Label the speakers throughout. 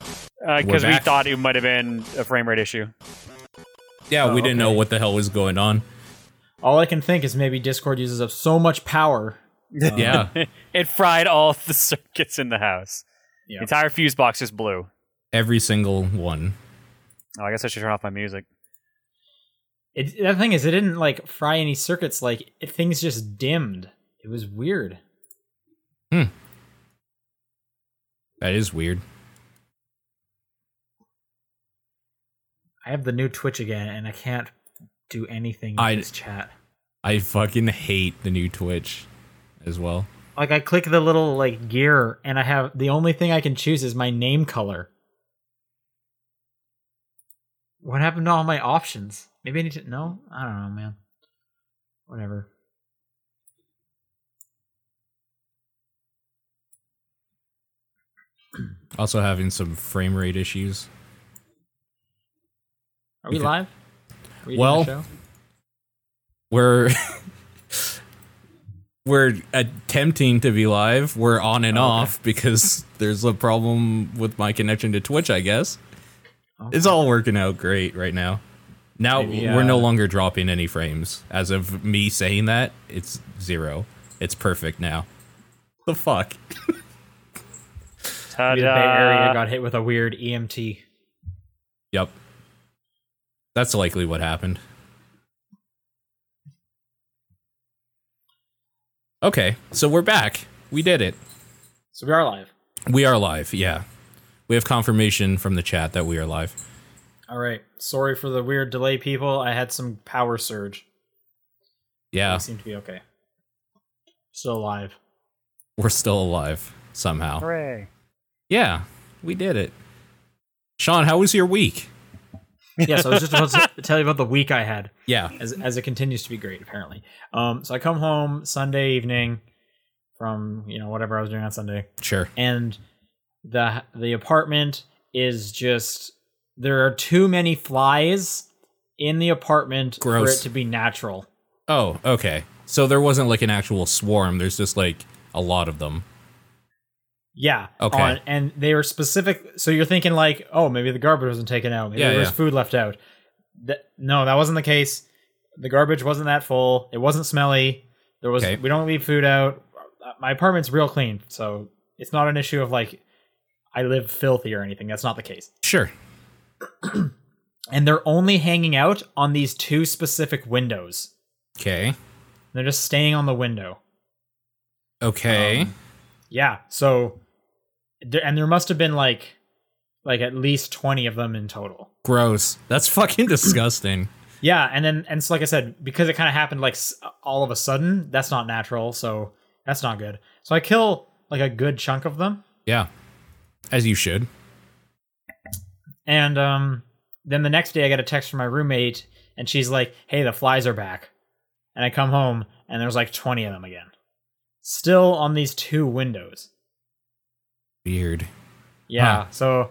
Speaker 1: because
Speaker 2: We're
Speaker 1: Uh, we
Speaker 2: back.
Speaker 1: thought it might have been a frame rate issue.
Speaker 2: Yeah,
Speaker 3: Oh,
Speaker 2: we didn't know
Speaker 3: okay.
Speaker 2: what the hell was going on.
Speaker 3: All I can think is maybe Discord uses up so much power. Oh. Um,
Speaker 2: yeah.
Speaker 1: It fried all the circuits in the house.
Speaker 3: Yeah.
Speaker 1: The entire fuse box is blue.
Speaker 2: Every single one.
Speaker 1: Oh, I guess I should turn off my music.
Speaker 3: It, the thing is, it didn't like fry any circuits. Like it, things just dimmed. It was weird.
Speaker 2: That is weird.
Speaker 3: I have the new Twitch again, and I can't do anything
Speaker 2: I-
Speaker 3: in this chat.
Speaker 2: I fucking hate the new Twitch as well.
Speaker 3: Like I click the little like gear, and I have the only thing I can choose is my name color. What happened to all my options? Maybe I need to no. I don't know, man. Whatever.
Speaker 2: Also having some frame rate issues.
Speaker 3: Are we
Speaker 2: Okay.
Speaker 3: live? Are we doing a
Speaker 2: Well,
Speaker 3: show?
Speaker 2: We're we're attempting to be live. We're on and off because there's a problem with my connection to Twitch, I guess. It's all working out great right now. Now
Speaker 3: Maybe,
Speaker 2: we're no
Speaker 3: uh,
Speaker 2: longer dropping any frames. As of me saying that, it's zero. It's perfect now. The fuck?
Speaker 1: Ta-da.
Speaker 3: Maybe the Bay Area got hit with a weird E EMT.
Speaker 2: Yep. That's likely what happened. Okay, so we're back. We did it.
Speaker 3: So we are live.
Speaker 2: We are live, yeah. We have confirmation from the chat that we are live.
Speaker 3: All right. Sorry for the weird delay, people. I had some power surge.
Speaker 2: Yeah,
Speaker 3: We seem to be okay. Still alive.
Speaker 2: we're still alive somehow.
Speaker 1: Hooray.
Speaker 2: Yeah, we did it. Sean, how was your week?
Speaker 3: Yes, I was just about to tell you about the week I had,
Speaker 2: Yeah.
Speaker 3: as as it continues to be great, apparently. Um, so I come home Sunday evening from you know whatever I was doing on Sunday,
Speaker 2: Sure.
Speaker 3: and the the apartment is just there are too many flies in the apartment for
Speaker 2: Gross.
Speaker 3: it to be natural.
Speaker 2: Oh, okay. So there wasn't like an actual swarm. There's just like a lot of them.
Speaker 3: Yeah.
Speaker 2: Okay.
Speaker 3: on- and they were specific. So you're thinking like, oh, maybe the garbage wasn't taken out. Maybe
Speaker 2: Yeah,
Speaker 3: there was
Speaker 2: yeah.
Speaker 3: food left out. Th- no, that wasn't the case. The garbage wasn't that full. It wasn't smelly. There was.
Speaker 2: Okay.
Speaker 3: We don't leave food out. Uh, My apartment's real clean, so it's not an issue of like I live filthy or anything. That's not the case.
Speaker 2: Sure.
Speaker 3: And they're only hanging out on these two specific windows.
Speaker 2: Okay.
Speaker 3: They're just staying on the window.
Speaker 2: Okay.
Speaker 3: Um, yeah. So, there, and there must have been like, like at least twenty of them in total.
Speaker 2: Gross. That's fucking disgusting.
Speaker 3: Yeah, and then and so like I said, because it kind of happened like s- all of a sudden, that's not natural, so that's not good. So I kill like a good chunk of them,
Speaker 2: Yeah. As you should.
Speaker 3: and um, then the next day I get a text from my roommate, and she's like, "Hey, the flies are back," and I come home, and there's like twenty of them again, still on these two windows.
Speaker 2: Weird.
Speaker 3: Yeah.
Speaker 2: Huh.
Speaker 3: So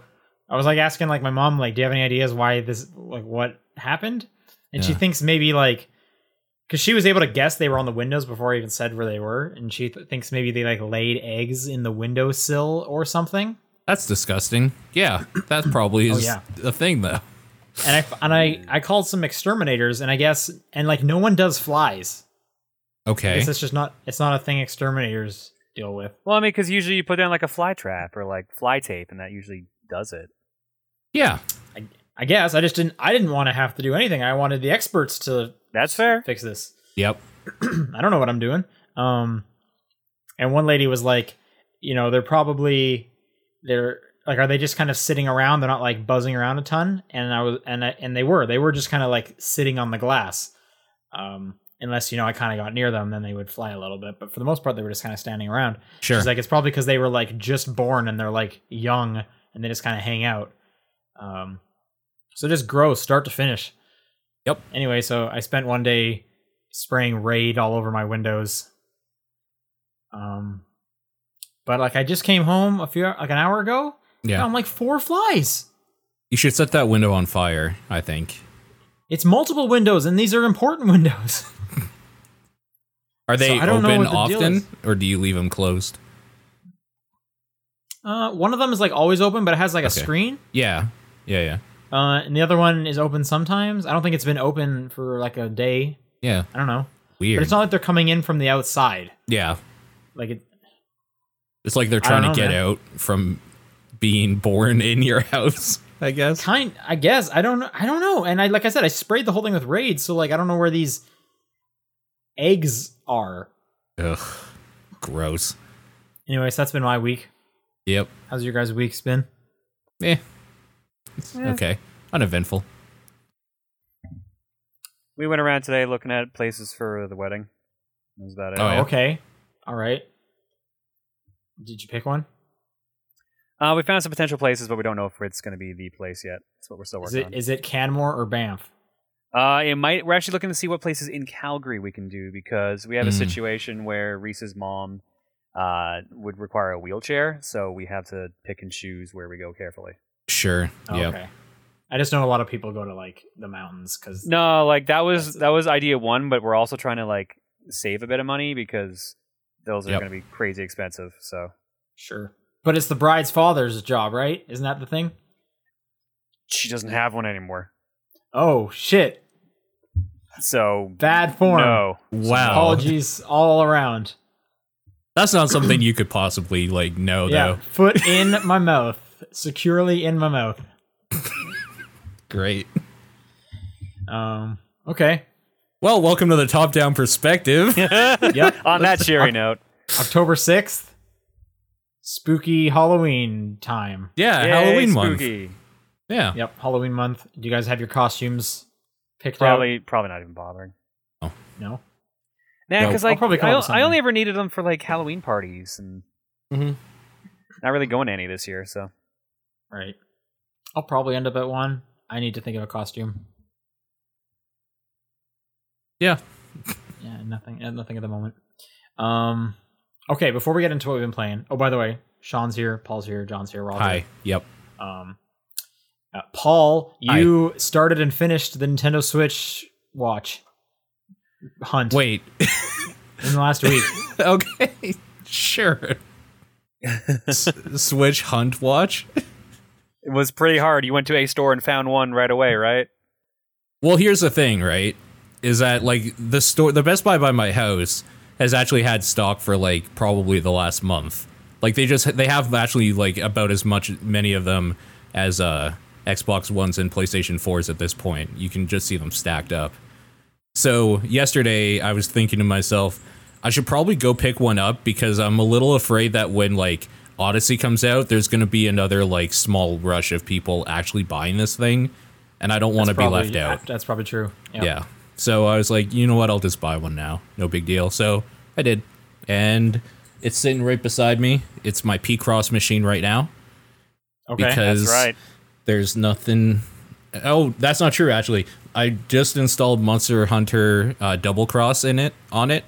Speaker 3: I was like asking like my mom, like, do you have any ideas why this like what happened? And she
Speaker 2: Yeah.
Speaker 3: thinks maybe like because she was able to guess they were on the windows before I even said where they were, and she th- thinks maybe they like laid eggs in the windowsill or something.
Speaker 2: That's disgusting. Yeah. That probably
Speaker 3: Oh,
Speaker 2: is
Speaker 3: yeah.
Speaker 2: the thing though.
Speaker 3: And I f- and I I called some exterminators, and I guess and like no one does flies. I
Speaker 2: Okay.
Speaker 3: guess it's just not it's not a thing exterminators deal with.
Speaker 1: Well, I mean, because usually you put down like a fly trap or like fly tape, and that usually does it.
Speaker 2: Yeah.
Speaker 3: I guess I just didn't I didn't want to have to do anything. I wanted the experts to
Speaker 1: That's fair.
Speaker 3: fix this.
Speaker 2: Yep.
Speaker 3: I don't know what I'm doing. Um, and one lady was like, you know, they're probably they're like, are they just kind of sitting around? They're not like buzzing around a ton. And I was, and I, and they were, they were just kind of like sitting on the glass. Um, unless you know, I kind of got near them, then they would fly a little bit. But for the most part, they were just kind of standing around.
Speaker 2: Sure.
Speaker 3: She's like, it's probably because they were like just born and they're like young and they just kind of hang out. Um, so just gross, start to finish.
Speaker 2: Yep.
Speaker 3: Anyway, so I spent one day spraying raid all over my windows. Um, but like I just came home a few like an hour ago.
Speaker 2: yeah.
Speaker 3: I'm like four flies.
Speaker 2: you should set that window on fire, I think.
Speaker 3: It's multiple windows, and these are important windows.
Speaker 2: Are they
Speaker 3: I don't know
Speaker 2: open
Speaker 3: what the deal
Speaker 2: often
Speaker 3: is.
Speaker 2: or do you leave them closed?
Speaker 3: Uh, one of them is like always open, but it has like a
Speaker 2: Okay.
Speaker 3: screen.
Speaker 2: Yeah. Yeah. Yeah.
Speaker 3: Uh, and the other one is open sometimes. I don't think it's been open for like a day.
Speaker 2: Yeah.
Speaker 3: I don't know.
Speaker 2: Weird.
Speaker 3: But it's not like they're coming in from the outside.
Speaker 2: yeah.
Speaker 3: Like it,
Speaker 2: It's like they're
Speaker 3: I
Speaker 2: trying
Speaker 3: don't
Speaker 2: to
Speaker 3: know,
Speaker 2: get
Speaker 3: man.
Speaker 2: out from being born in your house, I guess.
Speaker 3: kind i guess i don't know i don't know and i like i said i sprayed the whole thing with raid so like i don't know where these eggs are
Speaker 2: Ugh. Gross.
Speaker 3: anyways that's been my week
Speaker 2: Yep.
Speaker 3: how's your guys weeks been
Speaker 2: Eh. It's Okay. Uneventful.
Speaker 1: We went around today looking at places for the wedding. That was about it.
Speaker 2: Oh, yeah.
Speaker 3: okay all right did you pick one
Speaker 1: uh, we found some potential places, but we don't know if it's going to be the place yet. That's what we're still
Speaker 3: is
Speaker 1: working
Speaker 3: it is it canmore or banff
Speaker 1: on. Uh, it might. We're actually looking to see what places in Calgary we can do because we have a
Speaker 2: Mm.
Speaker 1: situation where Reese's mom uh, would require a wheelchair, so we have to pick and choose where we go carefully.
Speaker 2: Sure.
Speaker 3: Oh,
Speaker 2: yep.
Speaker 3: okay i just know a lot of people go to like the mountains because
Speaker 1: No, like that was
Speaker 3: That's-
Speaker 1: that was idea one, but we're also trying to like save a bit of money because those are
Speaker 2: Yep.
Speaker 1: going to be crazy expensive. So
Speaker 3: sure but it's the bride's father's job right isn't that the thing
Speaker 1: she doesn't have one anymore.
Speaker 3: oh shit
Speaker 1: So
Speaker 3: bad form
Speaker 1: no,
Speaker 2: Wow.
Speaker 3: apologies all around
Speaker 2: That's not something you could possibly like know
Speaker 3: yeah,
Speaker 2: though.
Speaker 3: foot in my mouth, securely in my mouth.
Speaker 2: Great.
Speaker 3: Um, okay.
Speaker 2: Well, welcome to the top down perspective.
Speaker 3: Yep.
Speaker 1: On that cheery note,
Speaker 3: October sixth, spooky Halloween time.
Speaker 2: yeah,
Speaker 1: Yay,
Speaker 2: Halloween month.
Speaker 1: spooky.
Speaker 2: Yeah.
Speaker 3: Yep, Halloween month. Do you guys have your costumes picked
Speaker 1: Probably, probably not even bothering.
Speaker 3: out? No.
Speaker 1: Nah,
Speaker 2: No.
Speaker 1: because
Speaker 3: I'll
Speaker 1: like
Speaker 3: probably come
Speaker 1: I,
Speaker 3: up with
Speaker 1: I only
Speaker 3: something. Mm-hmm.
Speaker 1: ever needed them for like Halloween parties, and
Speaker 2: Mhm.
Speaker 1: not really going to any this year. So
Speaker 3: Right. I'll probably end up at one. I need to think of a costume.
Speaker 2: Yeah.
Speaker 3: Yeah, nothing. uh, Nothing at the moment. Um. Okay. Before we get into what we've been playing. Oh, by the way, Sean's here. Paul's here. John's here. We're all here.
Speaker 2: Hi. Yep.
Speaker 3: Um, uh, Paul,
Speaker 2: Hi.
Speaker 3: you started and finished the Nintendo Switch watch hunt
Speaker 2: Wait.
Speaker 3: in the last week.
Speaker 2: okay. Sure. S- Switch Hunt Watch.
Speaker 1: it was pretty hard. You went to a store and found one right away, right?
Speaker 2: Well, here's the thing, right? Is that like the store, the Best Buy by my house has actually had stock for like probably the last month. Like they just they have actually like about as much many of them as uh Xbox Ones and PlayStation Fours at this point. You can just see them stacked up. So yesterday I was thinking to myself, I should probably go pick one up because I'm a little afraid that when like Odyssey comes out, there's gonna be another like small rush of people actually buying this thing. And I don't want to be
Speaker 3: Probably-
Speaker 2: left out.
Speaker 3: That's probably true. Yeah.
Speaker 2: Yeah. So I was like, you know what? I'll just buy one now. No big deal. So I did. And it's sitting right beside me. It's my P Cross machine right now
Speaker 3: Okay.
Speaker 2: because
Speaker 1: That's right.
Speaker 2: there's nothing. Oh, that's not true. Actually, I just installed Monster Hunter uh, Double Cross in it on it,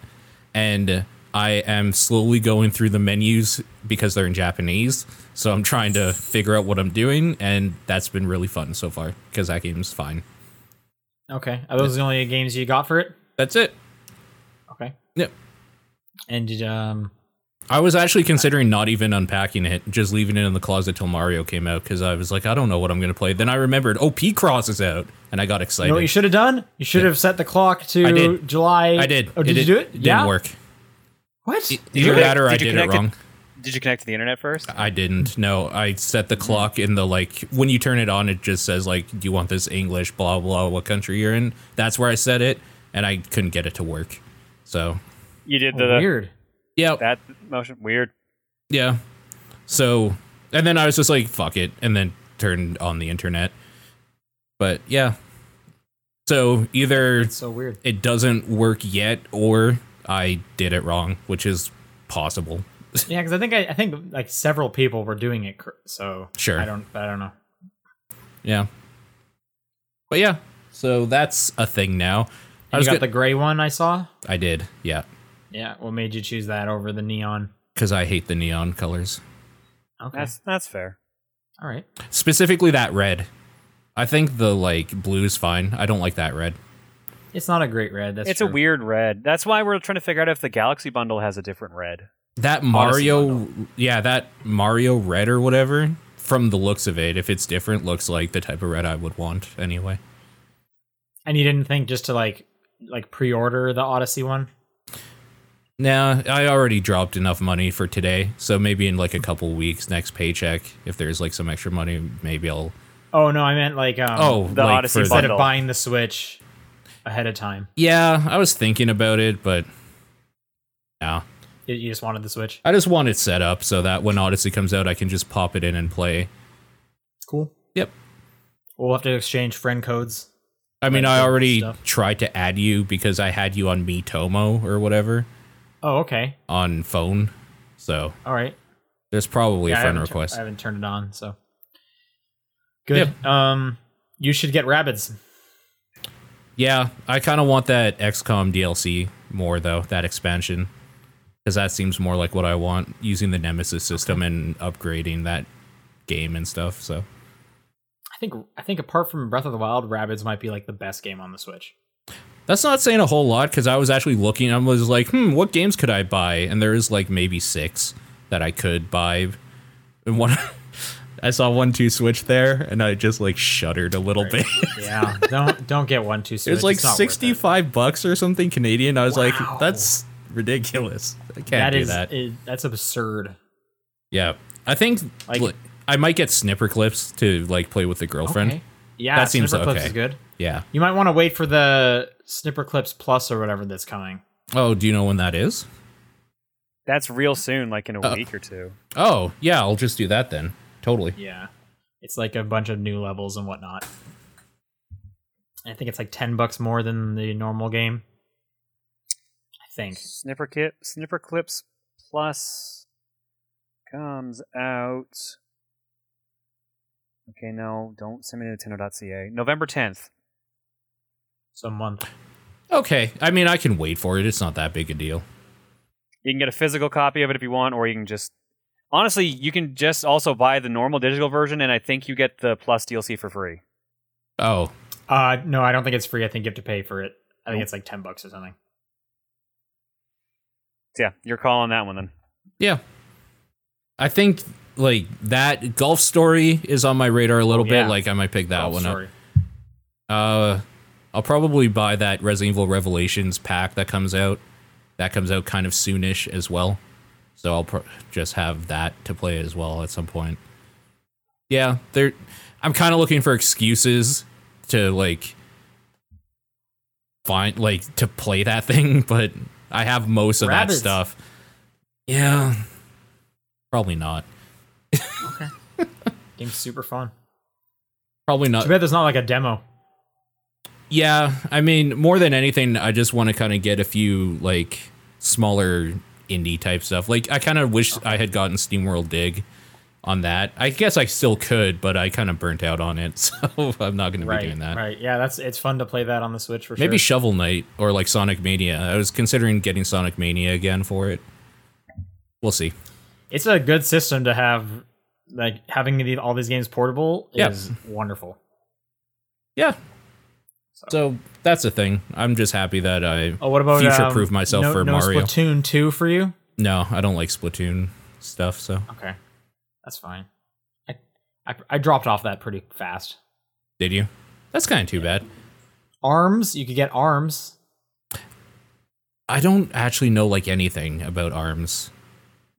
Speaker 2: and I am slowly going through the menus because they're in Japanese. So I'm trying to figure out what I'm doing, and that's been really fun so far because that game's fine.
Speaker 3: okay. Are those the only games you got for it?
Speaker 2: That's it.
Speaker 3: Okay.
Speaker 2: Yep.
Speaker 3: And did um.
Speaker 2: I was actually considering not even unpacking it, just leaving it in the closet till Mario came out because I was like, I don't know what I'm gonna play. Then I remembered, oh, P Cross is out, and I got
Speaker 3: You
Speaker 2: excited.
Speaker 3: know what you should have done? You should have set the clock to
Speaker 2: I did.
Speaker 3: July.
Speaker 2: I did.
Speaker 3: Oh, did you
Speaker 2: di-
Speaker 3: do it?
Speaker 2: Didn't
Speaker 3: yeah.
Speaker 2: work.
Speaker 3: What?
Speaker 1: you
Speaker 2: Either
Speaker 1: really-
Speaker 2: that or
Speaker 1: did
Speaker 2: I
Speaker 1: you
Speaker 2: did it
Speaker 1: connect it?
Speaker 2: wrong.
Speaker 1: Did you connect to the internet first?
Speaker 2: I didn't. No, I set the clock in the like when you turn it on, it just says like, do you want this English? Blah blah. What country you're in? That's where I set it, and I couldn't get it to work. So
Speaker 1: You did the
Speaker 3: Oh, Weird.
Speaker 2: yeah,
Speaker 1: that motion. Weird.
Speaker 2: Yeah. So, and then I was just like, fuck it. And then turned on the internet. But yeah. So either
Speaker 3: It's so weird.
Speaker 2: it doesn't work yet or I did it wrong, which is possible.
Speaker 3: Yeah, because I think I, I think like several people were doing it. cor- So
Speaker 2: Sure.
Speaker 3: I don't. I don't know.
Speaker 2: Yeah. But yeah. So that's a thing now. I
Speaker 3: And
Speaker 2: was
Speaker 3: you got
Speaker 2: go-
Speaker 3: the gray one I saw.
Speaker 2: I did. Yeah.
Speaker 3: Yeah. What made you choose that over the neon?
Speaker 2: Cuz I hate the neon colors.
Speaker 3: Okay.
Speaker 1: That's that's fair.
Speaker 3: All right.
Speaker 2: Specifically that red. I think the like blue is fine. I don't like that red.
Speaker 3: It's not a great red. That's
Speaker 1: it's
Speaker 3: true.
Speaker 1: a weird red. That's why we're trying to figure out if the Galaxy Bundle has a different red.
Speaker 2: that Mario, yeah, that Mario red or whatever. From the looks of it, if it's different, looks like the type of red I would want anyway.
Speaker 3: And you didn't think just to like like pre-order the Odyssey one?
Speaker 2: Nah, I already dropped enough money for today, so maybe in like a couple weeks, next paycheck, if there's like some extra money, maybe I'll.
Speaker 3: Oh no, I meant like um,
Speaker 2: Oh,
Speaker 1: The
Speaker 2: like,
Speaker 1: Odyssey
Speaker 2: for the-
Speaker 1: bundle.
Speaker 3: instead of buying the Switch ahead of time,
Speaker 2: Yeah, I was thinking about it, but yeah,
Speaker 3: you- you just wanted the Switch.
Speaker 2: I just want it set up so that when Odyssey comes out, I can just pop it in and play.
Speaker 3: Cool.
Speaker 2: Yep.
Speaker 3: We'll have to exchange friend codes.
Speaker 2: I mean,
Speaker 3: Like
Speaker 2: I
Speaker 3: different
Speaker 2: already
Speaker 3: stuff.
Speaker 2: tried to add you because I had you on Miitomo or whatever
Speaker 3: Oh, okay.
Speaker 2: on phone, so
Speaker 3: All right.
Speaker 2: there's probably
Speaker 3: Yeah, I
Speaker 2: a friend
Speaker 3: haven't tu-
Speaker 2: request.
Speaker 3: I haven't turned it on, so good. Um, you should get rabbits.
Speaker 2: Yeah, I kind of want that XCOM DLC more though, that expansion, because that seems more like what I want using the Nemesis system and upgrading that game and stuff. So
Speaker 3: I think. I think apart from Breath of the Wild, rabbits might be like the best game on the Switch.
Speaker 2: that's not saying a whole lot because I was actually looking. I was like, hmm, what games could I buy? And there is like maybe six that I could buy. And one, I saw one two switch there, and I just like shuddered a little bit.
Speaker 3: Yeah. don't don't get one too soon.
Speaker 2: it was like
Speaker 3: It's not worth it.
Speaker 2: sixty five bucks or something Canadian. I was
Speaker 3: Wow.
Speaker 2: like, that's ridiculous. I can't
Speaker 3: That
Speaker 2: do
Speaker 3: is
Speaker 2: that.
Speaker 3: is- that's absurd.
Speaker 2: Yeah, I think
Speaker 3: Like-
Speaker 2: like, I might get snipper clips to like play with the girlfriend.
Speaker 3: Okay. Yeah,
Speaker 2: That seems
Speaker 3: Snipper Clips
Speaker 2: okay.
Speaker 3: is good.
Speaker 2: Yeah.
Speaker 3: You might want to wait for the Snipper Clips Plus or whatever that's coming.
Speaker 2: Oh, do you know when that is?
Speaker 1: That's real soon, like in a
Speaker 2: Uh,
Speaker 1: week or two.
Speaker 2: Oh, yeah. I'll just do that then. Totally.
Speaker 3: Yeah, it's like a bunch of new levels and whatnot. I think it's like ten bucks more than the normal game. I think.
Speaker 1: Snipper kit, snipper clips plus comes out. Okay, no, don't send me to Nintendo.ca. November tenth.
Speaker 3: So a month.
Speaker 2: Okay. I mean, I can wait for it. It's not that big a deal.
Speaker 1: You can get a physical copy of it if you want, or you can just honestly, you can just also buy the normal digital version, and I think you get the plus DLC for free.
Speaker 2: Oh,
Speaker 3: Uh, no, I don't think it's free. I think you have to pay for it. I think it's like ten bucks or something.
Speaker 1: So yeah, you're calling that one then.
Speaker 2: yeah. I think like that golf story is on my radar a little
Speaker 3: Oh, yeah.
Speaker 2: bit. Like I might pick that
Speaker 3: Oh,
Speaker 2: one
Speaker 3: sorry.
Speaker 2: up. Uh, I'll probably buy that Resident Evil Revelations pack that comes out. That comes out kind of soonish as well. So I'll pro- just have that to play as well at some point. Yeah, there. I'm kind of looking for excuses to like find like to play that thing, but I have most of
Speaker 3: Rabbids.
Speaker 2: that stuff. Yeah, probably not.
Speaker 3: Game's super fun.
Speaker 2: Probably not.
Speaker 3: Too bad there's not like a demo.
Speaker 2: Yeah, I mean, more than anything, I just want to kind of get a few like smaller indie type stuff. Like, I kind of wish I had gotten SteamWorld Dig on that. I guess I still could, but I kind of burnt out on it, so I'm not going to
Speaker 3: Right.
Speaker 2: be doing that.
Speaker 3: Right. Yeah, that's it's fun to play that on the Switch for
Speaker 2: Maybe
Speaker 3: sure.
Speaker 2: Shovel Knight or like Sonic Mania. I was considering getting Sonic Mania again for it. We'll see.
Speaker 3: it's a good system to have. Like having the, all these games portable
Speaker 2: Yeah.
Speaker 3: is wonderful.
Speaker 2: Yeah. So that's the thing. I'm just happy that I.
Speaker 3: Oh, what about
Speaker 2: Future-proof
Speaker 3: um,
Speaker 2: myself
Speaker 3: no-
Speaker 2: for
Speaker 3: no
Speaker 2: Mario.
Speaker 3: Splatoon two for you?
Speaker 2: No, I don't like Splatoon stuff, so.
Speaker 3: Okay, that's fine. I, I I dropped off that pretty fast.
Speaker 2: Did you? That's kind of too bad.
Speaker 3: Arms, you could get arms.
Speaker 2: I don't actually know like anything about arms.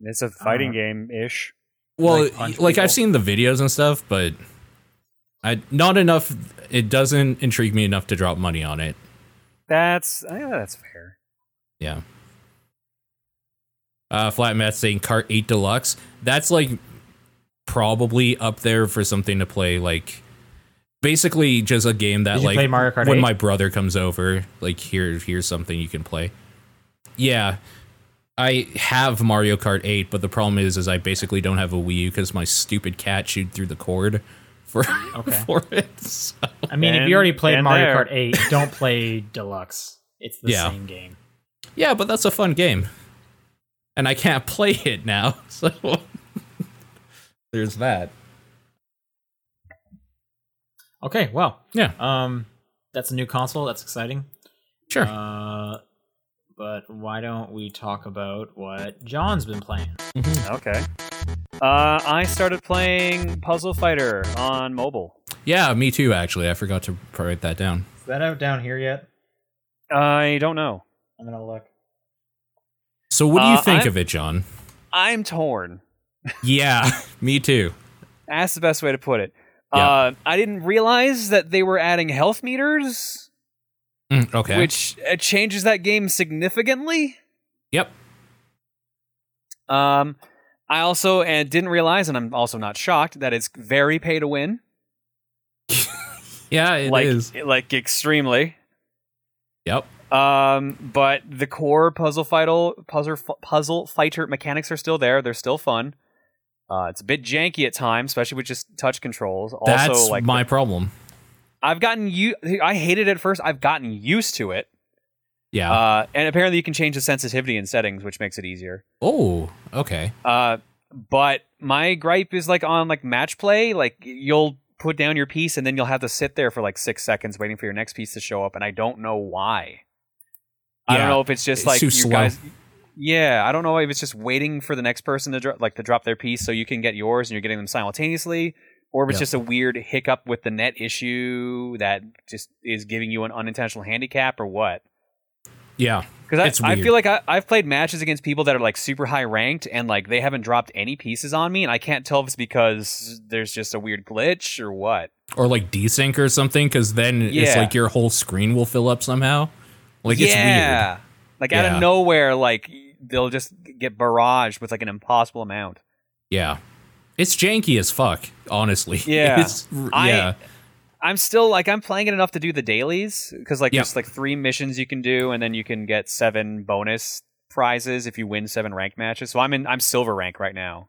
Speaker 1: It's a fighting
Speaker 3: Uh,
Speaker 1: game ish.
Speaker 2: Well,
Speaker 3: Like, punch
Speaker 2: like, I've
Speaker 3: people?
Speaker 2: seen the videos and stuff, but I not enough. It doesn't intrigue me enough to drop money on it.
Speaker 1: That's oh, yeah, that's fair.
Speaker 2: Yeah. Uh, Flat Matt saying Cart Eight Deluxe. That's like probably up there for something to play. Like basically just a game that
Speaker 3: Did you
Speaker 2: like
Speaker 3: play Mario Kart
Speaker 2: when
Speaker 3: 8?
Speaker 2: my brother comes over, like here here's something you can play. Yeah. I have Mario Kart 8, but the problem is is I basically don't have a Wii U because my stupid cat chewed through the cord for
Speaker 3: Okay.
Speaker 2: for it. So,
Speaker 3: I mean, if
Speaker 1: And-
Speaker 3: you already played
Speaker 1: and
Speaker 3: Mario
Speaker 1: there.
Speaker 3: Kart eight, don't play Deluxe. It's the
Speaker 2: Yeah.
Speaker 3: same game.
Speaker 2: yeah, but that's a fun game. And I can't play it now, so there's that.
Speaker 3: Okay, well,
Speaker 2: Yeah.
Speaker 3: um, that's a new console. That's exciting.
Speaker 2: Sure.
Speaker 3: Uh, But why don't we talk about what John's been playing?
Speaker 1: Okay. Uh, I started playing Puzzle Fighter on mobile.
Speaker 2: Yeah, me too. Actually, I forgot to write that down.
Speaker 3: Is that out down here yet?
Speaker 1: I don't know.
Speaker 3: I'm gonna look.
Speaker 2: So, what do you
Speaker 1: Uh,
Speaker 2: think
Speaker 1: I'm-
Speaker 2: of it, John?
Speaker 1: I'm torn.
Speaker 2: Yeah, me too.
Speaker 1: That's the best way to put it.
Speaker 2: Yeah.
Speaker 1: Uh, I didn't realize that they were adding health meters,
Speaker 2: Mm, okay.
Speaker 1: which uh, changes that game significantly.
Speaker 2: Yep.
Speaker 1: Um, I also and didn't realize, and I'm also not shocked that it's very pay to win,
Speaker 2: Yeah, it is.
Speaker 1: like like extremely.
Speaker 2: Yep.
Speaker 1: Um, but the core puzzle fighter puzzle puzzle fighter mechanics are still there. They're still fun. Uh, it's a bit janky at times, especially with just touch controls. Also,
Speaker 2: That's
Speaker 1: like
Speaker 2: my problem.
Speaker 1: I've gotten you. I hated it at first. I've gotten used to it.
Speaker 2: Yeah.
Speaker 1: Uh, and apparently, you can change the sensitivity in settings, which makes it easier.
Speaker 2: oh, okay.
Speaker 1: Uh, but my gripe is like on like match play, like you'll put down your piece and then you'll have to sit there for like six seconds waiting for your next piece to show up, and I don't know why. I
Speaker 2: Yeah,
Speaker 1: don't know if it's just
Speaker 2: it's
Speaker 1: like
Speaker 2: too
Speaker 1: you
Speaker 2: slow.
Speaker 1: guys. Yeah, I don't know if it's just waiting for the next person to drop, like to drop their piece so you can get yours and you're getting them simultaneously, or if it's
Speaker 2: Yeah.
Speaker 1: just a weird hiccup with the net issue that just is giving you an unintentional handicap or what.
Speaker 2: Yeah. It's
Speaker 1: Because I, I
Speaker 2: weird.
Speaker 1: feel like I, I've played matches against people that are like super high ranked and like they haven't dropped any pieces on me, and I can't tell if it's because there's just a weird glitch or what.
Speaker 2: Or like desync or something, because then it's
Speaker 1: Yeah.
Speaker 2: like your whole screen will fill up somehow. Like it's weird.
Speaker 1: like out
Speaker 2: Yeah.
Speaker 1: of nowhere, like they'll just get barraged with like an impossible amount.
Speaker 2: Yeah. It's janky as fuck, honestly.
Speaker 1: Yeah.
Speaker 2: It's, r-
Speaker 1: I-
Speaker 2: yeah.
Speaker 1: I'm still like I'm playing it enough to do the dailies because like
Speaker 2: Yeah.
Speaker 1: there's like three missions you can do, and then you can get seven bonus prizes if you win seven ranked matches. So I'm in I'm silver rank right now.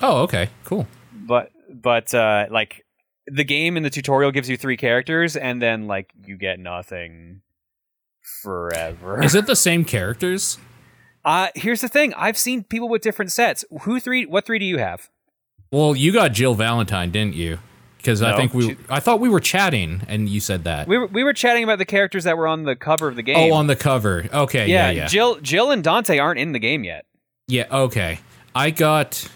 Speaker 2: Oh, okay. Cool.
Speaker 1: but but uh like the game in the tutorial gives you three characters and then like you get nothing forever
Speaker 2: Is it the same characters?
Speaker 1: uh here's the thing i've seen people with different sets who three what three do you have
Speaker 2: Well, you got Jill Valentine, didn't you? Because I
Speaker 1: No,
Speaker 2: think we,
Speaker 1: she-
Speaker 2: I thought we were chatting, and you said that.
Speaker 1: we were, we were chatting about the characters that were on the cover of the game
Speaker 2: oh, on the cover. Okay.
Speaker 1: yeah,
Speaker 2: Yeah. Yeah.
Speaker 1: jill jill and dante aren't in the game yet
Speaker 2: Yeah, okay. I got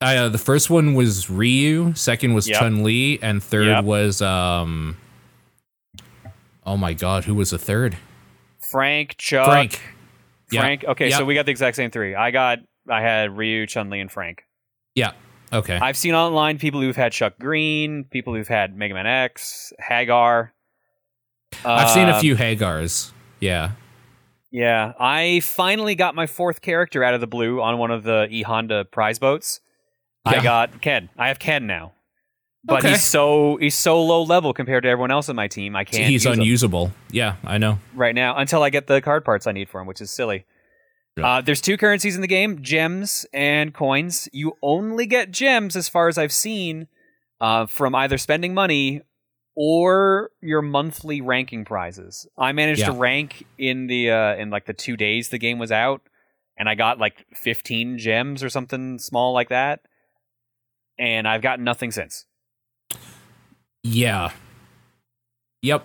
Speaker 2: I, uh, the first one was Ryu, second was
Speaker 1: Yep.
Speaker 2: Chun Li, and third
Speaker 1: Yep.
Speaker 2: was um. Oh my god, who was the third?
Speaker 1: frank chuck
Speaker 2: Frank. Yeah.
Speaker 1: Frank. okay
Speaker 2: Yeah.
Speaker 1: so we got the exact same three i got i had ryu chun-li and frank
Speaker 2: Yeah. Okay.
Speaker 1: I've seen online people who've had Chuck Green, people who've had Mega Man X, Hagar.
Speaker 2: I've seen a
Speaker 1: Uh,
Speaker 2: few Hagars. Yeah.
Speaker 1: Yeah, I finally got my fourth character out of the blue on one of the E Honda prize boats.
Speaker 2: Yeah.
Speaker 1: I got Ken. I have Ken now, but
Speaker 2: Okay.
Speaker 1: he's so he's so low level compared to everyone else on my team. I can't.
Speaker 2: He's
Speaker 1: use him
Speaker 2: unusable. Yeah, I know.
Speaker 1: right now until I get the card parts I need for him, which is silly.
Speaker 2: Yeah.
Speaker 1: Uh, there's two currencies in the game: gems and coins. You only get gems, as far as I've seen, uh, from either spending money or your monthly ranking prizes. I managed to
Speaker 2: Yeah.
Speaker 1: rank in the uh, in like the two days the game was out, and I got like 15 gems or something small like that, and I've gotten nothing since.
Speaker 2: Yeah. Yep.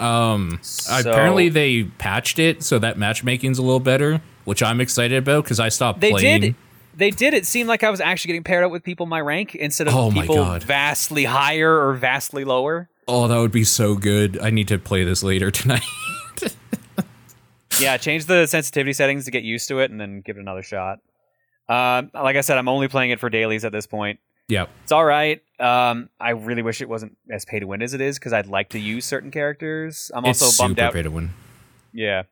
Speaker 2: Um
Speaker 1: So-
Speaker 2: apparently they patched it so that matchmaking's a little better, which I'm excited about cuz I stopped
Speaker 1: They
Speaker 2: playing.
Speaker 1: did. They did. It seemed like I was actually getting paired up with people my rank instead of
Speaker 2: Oh my
Speaker 1: people
Speaker 2: God.
Speaker 1: vastly higher or vastly lower.
Speaker 2: Oh, that would be so good. I need to play this later tonight.
Speaker 1: Yeah, change the sensitivity settings to get used to it, and then give it another shot. Um, like I said, I'm only playing it for dailies at this point.
Speaker 2: yep.
Speaker 1: It's all right. Um, I really wish it wasn't as pay to win as it is because I'd like to use certain characters. I'm also
Speaker 2: it's
Speaker 1: bummed
Speaker 2: super
Speaker 1: out.
Speaker 2: pay to win.
Speaker 1: Yeah.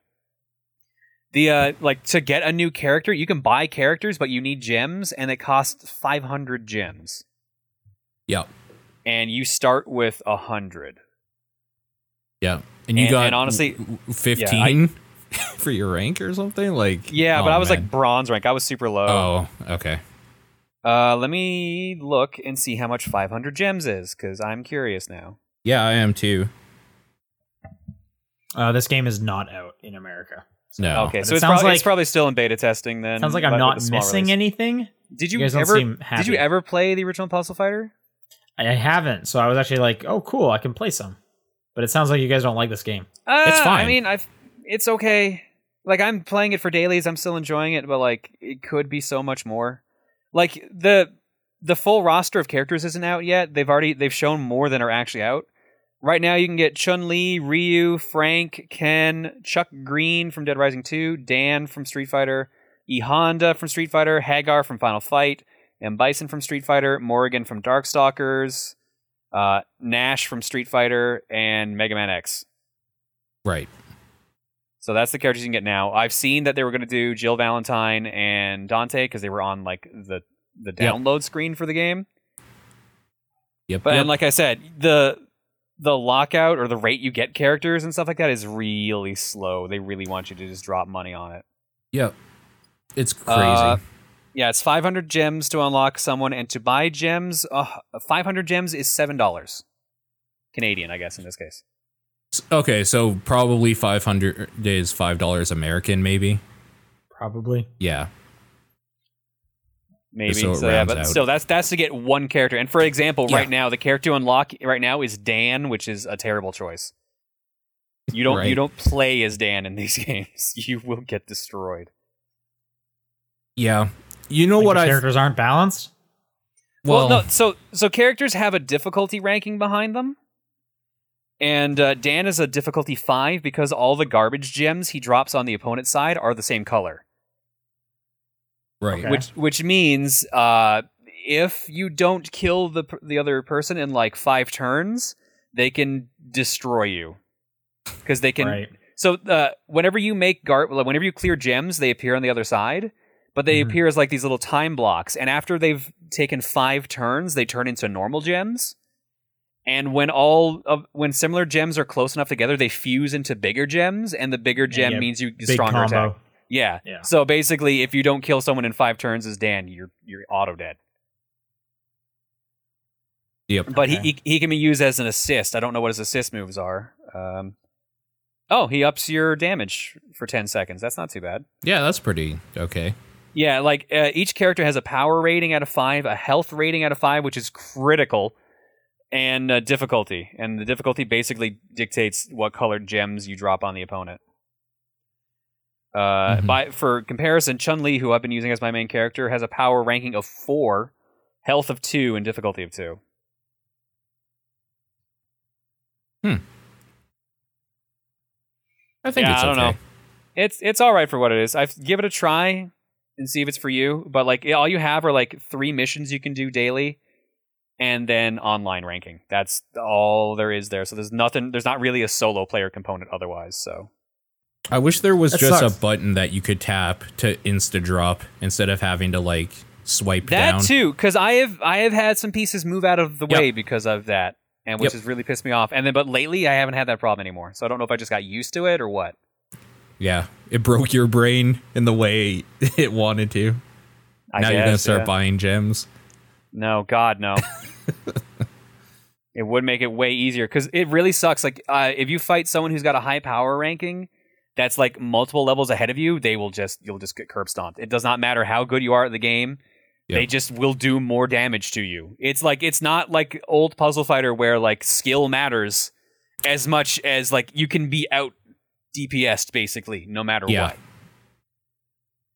Speaker 1: The uh, like to get a new character, you can buy characters, but you need gems, and it costs 500 gems.
Speaker 2: Yep.
Speaker 1: and you start with a hundred.
Speaker 2: Yeah. And you
Speaker 1: And-
Speaker 2: got
Speaker 1: and honestly-
Speaker 2: w- w- 15 for your rank or something like
Speaker 1: Yeah, but
Speaker 2: oh,
Speaker 1: I was
Speaker 2: man.
Speaker 1: like bronze rank. I was super low.
Speaker 2: Oh, okay.
Speaker 1: Uh, let me look and see how much 500 gems is, because I'm curious now.
Speaker 2: Yeah, I am too.
Speaker 3: Uh, this game is not out in America.
Speaker 2: No.
Speaker 1: okay,
Speaker 3: But
Speaker 1: so
Speaker 3: it
Speaker 1: it's,
Speaker 3: Oh, sounds
Speaker 1: prob-
Speaker 3: like-
Speaker 1: it's probably still in beta testing. Then
Speaker 3: Sounds like
Speaker 1: but
Speaker 3: I'm
Speaker 1: with
Speaker 3: not
Speaker 1: a small
Speaker 3: missing
Speaker 1: release.
Speaker 3: anything.
Speaker 1: Did
Speaker 3: You
Speaker 1: you,
Speaker 3: guys don't
Speaker 1: ever?
Speaker 3: seem
Speaker 1: Did
Speaker 3: happy.
Speaker 1: you ever play the original Puzzle Fighter?
Speaker 3: I I haven't, so I was actually like, "Oh, cool, I can play some." But it sounds like you guys don't like this game.
Speaker 1: Uh,
Speaker 2: It's fine.
Speaker 1: I mean, I've it's okay. like I'm playing it for dailies. I'm still enjoying it, but like it could be so much more. Like the the full roster of characters isn't out yet. They've already they've shown more than are actually out. Right now, you can get Chun Li, Ryu, Frank, Ken, Chuck Green from Dead Rising Two, Dan from Street Fighter, E Honda from Street Fighter, Hagar from Final Fight, M Bison from Street Fighter, Morrigan from Darkstalkers, uh, Nash from Street Fighter, and Mega Man X.
Speaker 2: Right.
Speaker 1: So that's the characters you can get now. I've seen that they were going to do Jill Valentine and Dante because they were on like the the
Speaker 2: Yep.
Speaker 1: download screen for the game.
Speaker 2: Yep.
Speaker 1: But
Speaker 2: yep.
Speaker 1: and like I said, the the lockout or the rate you get characters and stuff like that is really slow. They really want you to just drop money on it.
Speaker 2: yep. It's crazy.
Speaker 1: Uh, Yeah, it's 500 gems to unlock someone, and to buy gems, uh, 500 gems is seven dollars, Canadian, I guess in this case.
Speaker 2: S- okay, so probably 500 is $5 American maybe.
Speaker 3: Probably.
Speaker 2: Yeah.
Speaker 1: Maybe
Speaker 2: So
Speaker 1: so,
Speaker 2: it
Speaker 1: yeah,
Speaker 2: rounds
Speaker 1: but
Speaker 2: out.
Speaker 1: still, that's that's to get one character. And for example,
Speaker 2: Yeah.
Speaker 1: right now the character to unlock right now is Dan, which is a terrible choice. You don't you
Speaker 2: Right.
Speaker 1: don't play as Dan in these games. You will get destroyed.
Speaker 2: Yeah. You know
Speaker 3: Like,
Speaker 2: what
Speaker 3: the
Speaker 2: I
Speaker 3: characters aren't balanced.
Speaker 1: Well,
Speaker 2: well,
Speaker 1: no, so so characters have a difficulty ranking behind them, and uh, Dan is a difficulty five because all the garbage gems he drops on the opponent's side are the same color,
Speaker 2: right.
Speaker 3: Okay.
Speaker 1: which which means uh, if you don't kill the per- the other person in like five turns, they can destroy you because they can
Speaker 3: right.
Speaker 1: So uh, whenever you make gar, like, whenever you clear gems, they appear on the other side, but they
Speaker 2: Mhm.
Speaker 1: appear as like these little time blocks. And after they've taken five turns, they turn into normal gems. And when all of when similar gems are close enough together, they fuse into bigger gems, and the bigger gem
Speaker 3: yeah,
Speaker 1: means you get
Speaker 3: Big
Speaker 1: stronger
Speaker 3: combo.
Speaker 1: attack. Yeah.
Speaker 3: Yeah.
Speaker 1: So basically, if you don't kill someone in five turns as Dan, you're you're auto dead.
Speaker 2: Yep.
Speaker 1: But
Speaker 3: Okay.
Speaker 1: he, he he can be used as an assist. I don't know what his assist moves are. Um, oh, he ups your damage for ten seconds. That's not too bad.
Speaker 2: Yeah, that's pretty okay.
Speaker 1: Yeah, like uh, each character has a power rating out of five, a health rating out of five, which is critical, and uh, difficulty. And the difficulty basically dictates what colored gems you drop on the opponent. Uh,
Speaker 2: Mhm.
Speaker 1: by for comparison, Chun Li, who I've been using as my main character, has a power ranking of four, health of two, and difficulty of two.
Speaker 2: I think
Speaker 1: Yeah,
Speaker 2: it's
Speaker 1: I don't
Speaker 2: okay.
Speaker 1: know. It's it's all right for what it is. I give it a try and see if it's for you. But like all you have are like three missions you can do daily, and then online ranking. That's all there is there. So there's nothing. There's not really a solo player component otherwise. So
Speaker 2: I wish there was
Speaker 3: That
Speaker 2: just
Speaker 3: sucks.
Speaker 2: a button that you could tap to insta drop instead of having to like swipe
Speaker 1: that
Speaker 2: down.
Speaker 1: too, because I have I have had some pieces move out of the
Speaker 2: Yep.
Speaker 1: way because of that, and which
Speaker 2: Yep.
Speaker 1: has really pissed me off. And then but lately I haven't had that problem anymore. So I don't know if I just got used to it or what.
Speaker 2: Yeah, it broke your brain in the way it wanted to.
Speaker 1: I
Speaker 2: now you're gonna
Speaker 1: guess,
Speaker 2: start
Speaker 1: yeah.
Speaker 2: buying gems.
Speaker 1: No, God, no. it would make it way easier because it really sucks. Like, uh, if you fight someone who's got a high power ranking that's like multiple levels ahead of you, they will just you'll just get curb stomped. It does not matter how good you are at the game;
Speaker 2: Yeah.
Speaker 1: they just will do more damage to you. It's like it's not like old Puzzle Fighter where like skill matters as much as like you can be out DPSed basically no matter
Speaker 2: Yeah,
Speaker 1: what.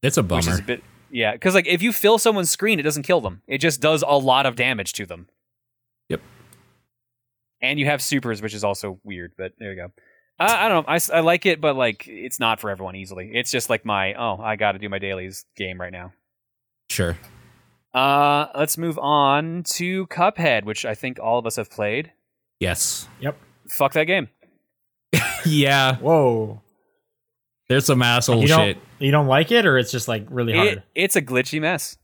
Speaker 2: It's a
Speaker 1: Which is
Speaker 2: bummer.
Speaker 1: a bit yeah, because like if you fill someone's screen, it doesn't kill them. It just does a lot of damage to them.
Speaker 2: Yep.
Speaker 1: And you have supers, which is also weird, but there you go. I, I don't know. I, s- I like it, but like it's not for everyone easily. It's just like my oh, I got to do my dailies game right now.
Speaker 2: sure.
Speaker 1: Uh, let's move on to Cuphead, which I think all of us have played.
Speaker 2: Yes.
Speaker 3: Yep.
Speaker 1: Fuck that game.
Speaker 2: Yeah.
Speaker 3: Whoa.
Speaker 2: There's some asshole
Speaker 3: you don't
Speaker 2: shit.
Speaker 3: you don't like it, or it's just like really hard.
Speaker 1: It, it's a glitchy mess.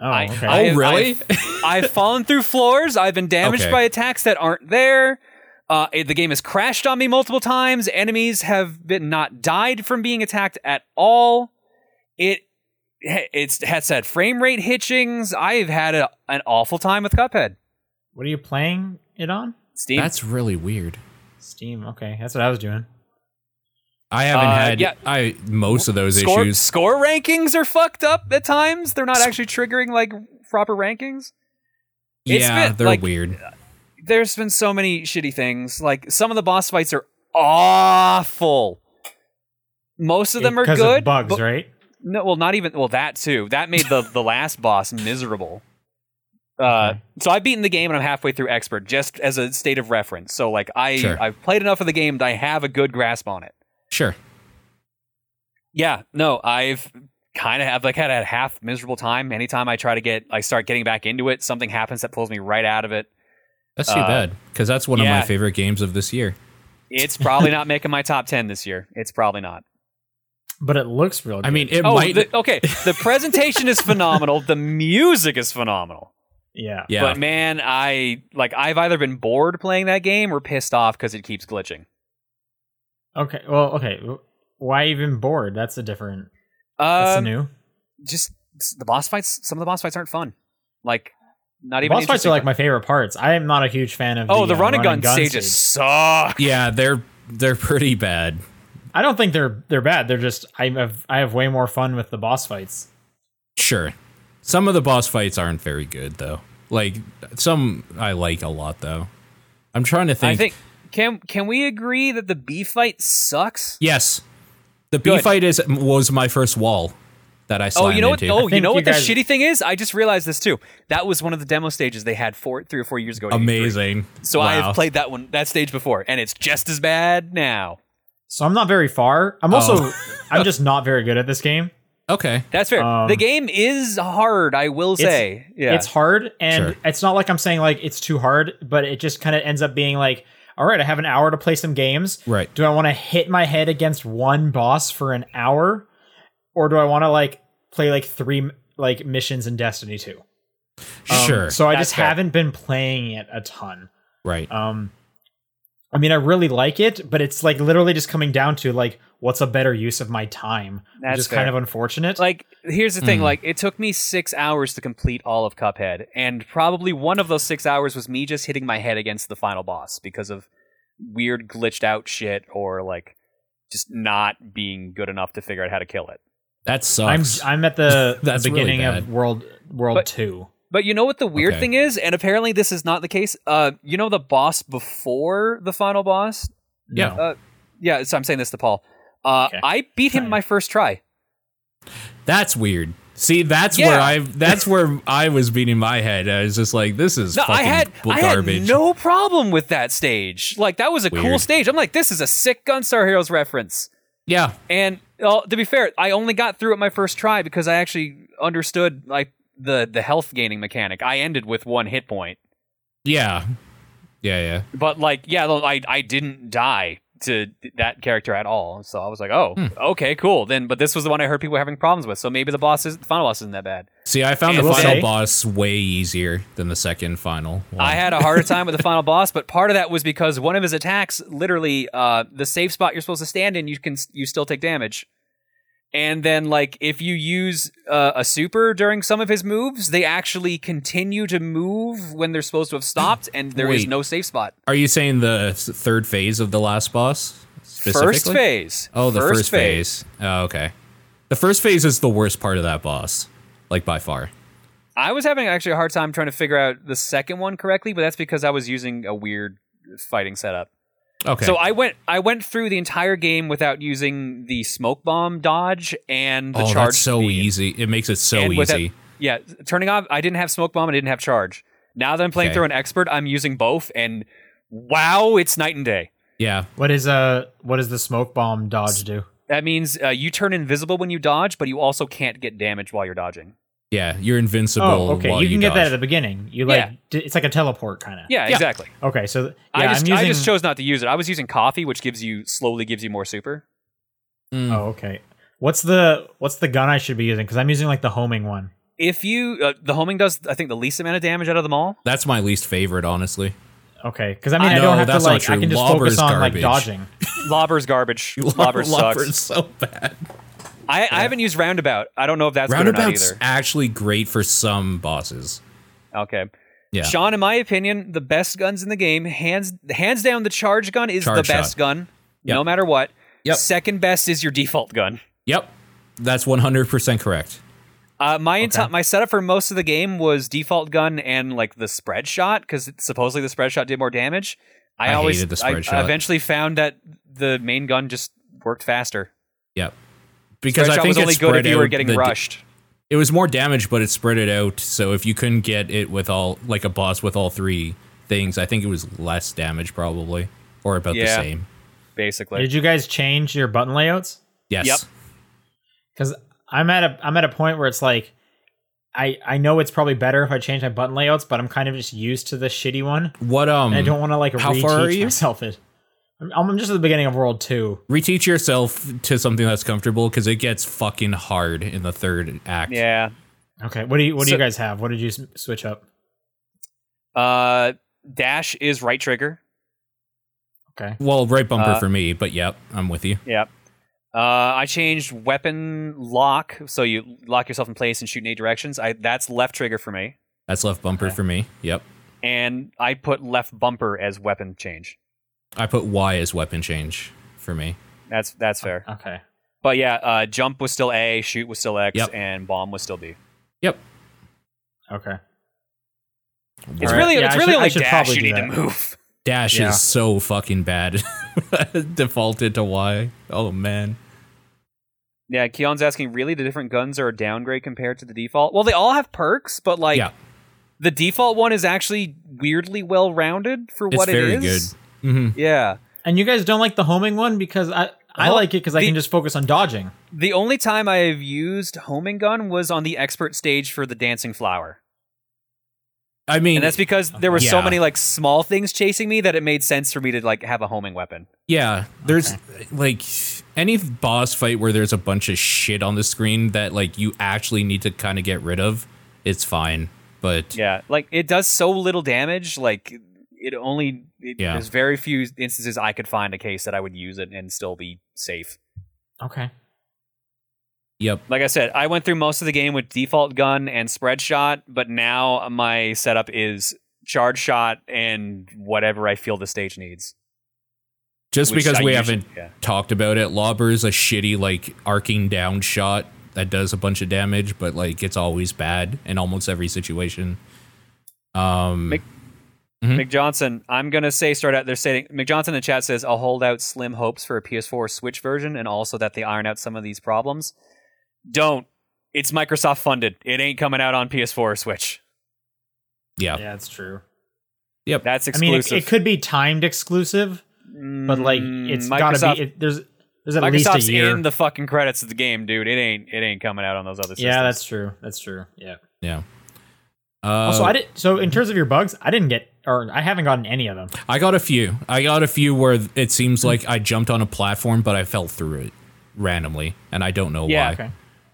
Speaker 3: oh,
Speaker 1: I-
Speaker 3: okay.
Speaker 1: I-
Speaker 2: oh really?
Speaker 1: I've fallen through floors. I've been damaged
Speaker 2: Okay.
Speaker 1: by attacks that aren't there. Uh, it- the game has crashed on me multiple times. Enemies have been not died from being attacked at all. It it's has had frame rate hitchings. I've had a, an awful time with Cuphead.
Speaker 3: what are you playing it on?
Speaker 1: Steam.
Speaker 2: That's really weird.
Speaker 3: Steam. Okay, that's what I was doing.
Speaker 2: I haven't
Speaker 1: Uh,
Speaker 2: had
Speaker 1: yeah.
Speaker 2: I most of those
Speaker 1: score,
Speaker 2: issues.
Speaker 1: score rankings are fucked up at times. They're not actually triggering like proper rankings. it's
Speaker 2: Yeah,
Speaker 1: been,
Speaker 2: they're
Speaker 1: like-
Speaker 2: weird.
Speaker 1: there's been so many shitty things. Like some of the boss fights are awful. Most of them are
Speaker 3: because
Speaker 1: good.
Speaker 3: of bugs,
Speaker 1: but-
Speaker 3: right?
Speaker 1: No, well, not even. Well, that too. That made the the last boss miserable. Uh,
Speaker 3: Okay.
Speaker 1: so I've beaten the game and I'm halfway through expert, just as a state of reference. So like I
Speaker 2: Sure.
Speaker 1: I've played enough of the game that I have a good grasp on it.
Speaker 2: Sure.
Speaker 1: Yeah, no, I've kind of have like had a half miserable time. Anytime I try to get, I start getting back into it, something happens that pulls me right out of it.
Speaker 2: That's too
Speaker 1: Uh,
Speaker 2: bad because that's one of
Speaker 1: yeah.
Speaker 2: my favorite games of this year.
Speaker 1: It's probably not making my top ten this year. It's probably not.
Speaker 3: But it looks real. Good.
Speaker 2: I mean, it
Speaker 1: oh,
Speaker 2: might.
Speaker 1: the, okay. The presentation is phenomenal. The music is phenomenal.
Speaker 3: yeah,
Speaker 2: yeah.
Speaker 1: But man, I like I've either been bored playing that game or pissed off because it keeps glitching.
Speaker 3: Okay, well, okay. Why even bored? That's a different. That's
Speaker 1: Um,
Speaker 3: a new.
Speaker 1: just the boss fights. Some of the boss fights aren't fun. Like not even
Speaker 3: Boss fights are
Speaker 1: interesting
Speaker 3: like my favorite parts. I am not a huge fan of.
Speaker 1: fun. Oh,
Speaker 3: the,
Speaker 1: the
Speaker 3: uh,
Speaker 1: run and gun,
Speaker 3: stage.
Speaker 1: stages suck.
Speaker 2: yeah, they're they're pretty bad.
Speaker 3: I don't think they're they're bad. They're just I have I have way more fun with the boss fights.
Speaker 2: Sure. Some of the boss fights aren't very good though. Like some I like a lot though. I'm trying to think.
Speaker 1: I think can can we agree that the B fight sucks?
Speaker 2: yes. The B
Speaker 1: Good.
Speaker 2: fight is was my first wall that
Speaker 1: Oh,
Speaker 2: I slammed
Speaker 1: you know what?
Speaker 2: into.
Speaker 1: Oh, you
Speaker 3: think
Speaker 1: know
Speaker 3: you
Speaker 1: what
Speaker 3: guys-
Speaker 1: the shitty thing is? I just realized this too. That was one of the demo stages they had four, three or four years ago. at E3.
Speaker 2: Amazing.
Speaker 1: So I
Speaker 2: Wow.
Speaker 1: have played that one, that stage before, and it's just as bad now.
Speaker 3: So I'm not very far. I'm also
Speaker 2: Oh.
Speaker 3: I'm just not very good at this game.
Speaker 2: Okay.
Speaker 1: That's fair.
Speaker 3: Um,
Speaker 1: the game is hard, I will say. yeah.
Speaker 3: It's hard, and
Speaker 2: Sure.
Speaker 3: it's not like I'm saying like it's too hard, but it just kind of ends up being like, all right, I have an hour to play some games.
Speaker 2: Right.
Speaker 3: Do I want to hit my head against one boss for an hour, or do I want to like play like three like missions in Destiny Two? Um,
Speaker 2: sure.
Speaker 3: So I
Speaker 1: That's
Speaker 3: just
Speaker 1: fair.
Speaker 3: haven't been playing it a ton.
Speaker 2: right.
Speaker 3: Um, I mean, I really like it, but it's like literally just coming down to like, what's a better use of my time?
Speaker 1: That's
Speaker 3: which is
Speaker 1: fair.
Speaker 3: kind of unfortunate.
Speaker 1: like here's the thing
Speaker 3: Hmm.
Speaker 2: Mm.
Speaker 1: like it took me six hours to complete all of cuphead and probably one of those six hours was me just hitting my head against the final boss because of weird glitched out shit or like just not being good enough to figure out how to kill it
Speaker 2: that
Speaker 3: I'm
Speaker 2: sucks.
Speaker 3: I'm at the, the
Speaker 2: That's really
Speaker 3: beginning
Speaker 2: bad.
Speaker 3: of World World
Speaker 1: But-
Speaker 3: Two.
Speaker 1: but you know what the weird
Speaker 2: Okay.
Speaker 1: thing is and apparently this is not the case uh you know the boss before the final boss
Speaker 2: Yeah.
Speaker 3: No.
Speaker 1: yeah so i'm saying this to paul uh
Speaker 3: Okay.
Speaker 1: i beat him
Speaker 3: Fine.
Speaker 1: my first try
Speaker 2: that's weird. See, that's
Speaker 1: Yeah.
Speaker 2: where I that's where I was beating my head. I was just like, this is
Speaker 1: No, I
Speaker 2: fucking
Speaker 1: had I had
Speaker 2: garbage.
Speaker 1: no problem with that stage. Like that was a cool
Speaker 2: Weird.
Speaker 1: stage. I'm like, this is a sick Gunstar Heroes reference.
Speaker 2: yeah.
Speaker 1: And uh, to be fair, I only got through it my first try because I actually understood like the the health gaining mechanic. I ended with one hit point,
Speaker 2: Yeah. Yeah, yeah.
Speaker 1: but like yeah, though, I I didn't die to that character at all. So I was like, oh,
Speaker 2: Hmm.
Speaker 1: okay, cool. Then, but this was the one I heard people were having problems with. So maybe the boss is the final boss isn't that bad.
Speaker 2: See, I found
Speaker 1: And
Speaker 2: the
Speaker 3: we'll
Speaker 2: final
Speaker 3: say-
Speaker 2: boss way easier than the second final one.
Speaker 1: I had a harder time with the final boss, but part of that was because one of his attacks, literally, uh, the safe spot you're supposed to stand in, you can you still take damage. And then, like, if you use uh, a super during some of his moves, they actually continue to move when they're supposed to have stopped, and there is
Speaker 2: Wait.
Speaker 1: no safe spot.
Speaker 2: Are you saying the s- third phase of the last boss? Specifically?
Speaker 1: First phase.
Speaker 2: Oh, the first, phase. Oh, okay. The first phase is the worst part of that boss, like by far.
Speaker 1: I was having actually a hard time trying to figure out the second one correctly, but that's because I was using a weird fighting setup.
Speaker 2: Okay.
Speaker 1: So I went I went through the entire game without using the smoke bomb dodge and the
Speaker 2: oh,
Speaker 1: charge.
Speaker 2: that's so
Speaker 1: speed.
Speaker 2: easy. It makes it so
Speaker 1: And without-
Speaker 2: easy.
Speaker 1: yeah, turning off. I didn't have smoke bomb. I didn't have charge. Now that I'm playing
Speaker 2: Okay.
Speaker 1: through an expert, I'm using both, and wow, it's night and day.
Speaker 2: yeah.
Speaker 3: What is uh what does the smoke bomb dodge do?
Speaker 1: That means uh, you turn invisible when you dodge, but you also can't get damaged while you're dodging.
Speaker 2: Yeah. You're invincible.
Speaker 3: Oh, okay.
Speaker 2: While
Speaker 3: You
Speaker 2: you
Speaker 3: can get that at
Speaker 2: dodge.
Speaker 3: the beginning. You
Speaker 1: Yeah.
Speaker 3: like d- it's like a teleport kind of.
Speaker 1: Yeah,
Speaker 2: Yeah.
Speaker 1: exactly.
Speaker 3: Okay, so th-
Speaker 1: I
Speaker 3: yeah,
Speaker 1: just
Speaker 3: I'm using.
Speaker 1: I just chose not to use it. I was using coffee, which gives you slowly gives you more super.
Speaker 2: Mm.
Speaker 3: oh, okay. What's the what's the gun I should be using? Because I'm using like the homing one.
Speaker 1: If you uh, the homing does, I think the least amount of damage out of them all.
Speaker 2: That's my least favorite, honestly.
Speaker 3: Okay, because I mean
Speaker 2: I-
Speaker 3: I,
Speaker 2: No,
Speaker 3: don't have to
Speaker 2: that's not
Speaker 3: like I
Speaker 2: true.
Speaker 3: can just
Speaker 2: Lobber's
Speaker 3: focus on
Speaker 2: garbage.
Speaker 3: like dodging.
Speaker 1: Lobber's garbage. Lobber sucks.
Speaker 2: Lobber's so bad.
Speaker 1: I, I haven't used roundabout. I don't know if that's
Speaker 2: Roundabout's
Speaker 1: good or not
Speaker 2: actually great for some bosses.
Speaker 1: either. Okay.
Speaker 2: Yeah.
Speaker 1: Sean, in my opinion, the best guns in the game, hands hands down, the charge gun is
Speaker 2: Charge
Speaker 1: the best
Speaker 2: shot.
Speaker 1: gun,
Speaker 2: Yep.
Speaker 1: no matter what.
Speaker 2: Yep.
Speaker 1: Second best is your default gun.
Speaker 2: Yep. That's 100% correct.
Speaker 1: Uh, my enti- my setup for most of the game was default gun and like the spread shot because supposedly the spread shot did more damage. I,
Speaker 2: I
Speaker 1: always
Speaker 2: hated the
Speaker 1: I-
Speaker 2: spread
Speaker 1: I
Speaker 2: shot.
Speaker 1: eventually found that the main gun just worked faster.
Speaker 2: Yep. Because
Speaker 1: Stretch
Speaker 2: I
Speaker 1: out
Speaker 2: think
Speaker 1: was
Speaker 2: it
Speaker 1: only
Speaker 2: spread
Speaker 1: good if you were
Speaker 2: out
Speaker 1: getting
Speaker 2: the d-
Speaker 1: rushed.
Speaker 2: it was more damage, but it spread it out. So if you couldn't get it with all like a boss with all three things, I think it was less damage probably, or about
Speaker 1: Yeah.
Speaker 2: the same.
Speaker 1: basically.
Speaker 3: Did you guys change your button layouts?
Speaker 2: Yes.
Speaker 1: Yep.
Speaker 3: because I'm at a I'm at a point where it's like I I know it's probably better if I change my button layouts, but I'm kind of just used to the shitty one,
Speaker 2: What um?
Speaker 3: and I don't want to like
Speaker 2: how far are
Speaker 3: reteach
Speaker 2: you?
Speaker 3: myself it. I'm, I'm just at the beginning of World Two.
Speaker 2: reteach yourself to something that's comfortable because it gets fucking hard in the third act.
Speaker 1: Yeah.
Speaker 3: Okay, what do you what do
Speaker 1: So-
Speaker 3: you guys have? What did you s- switch up?
Speaker 1: Uh, dash is right trigger.
Speaker 3: Okay,
Speaker 2: Well, right bumper
Speaker 1: Uh,
Speaker 2: for me, but yep, I'm with you.
Speaker 1: Yep. Uh, I changed weapon lock, so you lock yourself in place and shoot in eight directions. I that's left trigger for me,
Speaker 2: That's left bumper
Speaker 3: Okay.
Speaker 2: for me. Yep.
Speaker 1: and I put left bumper as weapon change.
Speaker 2: I put Y as weapon change for me.
Speaker 1: That's that's fair.
Speaker 3: okay,
Speaker 1: But yeah, uh, jump was still A, shoot was still X,
Speaker 2: Yep.
Speaker 1: and bomb was still B.
Speaker 2: Yep.
Speaker 3: okay.
Speaker 1: It's
Speaker 3: All right.
Speaker 1: really
Speaker 3: Yeah,
Speaker 1: it's
Speaker 3: I
Speaker 1: really
Speaker 3: should- I
Speaker 1: only
Speaker 3: should
Speaker 1: dash
Speaker 3: probably
Speaker 1: you
Speaker 3: do
Speaker 1: need to
Speaker 3: that.
Speaker 1: move.
Speaker 2: Dash
Speaker 3: Yeah.
Speaker 2: is so fucking bad. Defaulted to Y. Oh man.
Speaker 1: Yeah, Keon's asking, really, the different guns are a downgrade compared to the default? Well, they all have perks, but like
Speaker 2: Yeah.
Speaker 1: the default one is actually weirdly well rounded for
Speaker 2: It's
Speaker 1: what
Speaker 2: very
Speaker 1: it is.
Speaker 2: good. hmm
Speaker 1: Yeah.
Speaker 3: And you guys don't like the homing one because I I
Speaker 1: Huh?
Speaker 3: like it because I
Speaker 1: The-
Speaker 3: can just focus on dodging.
Speaker 1: The only time I have used homing gun was on the expert stage for the dancing flower.
Speaker 2: I mean,
Speaker 1: And that's because there were so
Speaker 2: Yeah.
Speaker 1: many like small things chasing me that it made sense for me to like have a homing weapon.
Speaker 2: yeah, there's like any boss fight where there's a bunch of shit on the screen that like you actually need to kind of get rid of. It's fine, but
Speaker 1: Yeah. Like it does so little damage, like it only it,
Speaker 2: Yeah.
Speaker 1: there's very few instances I could find a case that I would use it and still be safe.
Speaker 3: Okay,
Speaker 2: yep.
Speaker 1: Like I said, I went through most of the game with default gun and spread shot, but now my setup is charge shot and whatever I feel the stage needs.
Speaker 2: Just
Speaker 1: which
Speaker 2: because
Speaker 1: I
Speaker 2: we
Speaker 1: usually-
Speaker 2: haven't
Speaker 1: yeah.
Speaker 2: talked about it, Lobber is a shitty like arcing down shot that does a bunch of damage, but like it's always bad in almost every situation. Um,
Speaker 1: Make-
Speaker 3: Mm-hmm.
Speaker 2: Mhm.
Speaker 1: McJohnson, I'm gonna say start out. They're saying McJohnson in the chat says I'll hold out slim hopes for a PS4 or Switch version, and also that they iron out some of these problems. Don't. It's Microsoft funded. It ain't coming out on PS4 or Switch.
Speaker 2: yeah,
Speaker 3: yeah, it's true.
Speaker 1: That's
Speaker 3: I mean,
Speaker 1: exclusive.
Speaker 3: it, it could be timed exclusive, but like
Speaker 1: Mm,
Speaker 3: it's
Speaker 1: Microsoft-
Speaker 3: gotta be. It, there's there's at
Speaker 1: Microsoft's
Speaker 3: least a year.
Speaker 1: in the fucking credits of the game, dude. It ain't. It ain't coming out on those other systems.
Speaker 3: yeah, that's true. That's true. Yeah.
Speaker 2: yeah. Uh,
Speaker 3: Also,
Speaker 1: Um,
Speaker 3: I did. So, in terms of your bugs, I didn't get, or I haven't gotten any of them.
Speaker 2: I got a few. I got a few where it
Speaker 1: Hmm.
Speaker 2: seems like I jumped on a platform, but I fell through it randomly, and I don't know
Speaker 1: Yeah,
Speaker 2: why.
Speaker 3: Okay.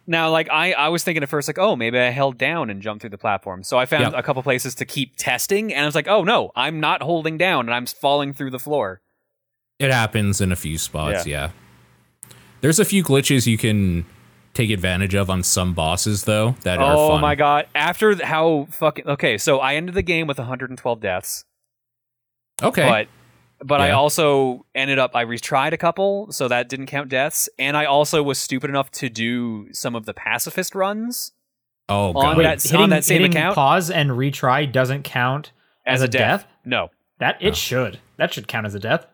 Speaker 1: Now, like I, I was thinking at first, like, oh, maybe I held down and jumped through the platform. So I found
Speaker 2: Yeah.
Speaker 1: a couple places to keep testing, and I was like, oh no, I'm not holding down, and I'm falling through the floor.
Speaker 2: It happens in a few spots, yeah. There's a few glitches you can take advantage of on some bosses, though, that are
Speaker 1: oh
Speaker 2: fun.
Speaker 1: my god! After th- how fucking okay, so I ended the game with 112 deaths,
Speaker 2: Okay.
Speaker 1: but but I
Speaker 2: Yeah.
Speaker 1: also ended up I retried a couple, so that didn't count deaths, and I also was stupid enough to do some of the pacifist runs
Speaker 2: oh,
Speaker 1: on
Speaker 2: God.
Speaker 1: that- on that same
Speaker 3: hitting
Speaker 1: account?
Speaker 3: pause and retry doesn't count
Speaker 1: as,
Speaker 3: as, a death.
Speaker 1: No,
Speaker 3: That it should. That should count as a death.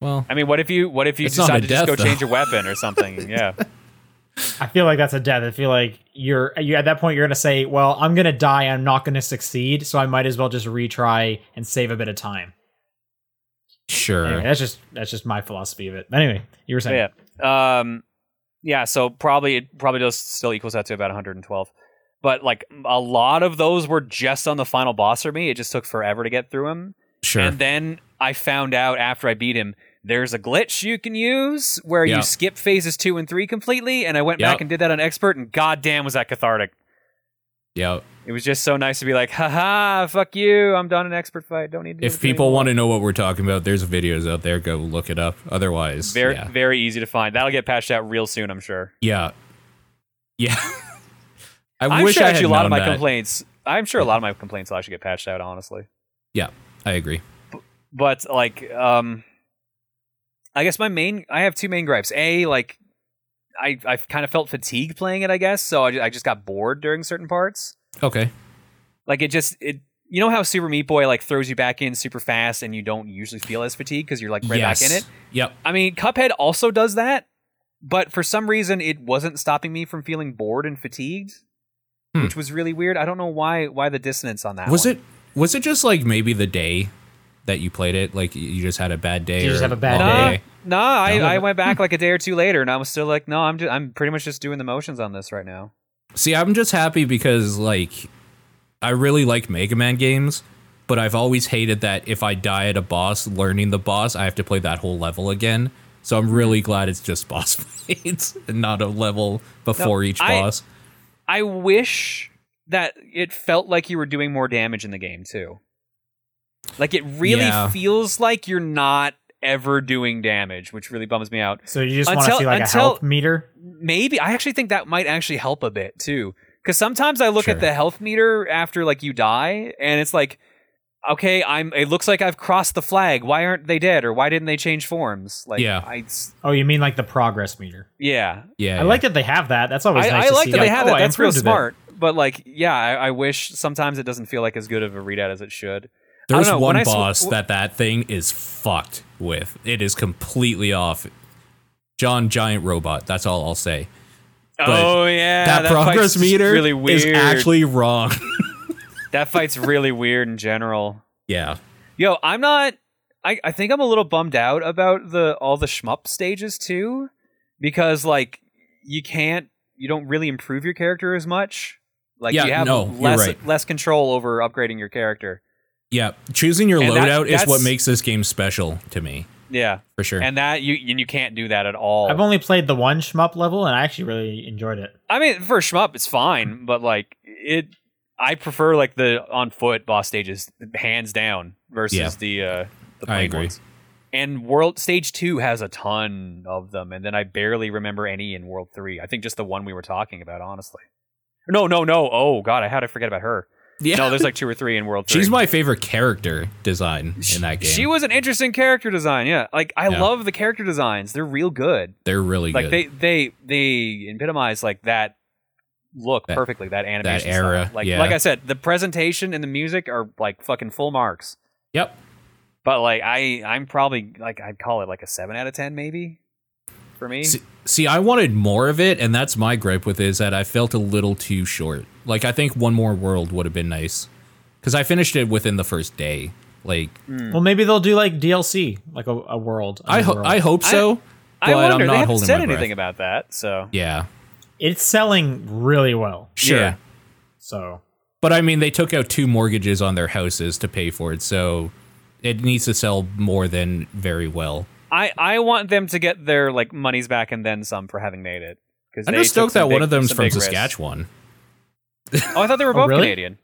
Speaker 2: well,
Speaker 1: I mean, what if you what if you
Speaker 2: It's not
Speaker 1: decide
Speaker 2: a
Speaker 1: to just
Speaker 2: death,
Speaker 1: go
Speaker 2: though.
Speaker 1: change your weapon or something? yeah.
Speaker 3: I feel like that's a death. I feel like you're you at that point you're gonna say, well, I'm gonna die. I'm not gonna succeed, so I might as well just retry and save a bit of time.
Speaker 2: sure.
Speaker 3: Anyway, that's just that's just my philosophy of it. Anyway, you were saying.
Speaker 1: Yeah. Um, yeah. So probably it probably does still equals out to about 112. But like a lot of those were just on the final boss for me. It just took forever to get through him.
Speaker 2: Sure.
Speaker 1: And then I found out after I beat him, there's a glitch you can use where
Speaker 2: Yeah.
Speaker 1: you skip phases two and three completely. And I went
Speaker 2: Yep.
Speaker 1: back and did that on expert, and goddamn was that cathartic.
Speaker 2: yeah.
Speaker 1: It was just so nice to be like, haha, fuck you. I'm done an expert fight. Don't need to. do
Speaker 2: If
Speaker 1: this
Speaker 2: people
Speaker 1: anymore."
Speaker 2: want to know what we're talking about, there's videos out there. Go look it up. Otherwise,
Speaker 1: Very,
Speaker 2: yeah.
Speaker 1: very easy to find. That'll get patched out real soon, I'm sure.
Speaker 2: Yeah. Yeah. I
Speaker 1: I'm
Speaker 2: wish
Speaker 1: sure
Speaker 2: I had
Speaker 1: actually a lot of
Speaker 2: known
Speaker 1: my
Speaker 2: that.
Speaker 1: complaints. I'm sure a lot of my complaints will actually get patched out, honestly.
Speaker 2: Yeah, I agree.
Speaker 1: But like, um, I guess my main, I have two main gripes. A, like, I I kind of felt fatigued playing it, I guess, so I, ju- I just got bored during certain parts.
Speaker 2: Okay.
Speaker 1: Like it just it, you know how Super Meat Boy like throws you back in super fast and you don't usually feel as fatigued because you're like right
Speaker 2: yes.
Speaker 1: back in it.
Speaker 2: Yep.
Speaker 1: I mean, Cuphead also does that, But for some reason, it wasn't stopping me from feeling bored and fatigued,
Speaker 2: Hmm.
Speaker 1: which was really weird. I don't know why why the dissonance on that.
Speaker 2: was
Speaker 1: one.
Speaker 2: it was it just like maybe the day that you played it? Like y- you just had a bad day.
Speaker 3: You just
Speaker 2: or
Speaker 3: have a bad
Speaker 2: long
Speaker 1: day. No, I,
Speaker 2: No.
Speaker 1: I went back like a day or two later, and I was still like, no, I'm just, I'm pretty much just doing the motions on this right now.
Speaker 2: See, I'm just happy because like I really like Mega Man games, but I've always hated that if I die at a boss, learning the boss, I have to play that whole level again. So I'm really
Speaker 1: Mm-hmm.
Speaker 2: glad it's just boss fights and not a level before each
Speaker 1: I-
Speaker 2: boss.
Speaker 1: I wish that it felt like you were doing more damage in the game too. Like it really
Speaker 2: Yeah.
Speaker 1: feels like you're not ever doing damage, which really bums me out.
Speaker 3: So you just want to
Speaker 1: Until-
Speaker 3: see like
Speaker 1: until-
Speaker 3: a health meter.
Speaker 1: Maybe I actually think that might actually help a bit too, because sometimes I look
Speaker 2: Sure.
Speaker 1: at the health meter after like you die, and it's like, okay, I'm. It looks like I've crossed the flag. Why aren't they dead, or why didn't they change forms? Like,
Speaker 2: Yeah.
Speaker 1: I,
Speaker 3: Oh, you mean like the progress meter?
Speaker 1: yeah,
Speaker 2: Yeah,
Speaker 3: I like that they have that. That's always
Speaker 1: I,
Speaker 3: nice
Speaker 1: I
Speaker 3: to
Speaker 1: like
Speaker 3: see.
Speaker 1: that they
Speaker 3: like,
Speaker 1: have
Speaker 3: oh,
Speaker 1: that.
Speaker 3: I
Speaker 1: That's real
Speaker 3: improved a bit.
Speaker 1: smart. But like, yeah, I, I wish sometimes it doesn't feel like as good of a readout as it should. I
Speaker 2: There's
Speaker 1: don't know, when
Speaker 2: one
Speaker 1: I sw-
Speaker 2: boss
Speaker 1: w-
Speaker 2: that that thing is fucked with. It is completely off. John Giant Robot. That's all I'll say. But
Speaker 1: oh yeah,
Speaker 2: that, progress
Speaker 1: fight's
Speaker 2: meter
Speaker 1: really weird.
Speaker 2: is actually wrong.
Speaker 1: that fight's really weird in general.
Speaker 2: yeah.
Speaker 1: Yo, I'm not. I, I think I'm a little bummed out about the all the shmup stages too, because like you can't, you don't really improve your character as much. Like
Speaker 2: Yeah,
Speaker 1: you have
Speaker 2: no, you're
Speaker 1: less
Speaker 2: right.
Speaker 1: less control over upgrading your character.
Speaker 2: Yeah. Choosing your
Speaker 1: And that-
Speaker 2: loadout is what
Speaker 1: that's-
Speaker 2: makes this game special to me,
Speaker 1: Yeah,
Speaker 2: for sure.
Speaker 1: and that you and you can't do that at all.
Speaker 3: I've only played the one shmup level, and I actually really enjoyed it.
Speaker 1: I mean, for a shmup, it's fine, but like it, I prefer like the on foot boss stages hands down versus
Speaker 2: Yeah.
Speaker 1: the uh, the
Speaker 2: I
Speaker 1: plain
Speaker 2: agree.
Speaker 1: ones. And world stage two has a ton of them, and then I barely remember any in world three. I think just the one we were talking about, honestly. No, no, no. Oh God, I had to forget about her.
Speaker 2: yeah.
Speaker 1: No, there's like two or three in world three.
Speaker 2: She's my favorite character design in that game.
Speaker 1: She was an interesting character design. Yeah, like I
Speaker 2: Yeah.
Speaker 1: love the character designs. They're real good.
Speaker 2: They're really
Speaker 1: like
Speaker 2: good.
Speaker 1: they they they epitomize like that look
Speaker 2: That-
Speaker 1: perfectly that animation
Speaker 2: that era,
Speaker 1: style. like
Speaker 2: yeah.
Speaker 1: like i said the presentation and the music are like fucking full marks
Speaker 2: yep.
Speaker 1: but like i i'm probably like i'd call it like a 7 out of 10 maybe for me
Speaker 2: See, see, I wanted more of it, and that's my gripe with it, is that I felt a little too short. Like, I think one more world would have been nice. Because I finished it within the first day. Like,
Speaker 3: Well, maybe they'll do like DLC, like a, a world. a
Speaker 2: I,
Speaker 3: new
Speaker 2: ho-
Speaker 3: world.
Speaker 2: I hope so.
Speaker 1: i wonder
Speaker 2: but I'm not
Speaker 1: they haven't
Speaker 2: holding
Speaker 1: said
Speaker 2: my breath.
Speaker 1: anything about that so
Speaker 2: Yeah.
Speaker 3: it's selling really well.
Speaker 2: Sure.
Speaker 1: Yeah.
Speaker 3: So
Speaker 2: But I mean, they took out two mortgages on their houses to pay for it, so it needs to sell more than very well.
Speaker 1: i i want them to get their like monies back and then some for having made it because
Speaker 2: I'm just stoked that one of them's from
Speaker 1: Saskatchewan.
Speaker 2: Saskatchewan.
Speaker 1: Oh, I thought they were both
Speaker 3: really?
Speaker 1: Canadian.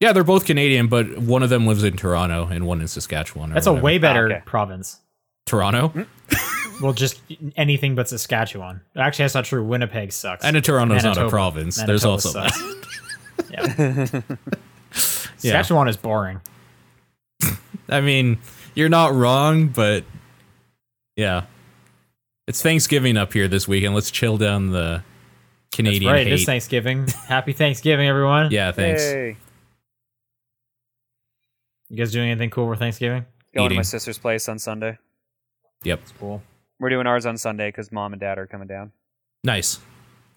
Speaker 2: Yeah, they're both Canadian, but one of them lives in Toronto and one in Saskatchewan. or
Speaker 3: that's a
Speaker 2: whatever.
Speaker 3: way Hmm? better
Speaker 1: okay.
Speaker 3: province.
Speaker 2: Toronto
Speaker 3: Well, just anything but Saskatchewan. Actually, that's not true. Winnipeg sucks.
Speaker 2: and a Toronto's not a
Speaker 3: Manitoba.
Speaker 2: province. There's
Speaker 3: Manitoba
Speaker 2: also that.
Speaker 3: sucks. yeah. Saskatchewan is boring.
Speaker 2: I mean, you're not wrong, but yeah, it's Thanksgiving up here this weekend. Let's chill down the
Speaker 3: That's
Speaker 2: Canadian
Speaker 3: right. It
Speaker 2: hate.
Speaker 3: is Thanksgiving. Happy Thanksgiving, everyone.
Speaker 2: yeah, thanks.
Speaker 1: Yay.
Speaker 3: You guys doing anything cool for Thanksgiving?
Speaker 1: Going to
Speaker 2: Eating.
Speaker 1: my sister's place on Sunday.
Speaker 2: Yep,
Speaker 3: It's cool.
Speaker 1: We're doing ours on Sunday because mom and dad are coming down.
Speaker 2: nice.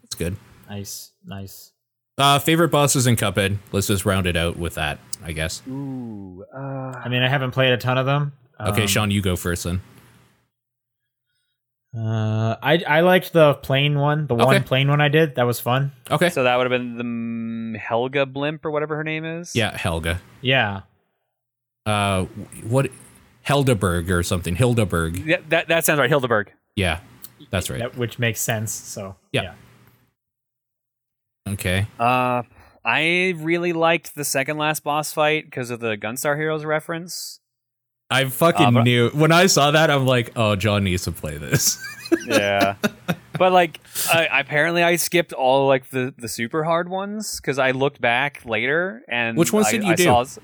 Speaker 2: That's good.
Speaker 3: Nice, nice.
Speaker 2: Uh, favorite bosses in Cuphead. Let's just round it out with that, I guess.
Speaker 1: Ooh. Uh,
Speaker 3: I mean, I haven't played a ton of them.
Speaker 2: Okay,
Speaker 3: Um,
Speaker 2: Sean, you go first then.
Speaker 3: Uh, I I liked the plane one, the one
Speaker 2: Okay.
Speaker 3: plane one I did. That was fun.
Speaker 2: Okay.
Speaker 1: so that would have been the mm, Helga Blimp or whatever her name is.
Speaker 2: yeah, Helga.
Speaker 3: Yeah,
Speaker 2: Uh, what? Heldeberg or something. Hildeberg.
Speaker 1: Yeah, that that sounds right. Hildeberg.
Speaker 2: Yeah, that's right.
Speaker 3: that, which makes sense. So
Speaker 2: Yeah. Okay.
Speaker 1: Uh, I really liked the second last boss fight because of the Gunstar Heroes reference.
Speaker 2: I fucking
Speaker 1: Uh, but-
Speaker 2: knew when I saw that. I'm like, oh, John needs to play this.
Speaker 1: Yeah. but like, I, apparently I skipped all like the the super hard ones because I looked back later and
Speaker 2: Which ones
Speaker 1: I-
Speaker 2: did you
Speaker 1: I
Speaker 2: do?
Speaker 1: saw s-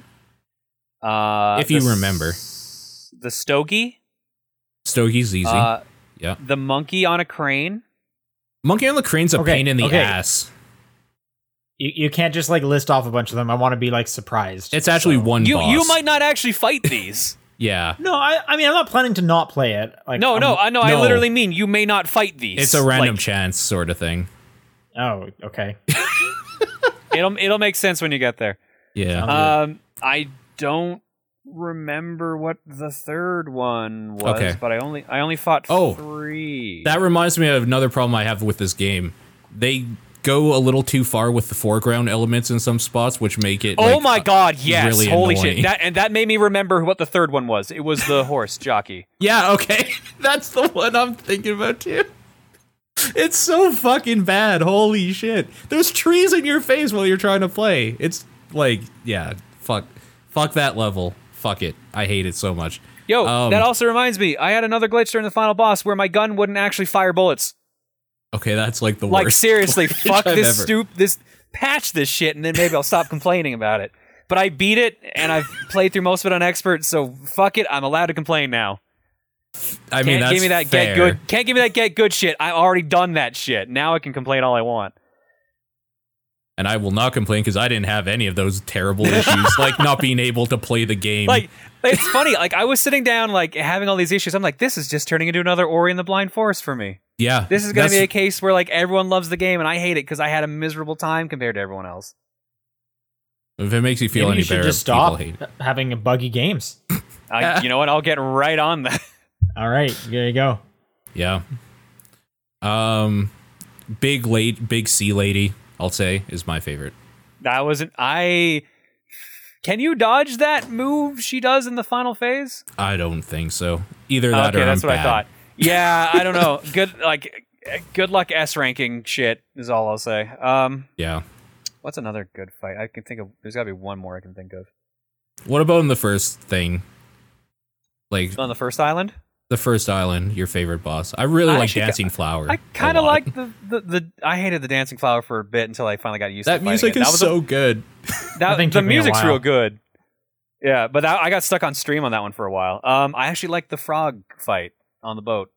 Speaker 1: uh,
Speaker 2: If you
Speaker 1: the s-
Speaker 2: remember.
Speaker 1: the Stogie,
Speaker 2: Stogie's easy.
Speaker 1: uh,
Speaker 2: yeah.
Speaker 1: the monkey on a crane.
Speaker 2: Monkey on the Crane's a
Speaker 3: okay,
Speaker 2: pain in the
Speaker 3: okay.
Speaker 2: ass.
Speaker 3: You, you can't just like list off a bunch of them. I want to be like surprised.
Speaker 2: It's actually
Speaker 3: So-
Speaker 2: one
Speaker 1: You
Speaker 2: boss.
Speaker 1: you might not actually fight these.
Speaker 2: Yeah.
Speaker 3: No, I, I mean, I'm not planning to not play it. Like,
Speaker 1: No,
Speaker 3: I'm-
Speaker 1: no, I no, I
Speaker 2: um, no.
Speaker 1: literally mean you may not fight these.
Speaker 2: It's a random
Speaker 1: Like,
Speaker 2: chance sort of thing.
Speaker 3: Oh, okay.
Speaker 1: it'll it'll make sense when you get there.
Speaker 2: Yeah.
Speaker 3: Yeah.
Speaker 1: Um, I don't remember what the third one was,
Speaker 2: Okay.
Speaker 1: but I only I only fought
Speaker 2: Oh.
Speaker 1: three.
Speaker 2: That reminds me of another problem I have with this game. They go a little too far with the foreground elements in some spots, which make it.
Speaker 1: oh
Speaker 2: like,
Speaker 1: my
Speaker 2: uh,
Speaker 1: god! Yes,
Speaker 2: really
Speaker 1: holy
Speaker 2: annoying.
Speaker 1: shit! That and that made me remember what the third one was. It was the horse jockey.
Speaker 2: Yeah, okay. That's the one I'm thinking about too. It's so fucking bad. Holy shit. There's trees in your face while you're trying to play. It's like, yeah, fuck fuck that level. Fuck it. I hate it so much.
Speaker 1: Yo,
Speaker 2: Um,
Speaker 1: that also reminds me. I had another glitch during the final boss where my gun wouldn't actually fire bullets.
Speaker 2: Okay, that's like the
Speaker 1: Like
Speaker 2: worst.
Speaker 1: seriously,
Speaker 2: glitch
Speaker 1: fuck
Speaker 2: I've
Speaker 1: this
Speaker 2: ever-
Speaker 1: stoop this patch this shit and then maybe I'll stop complaining about it. But I beat it and I've played through most of it on expert, so fuck it, I'm allowed to complain now.
Speaker 2: I
Speaker 1: Can't
Speaker 2: mean, that's
Speaker 1: give me that get
Speaker 2: fair.
Speaker 1: good can't give me that get good shit. I already done that shit. Now I can complain all I want.
Speaker 2: And I will not complain because I didn't have any of those terrible issues, like not being able to play the game.
Speaker 1: Like it's funny, like I was sitting down like having all these issues. I'm like, this is just turning into another Ori in the Blind Forest for me.
Speaker 2: yeah,
Speaker 1: This is gonna
Speaker 2: that's-
Speaker 1: be a case where like everyone loves the game and I hate it because I had a miserable time compared to everyone else.
Speaker 2: if it makes you feel
Speaker 3: Maybe
Speaker 2: any
Speaker 3: you should
Speaker 2: better,
Speaker 3: just
Speaker 2: people
Speaker 3: stop
Speaker 2: hate it.
Speaker 3: having buggy games.
Speaker 1: I, you know what? I'll get right on that.
Speaker 3: All right, there you go.
Speaker 2: Yeah. Um, big late, big sea lady. I'll say is my favorite.
Speaker 1: That wasn't I. Can you dodge that move she does in the final phase?
Speaker 2: I don't think so. Either that
Speaker 1: okay,
Speaker 2: or
Speaker 1: that's
Speaker 2: I'm
Speaker 1: what I
Speaker 2: bad.
Speaker 1: thought. Yeah, I don't know. Good like eh, good luck S ranking shit is all I'll say. Um
Speaker 2: Yeah.
Speaker 1: what's another good fight? I can think of there's got to be one more I can think of.
Speaker 2: What about in the first thing? Like
Speaker 1: On the first island?
Speaker 2: the first island, your favorite boss. I really
Speaker 1: I
Speaker 2: like
Speaker 1: actually-
Speaker 2: Dancing Flower.
Speaker 1: I
Speaker 2: a
Speaker 1: kind of
Speaker 2: lot.
Speaker 1: like the, the the I hated the dancing flower for a bit until I finally got used to
Speaker 2: that
Speaker 1: fighting
Speaker 2: music
Speaker 1: it.
Speaker 2: is
Speaker 1: that was a-
Speaker 2: so good.
Speaker 1: that,
Speaker 3: thing
Speaker 1: the
Speaker 3: took me a
Speaker 1: music's
Speaker 3: while.
Speaker 1: real good. Yeah, but that, I got stuck on stream on that one for a while. Um, I actually liked the frog fight on the boat.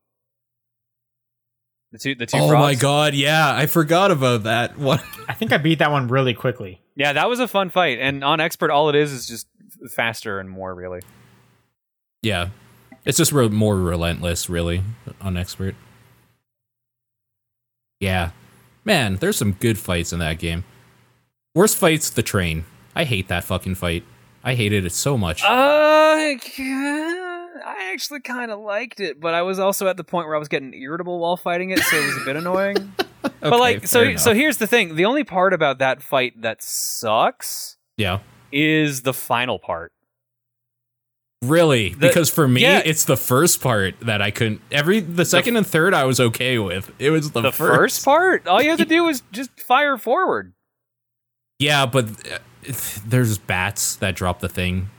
Speaker 1: The two, the two
Speaker 2: Oh
Speaker 1: frogs.
Speaker 2: my god, yeah, I forgot about that one.
Speaker 3: I think I beat that one really quickly.
Speaker 1: Yeah, that was a fun fight. And on expert, all it is is just f- faster and more. Really,
Speaker 2: yeah, it's just re- more relentless, really, on expert. Yeah, man, there's some good fights in that game. Worst fight's the train. I hate that fucking fight. I hated it so much.
Speaker 1: uh, I actually kind of liked it, but I was also at the point where I was getting irritable while fighting it, so it was a bit annoying. but
Speaker 2: Okay,
Speaker 1: like, so
Speaker 2: fair
Speaker 1: so
Speaker 2: enough.
Speaker 1: here's the thing: the only part about that fight that sucks
Speaker 2: yeah,
Speaker 1: is the final part.
Speaker 2: really,
Speaker 1: The-
Speaker 2: because for me,
Speaker 1: yeah.
Speaker 2: it's the first part that I couldn't. Every the second and third, I was okay with. It was the,
Speaker 1: the first part all you have to do is just fire forward
Speaker 2: Yeah, but uh, it's- there's bats that drop the thing.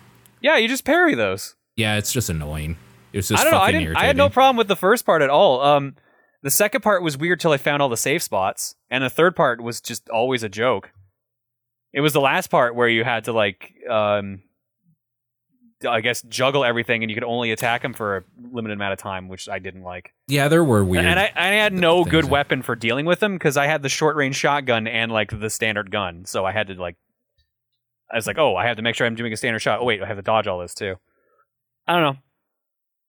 Speaker 1: yeah you just parry those
Speaker 2: Yeah, it's just annoying. It was just
Speaker 1: i don't know
Speaker 2: fucking
Speaker 1: i didn't
Speaker 2: irritating.
Speaker 1: i had no problem with the first part at all um the second part was weird till i found all the safe spots and the third part was just always a joke it was the last part where you had to like um i guess juggle everything and you could only attack them for a limited amount of time which i didn't like
Speaker 2: Yeah, there were weird.
Speaker 1: and I, I had no
Speaker 2: things
Speaker 1: good
Speaker 2: are-
Speaker 1: weapon for dealing with them because I had the short range shotgun and like the standard gun, so I had to like, I was like, oh, I have to make sure I'm doing a standard shot. Oh wait, I have to dodge all this too. I don't know.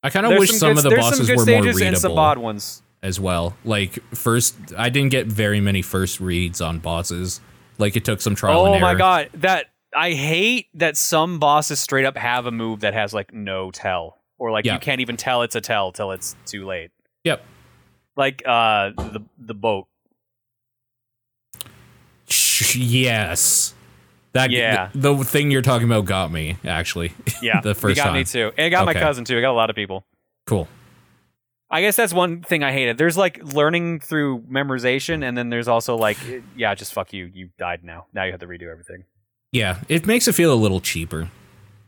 Speaker 2: I kind of
Speaker 1: There's
Speaker 2: wish
Speaker 1: some
Speaker 2: some
Speaker 1: good-
Speaker 2: of the
Speaker 1: there's
Speaker 2: bosses
Speaker 1: some good
Speaker 2: were more
Speaker 1: stages
Speaker 2: readable
Speaker 1: and some odd ones.
Speaker 2: as well. Like first, I didn't get very many first reads on bosses. Like it took some trial and
Speaker 1: Oh
Speaker 2: error.
Speaker 1: my god, that I hate that some bosses straight up have a move that has like no tell or like
Speaker 2: Yeah.
Speaker 1: you can't even tell it's a tell till it's too late.
Speaker 2: Yep.
Speaker 1: Like uh the the boat.
Speaker 2: Sh- yes. That
Speaker 1: Yeah.
Speaker 2: The, the thing you're talking about got me actually.
Speaker 1: Yeah,
Speaker 2: The
Speaker 1: it
Speaker 2: first
Speaker 1: got me
Speaker 2: time.
Speaker 1: too. And it got
Speaker 2: Okay.
Speaker 1: my cousin too. It got a lot of people.
Speaker 2: cool.
Speaker 1: I guess that's one thing I hated. There's like learning through memorization, and then there's also like, yeah, just fuck you. You died now. Now you have to redo everything.
Speaker 2: Yeah, it makes it feel a little cheaper.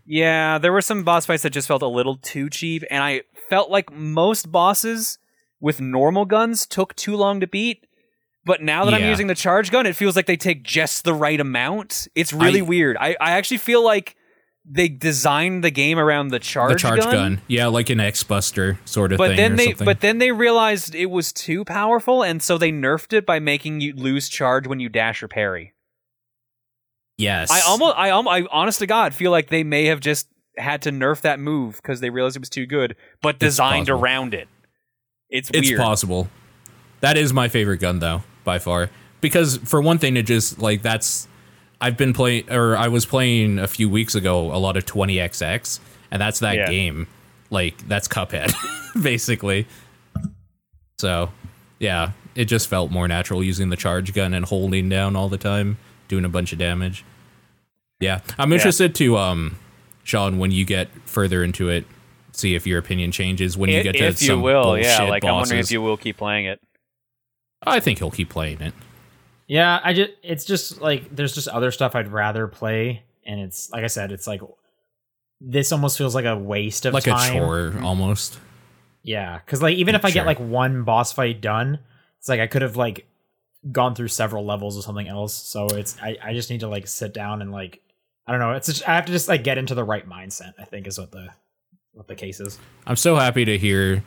Speaker 1: Yeah, there were some boss fights that just felt a little too cheap, and I felt like most bosses with normal guns took too long to beat. But now that I'm
Speaker 2: Yeah.
Speaker 1: using the charge gun, it feels like they take just the right amount. It's really
Speaker 2: I-
Speaker 1: weird. I, I actually feel like they designed the game around the charge,
Speaker 2: the charge gun. Yeah, like an X Buster sort of
Speaker 1: but
Speaker 2: thing.
Speaker 1: then
Speaker 2: or
Speaker 1: they
Speaker 2: something.
Speaker 1: but then they realized it was too powerful and so they nerfed it by making you lose charge when you dash or parry
Speaker 2: yes.
Speaker 1: i almost i almost i honest to god feel like they may have just had to nerf that move because they realized it was too good, but designed
Speaker 2: possible.
Speaker 1: around it. It's,
Speaker 2: It's
Speaker 1: weird.
Speaker 2: possible. That is my favorite gun though, by far. Because for one thing, it just like that's I've been playing or I was playing a few weeks ago a lot of 20XX, and that's that
Speaker 1: Yeah.
Speaker 2: game. Like that's Cuphead, basically. So yeah, it just felt more natural using the charge gun and holding down all the time, doing a bunch of damage. Yeah. I'm interested to um Sean when you get further into it, see if your opinion changes when you
Speaker 1: If-
Speaker 2: get to
Speaker 1: if you
Speaker 2: some
Speaker 1: will,
Speaker 2: bullshit
Speaker 1: yeah. Like I'm wondering
Speaker 2: bosses.
Speaker 1: if you will keep playing it.
Speaker 2: I think he'll keep playing it.
Speaker 3: Yeah, I just it's just like there's just other stuff I'd rather play, and it's like I said, it's like this almost feels like a waste of
Speaker 2: Like
Speaker 3: time.
Speaker 2: a chore
Speaker 1: Mm-hmm.
Speaker 2: almost.
Speaker 3: Yeah, because like even if I
Speaker 2: Sure.
Speaker 3: get like one boss fight done, it's like I could have like gone through several levels of something else. So it's I, I just need to like sit down and like I don't know. It's just, I have to just like get into the right mindset. I think is what the what the case is.
Speaker 2: I'm so happy to hear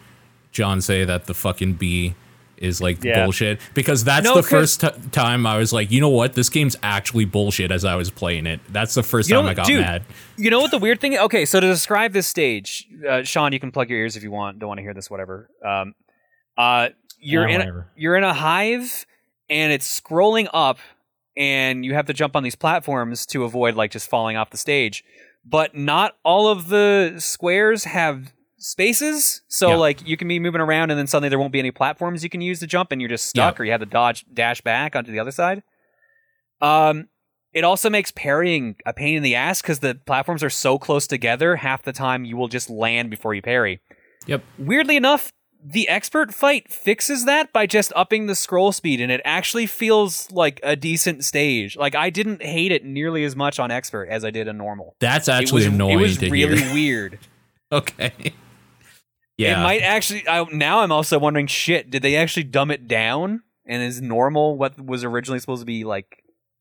Speaker 2: John say that the fucking bee is like
Speaker 1: Yeah.
Speaker 2: bullshit because that's
Speaker 1: No,
Speaker 2: the
Speaker 1: 'cause-
Speaker 2: first t- time I was like, you know what, this game's actually bullshit. As I was playing it, that's the first
Speaker 1: You know
Speaker 2: time I
Speaker 1: what-
Speaker 2: got
Speaker 1: dude.
Speaker 2: mad.
Speaker 1: You know what the weird thing? Okay, so to describe this stage, uh, Sean, you can plug your ears if you want. Don't want to hear this, whatever. Um, uh, you're in
Speaker 3: Yeah,
Speaker 1: a,
Speaker 3: whatever.
Speaker 1: you're in a hive, and it's scrolling up, and you have to jump on these platforms to avoid like just falling off the stage. But not all of the squares have spaces, so
Speaker 2: Yeah.
Speaker 1: like you can be moving around, and then suddenly there won't be any platforms you can use to jump, and you're just stuck, or you have to dodge dash back onto the other side. Um, it also makes parrying a pain in the ass because the platforms are so close together. Half the time, you will just land before you parry.
Speaker 2: Yep.
Speaker 1: Weirdly enough, the expert fight fixes that by just upping the scroll speed, and it actually feels like a decent stage. Like I didn't hate it nearly as much on expert as I did on normal.
Speaker 2: That's actually
Speaker 1: it was,
Speaker 2: annoying
Speaker 1: It was
Speaker 2: to
Speaker 1: really
Speaker 2: hear.
Speaker 1: weird.
Speaker 2: okay.
Speaker 1: It
Speaker 2: Yeah.
Speaker 1: might actually. I, now I'm also wondering, shit, did they actually dumb it down? And is normal what was originally supposed to be like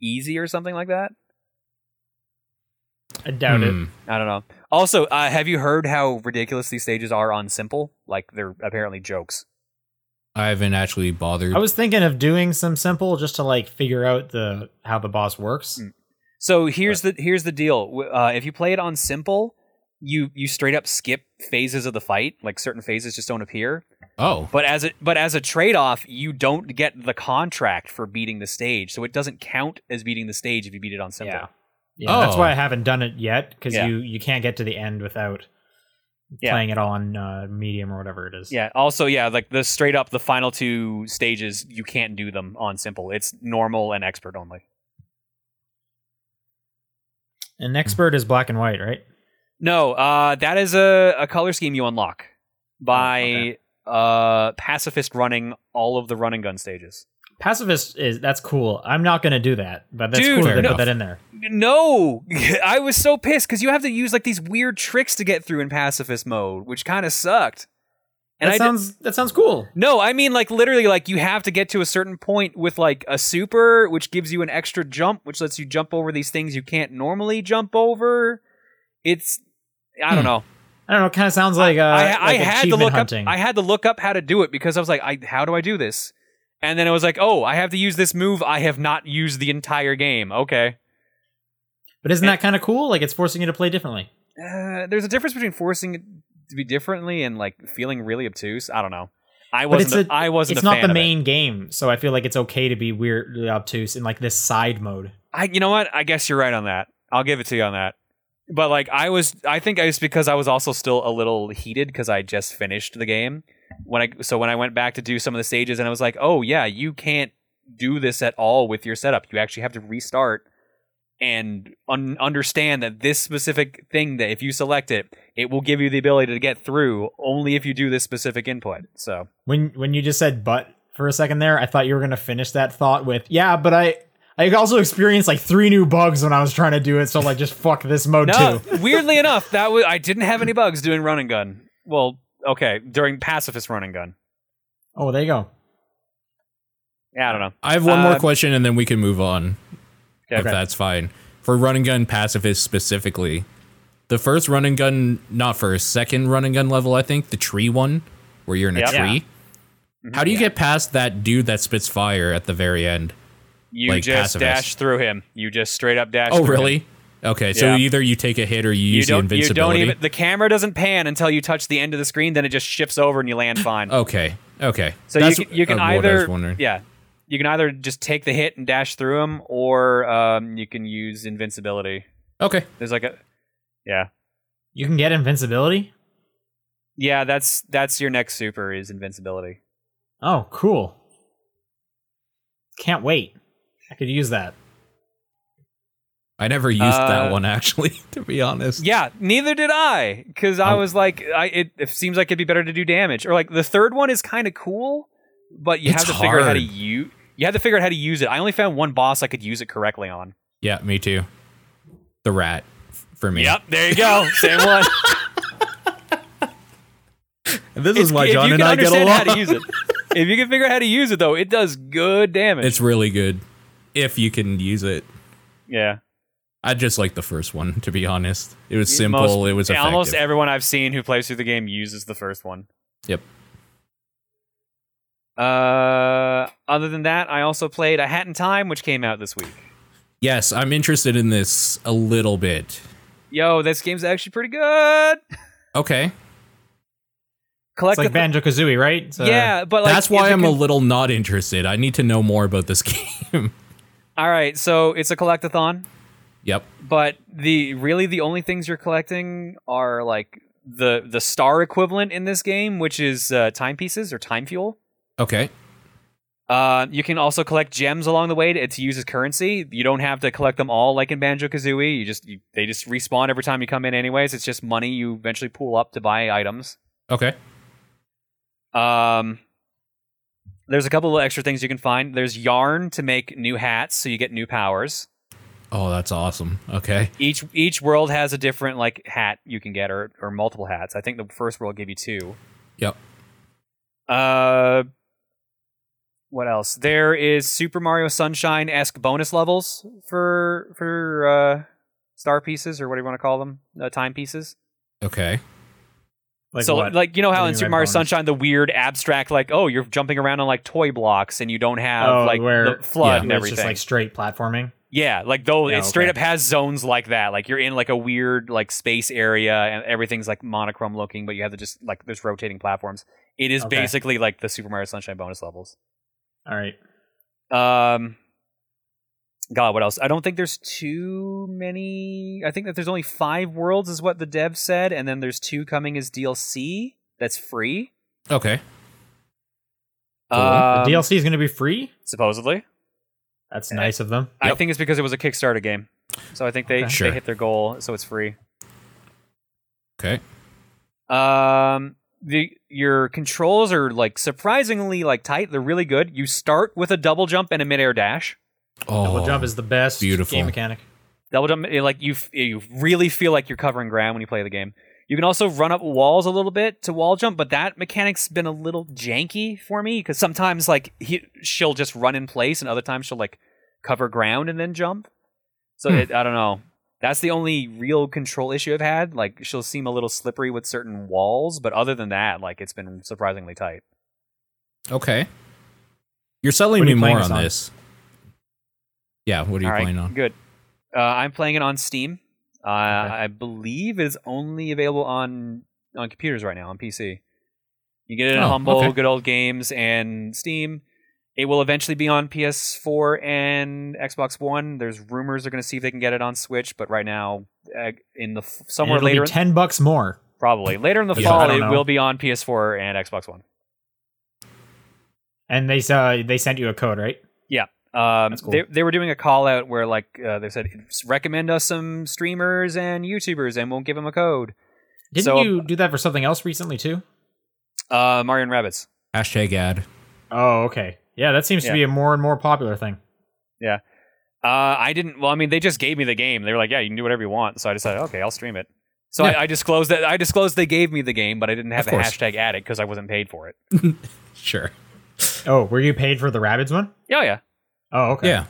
Speaker 1: easy or something like that?
Speaker 3: I doubt it.
Speaker 2: Hmm.
Speaker 1: I don't know. Also, uh, have you heard how ridiculous these stages are on simple? Like they're apparently jokes.
Speaker 2: I haven't actually bothered.
Speaker 3: I was thinking of doing some simple just to like figure out the how the boss works.
Speaker 1: Mm. So here's the here's the deal. W- Uh, if you play it on simple, you you straight up skip phases of the fight. Like certain phases just don't appear.
Speaker 2: oh,
Speaker 1: But as a but as a trade off, you don't get the contract for beating the stage, so it doesn't count as beating the stage if you beat it on simple.
Speaker 3: Yeah, yeah. That's
Speaker 2: Oh.
Speaker 3: why I haven't done it yet because
Speaker 1: Yeah.
Speaker 3: you you can't get to the end without
Speaker 1: Yeah.
Speaker 3: playing it on uh, medium or whatever it is.
Speaker 1: Yeah. Also, yeah, like the straight up the final two stages, you can't do them on simple. It's normal and expert only.
Speaker 3: And expert is black and white, right?
Speaker 1: No, uh, that is a, a color scheme you unlock by uh, pacifist running all of the run and gun stages.
Speaker 3: Pacifist is that's cool. I'm not gonna do that, but that's
Speaker 1: Dude,
Speaker 3: cool that
Speaker 2: fair
Speaker 3: they
Speaker 2: enough.
Speaker 3: put that in there.
Speaker 1: No, I was so pissed because you have to use like these weird tricks to get through in pacifist mode, which kind of sucked. And
Speaker 3: that
Speaker 1: I did-
Speaker 3: sounds that sounds cool.
Speaker 1: no, I mean like literally like you have to get to a certain point with like a super, which gives you an extra jump, which lets you jump over these things you can't normally jump over. It's I don't know.
Speaker 3: I don't know. It kind of sounds like Hmm. uh,
Speaker 1: I, I
Speaker 3: like
Speaker 1: had to
Speaker 3: achievement
Speaker 1: look
Speaker 3: hunting.
Speaker 1: up. I had to look up how to do it because I was like, I, how do I do this? And then it was like, oh, I have to use this move I have not used the entire game. Okay.
Speaker 3: but isn't that kind of cool? Like it's forcing you to play differently.
Speaker 1: Uh, there's a difference between forcing it to be differently and like feeling really obtuse. I don't know. I
Speaker 3: But it's
Speaker 1: wasn't. A, I wasn't.
Speaker 3: It's
Speaker 1: a
Speaker 3: not
Speaker 1: fan of
Speaker 3: the
Speaker 1: it.
Speaker 3: main game, so I feel like it's okay to be weirdly obtuse in like this side mode.
Speaker 1: I, you know what? I guess you're right on that. I'll give it to you on that. But like, I was. I think it's because I was also still a little heated because I just finished the game. When I so when I went back to do some of the stages and I was like, oh yeah, you can't do this at all with your setup. You actually have to restart and un- understand that this specific thing that if you select it, it will give you the ability to get through only if you do this specific input. So
Speaker 3: When when you just said "but" for a second there, I thought you were gonna finish that thought with "yeah," but I I also experienced like three new bugs when I was trying to do it. So like, just fuck this mode
Speaker 1: no,
Speaker 3: too.
Speaker 1: weirdly enough, that was I didn't have any bugs doing run and gun. Well, okay, during pacifist run and gun.
Speaker 3: Oh, there you go.
Speaker 1: Yeah, I don't know.
Speaker 2: I have one more
Speaker 1: Uh,
Speaker 2: question, and then we can move on.
Speaker 1: Okay.
Speaker 2: If that's fine. For run and gun pacifist specifically, the first run and gun, not first, second run and gun level, I think, the tree one, where you're in a
Speaker 1: Yep. Mm-hmm.
Speaker 2: tree. How do you get past that dude that spits fire at the very end?
Speaker 1: You
Speaker 2: like
Speaker 1: just
Speaker 2: pacifist.
Speaker 1: dash through him. You just straight up dash.
Speaker 2: oh,
Speaker 1: through him.
Speaker 2: really? Okay, so
Speaker 1: Yeah.
Speaker 2: either you take a hit or you,
Speaker 1: You
Speaker 2: use the
Speaker 1: don't. You don't
Speaker 2: invincibility.
Speaker 1: even. The camera doesn't pan until you touch the end of the screen. Then it just shifts over and you land fine.
Speaker 2: Okay, okay.
Speaker 1: so
Speaker 2: Oh, That's
Speaker 1: you can, you can
Speaker 2: uh, what I was
Speaker 1: either.
Speaker 2: wondering.
Speaker 1: Yeah, you can either just take the hit and dash through them, or um, you can use invincibility.
Speaker 2: Okay,
Speaker 1: There's like a. Yeah,
Speaker 3: You can get invincibility.
Speaker 1: yeah. That's that's your next super is invincibility.
Speaker 3: Oh, cool. Can't wait. I could use that.
Speaker 2: I never used
Speaker 1: Uh,
Speaker 2: that one actually. To be honest,
Speaker 1: Yeah, neither did I, because I
Speaker 2: Oh.
Speaker 1: was like, I, it, it seems like it'd be better to do damage. Or like the third one is kind of cool, but you have
Speaker 2: It's
Speaker 1: to figure out how to
Speaker 2: hard.
Speaker 1: use. You had to figure out how to use it. I only found one boss I could use it correctly on.
Speaker 2: yeah, me too. The rat f- for me.
Speaker 1: there you go. Same one.
Speaker 2: This
Speaker 1: It's- if you can understand how to use it, if you can figure out how to use it though, it does good damage.
Speaker 2: It's really good if you can use it.
Speaker 1: yeah,
Speaker 2: I just like the first one, to be honest. It was simple.
Speaker 1: Most-
Speaker 2: it was
Speaker 1: yeah,
Speaker 2: effective.
Speaker 1: almost everyone I've seen who plays through the game uses the first one.
Speaker 2: Yep.
Speaker 1: Uh, other than that, I also played A Hat in Time, which came out this week.
Speaker 2: Yes, I'm interested in this a little bit.
Speaker 1: Yo, this game's actually pretty good.
Speaker 2: Okay,
Speaker 1: Collect
Speaker 3: It's like
Speaker 1: the-
Speaker 3: Banjo Kazooie, right? It's, uh,
Speaker 1: yeah, but like
Speaker 2: that's why
Speaker 1: it's
Speaker 2: I'm a
Speaker 1: con-
Speaker 2: little not interested. I need to know more about this game.
Speaker 1: All right, so it's a collectathon,
Speaker 2: yep.
Speaker 1: but the really the only things you're collecting are like the the star equivalent in this game, which is uh, timepieces or time fuel.
Speaker 2: Okay.
Speaker 1: Uh, you can also collect gems along the way to, to use as currency. You don't have to collect them all like in Banjo Kazooie. You just you, they just respawn every time you come in. Anyways, it's just money you eventually pool up to buy items.
Speaker 2: Okay.
Speaker 1: Um, there's a couple of extra things you can find. There's yarn to make new hats, so you get new powers.
Speaker 2: Oh, that's awesome. Okay.
Speaker 1: Each each world has a different like hat you can get, or or multiple hats. I think the first world gave you two.
Speaker 2: Yep.
Speaker 1: Uh, what else? There is Super Mario Sunshine esque bonus levels for for uh, star pieces or what do you want to call them? Uh, time pieces.
Speaker 2: Okay.
Speaker 3: Like
Speaker 1: so
Speaker 3: what?
Speaker 1: like you know
Speaker 3: What
Speaker 1: how
Speaker 3: do you
Speaker 1: in
Speaker 3: mean
Speaker 1: Super
Speaker 3: by
Speaker 1: Mario
Speaker 3: bonus?
Speaker 1: Sunshine the weird abstract like oh you're jumping around on like toy blocks and you don't have
Speaker 3: Oh,
Speaker 1: like
Speaker 3: where-
Speaker 1: the flood
Speaker 2: yeah.
Speaker 1: and
Speaker 3: Where it's
Speaker 1: everything.
Speaker 3: just like straight platforming.
Speaker 1: yeah, like though
Speaker 3: Yeah,
Speaker 1: it straight
Speaker 3: okay.
Speaker 1: up has zones like that. Like you're in like a weird like space area and everything's like monochrome looking, but you have to just like there's rotating platforms. It is
Speaker 3: Okay.
Speaker 1: basically like the Super Mario Sunshine bonus levels.
Speaker 3: All right.
Speaker 1: Um, God, what else? I don't think there's too many. I think that there's only five worlds, is what the dev said, and then there's two coming as DLC that's free.
Speaker 2: Okay. Cool.
Speaker 1: Um,
Speaker 3: the DLC is going to be free.
Speaker 1: supposedly.
Speaker 3: That's nice of them.
Speaker 1: I
Speaker 2: Yep.
Speaker 1: think it's because it was a Kickstarter game, so I think they
Speaker 3: Okay.
Speaker 2: Sure.
Speaker 1: they hit their goal, so it's free.
Speaker 2: Okay.
Speaker 1: Um, the your controls are like surprisingly like tight. They're really good. You start with a double jump and a midair dash.
Speaker 2: Oh,
Speaker 3: Double jump is the best
Speaker 2: beautiful.
Speaker 3: game mechanic.
Speaker 1: double jump it, like you f- you really feel like you're covering ground when you play the game you can also run up walls a little bit to wall jump but that mechanic's been a little janky for me because sometimes like he, she'll just run in place and other times she'll like cover ground and then jump so
Speaker 2: Hmm.
Speaker 1: it, i don't know that's the only real control issue i've had like she'll seem a little slippery with certain walls but other than that like it's been surprisingly tight
Speaker 2: Okay. You're selling
Speaker 3: What
Speaker 2: me
Speaker 3: are you playing
Speaker 2: more
Speaker 3: this
Speaker 2: on
Speaker 3: on?
Speaker 2: this. Yeah, what are you
Speaker 1: All right,
Speaker 2: playing on?
Speaker 1: Good. Uh, I'm playing it on Steam. Uh,
Speaker 3: Okay.
Speaker 1: I believe it's only available on on computers right now on PC. You get it in
Speaker 2: Oh,
Speaker 1: Humble,
Speaker 2: okay.
Speaker 1: Good Old Games, and Steam. It will eventually be on PS4 and Xbox One. There's rumors they're going to see if they can get it on Switch, but right now, uh, in the f- somewhere
Speaker 3: And it'll
Speaker 1: later,
Speaker 3: be ten bucks more.
Speaker 1: probably later in the
Speaker 2: Yeah.
Speaker 3: I
Speaker 1: fall,
Speaker 3: don't
Speaker 1: it
Speaker 3: know.
Speaker 1: will be on PS4 and Xbox One.
Speaker 3: And they uh, they sent you a code, right?
Speaker 1: Um,
Speaker 3: That's cool.
Speaker 1: they, they were doing a call out where like uh, they said recommend us some streamers and YouTubers, and we'll give them a code.
Speaker 3: Didn't
Speaker 1: So-
Speaker 3: you do that for something else recently too?
Speaker 1: Uh, Mario and Rabbits.
Speaker 2: Hashtag ad.
Speaker 3: Oh, okay. Yeah, that seems
Speaker 1: Yeah.
Speaker 3: to be a more and more popular thing.
Speaker 1: Uh, I didn't. Well, I mean, they just gave me the game. They were like, "Yeah, you can do whatever you want." So I decided, okay, I'll stream it. So
Speaker 2: Yeah.
Speaker 1: I, I disclosed that I disclosed they gave me the game, but I didn't have
Speaker 2: Of
Speaker 1: a
Speaker 2: course.
Speaker 1: hashtag at it because I wasn't paid for it.
Speaker 2: Sure.
Speaker 3: Oh, were you paid for the rabbits one?
Speaker 1: Yeah, yeah,
Speaker 3: Oh, okay.
Speaker 2: Yeah.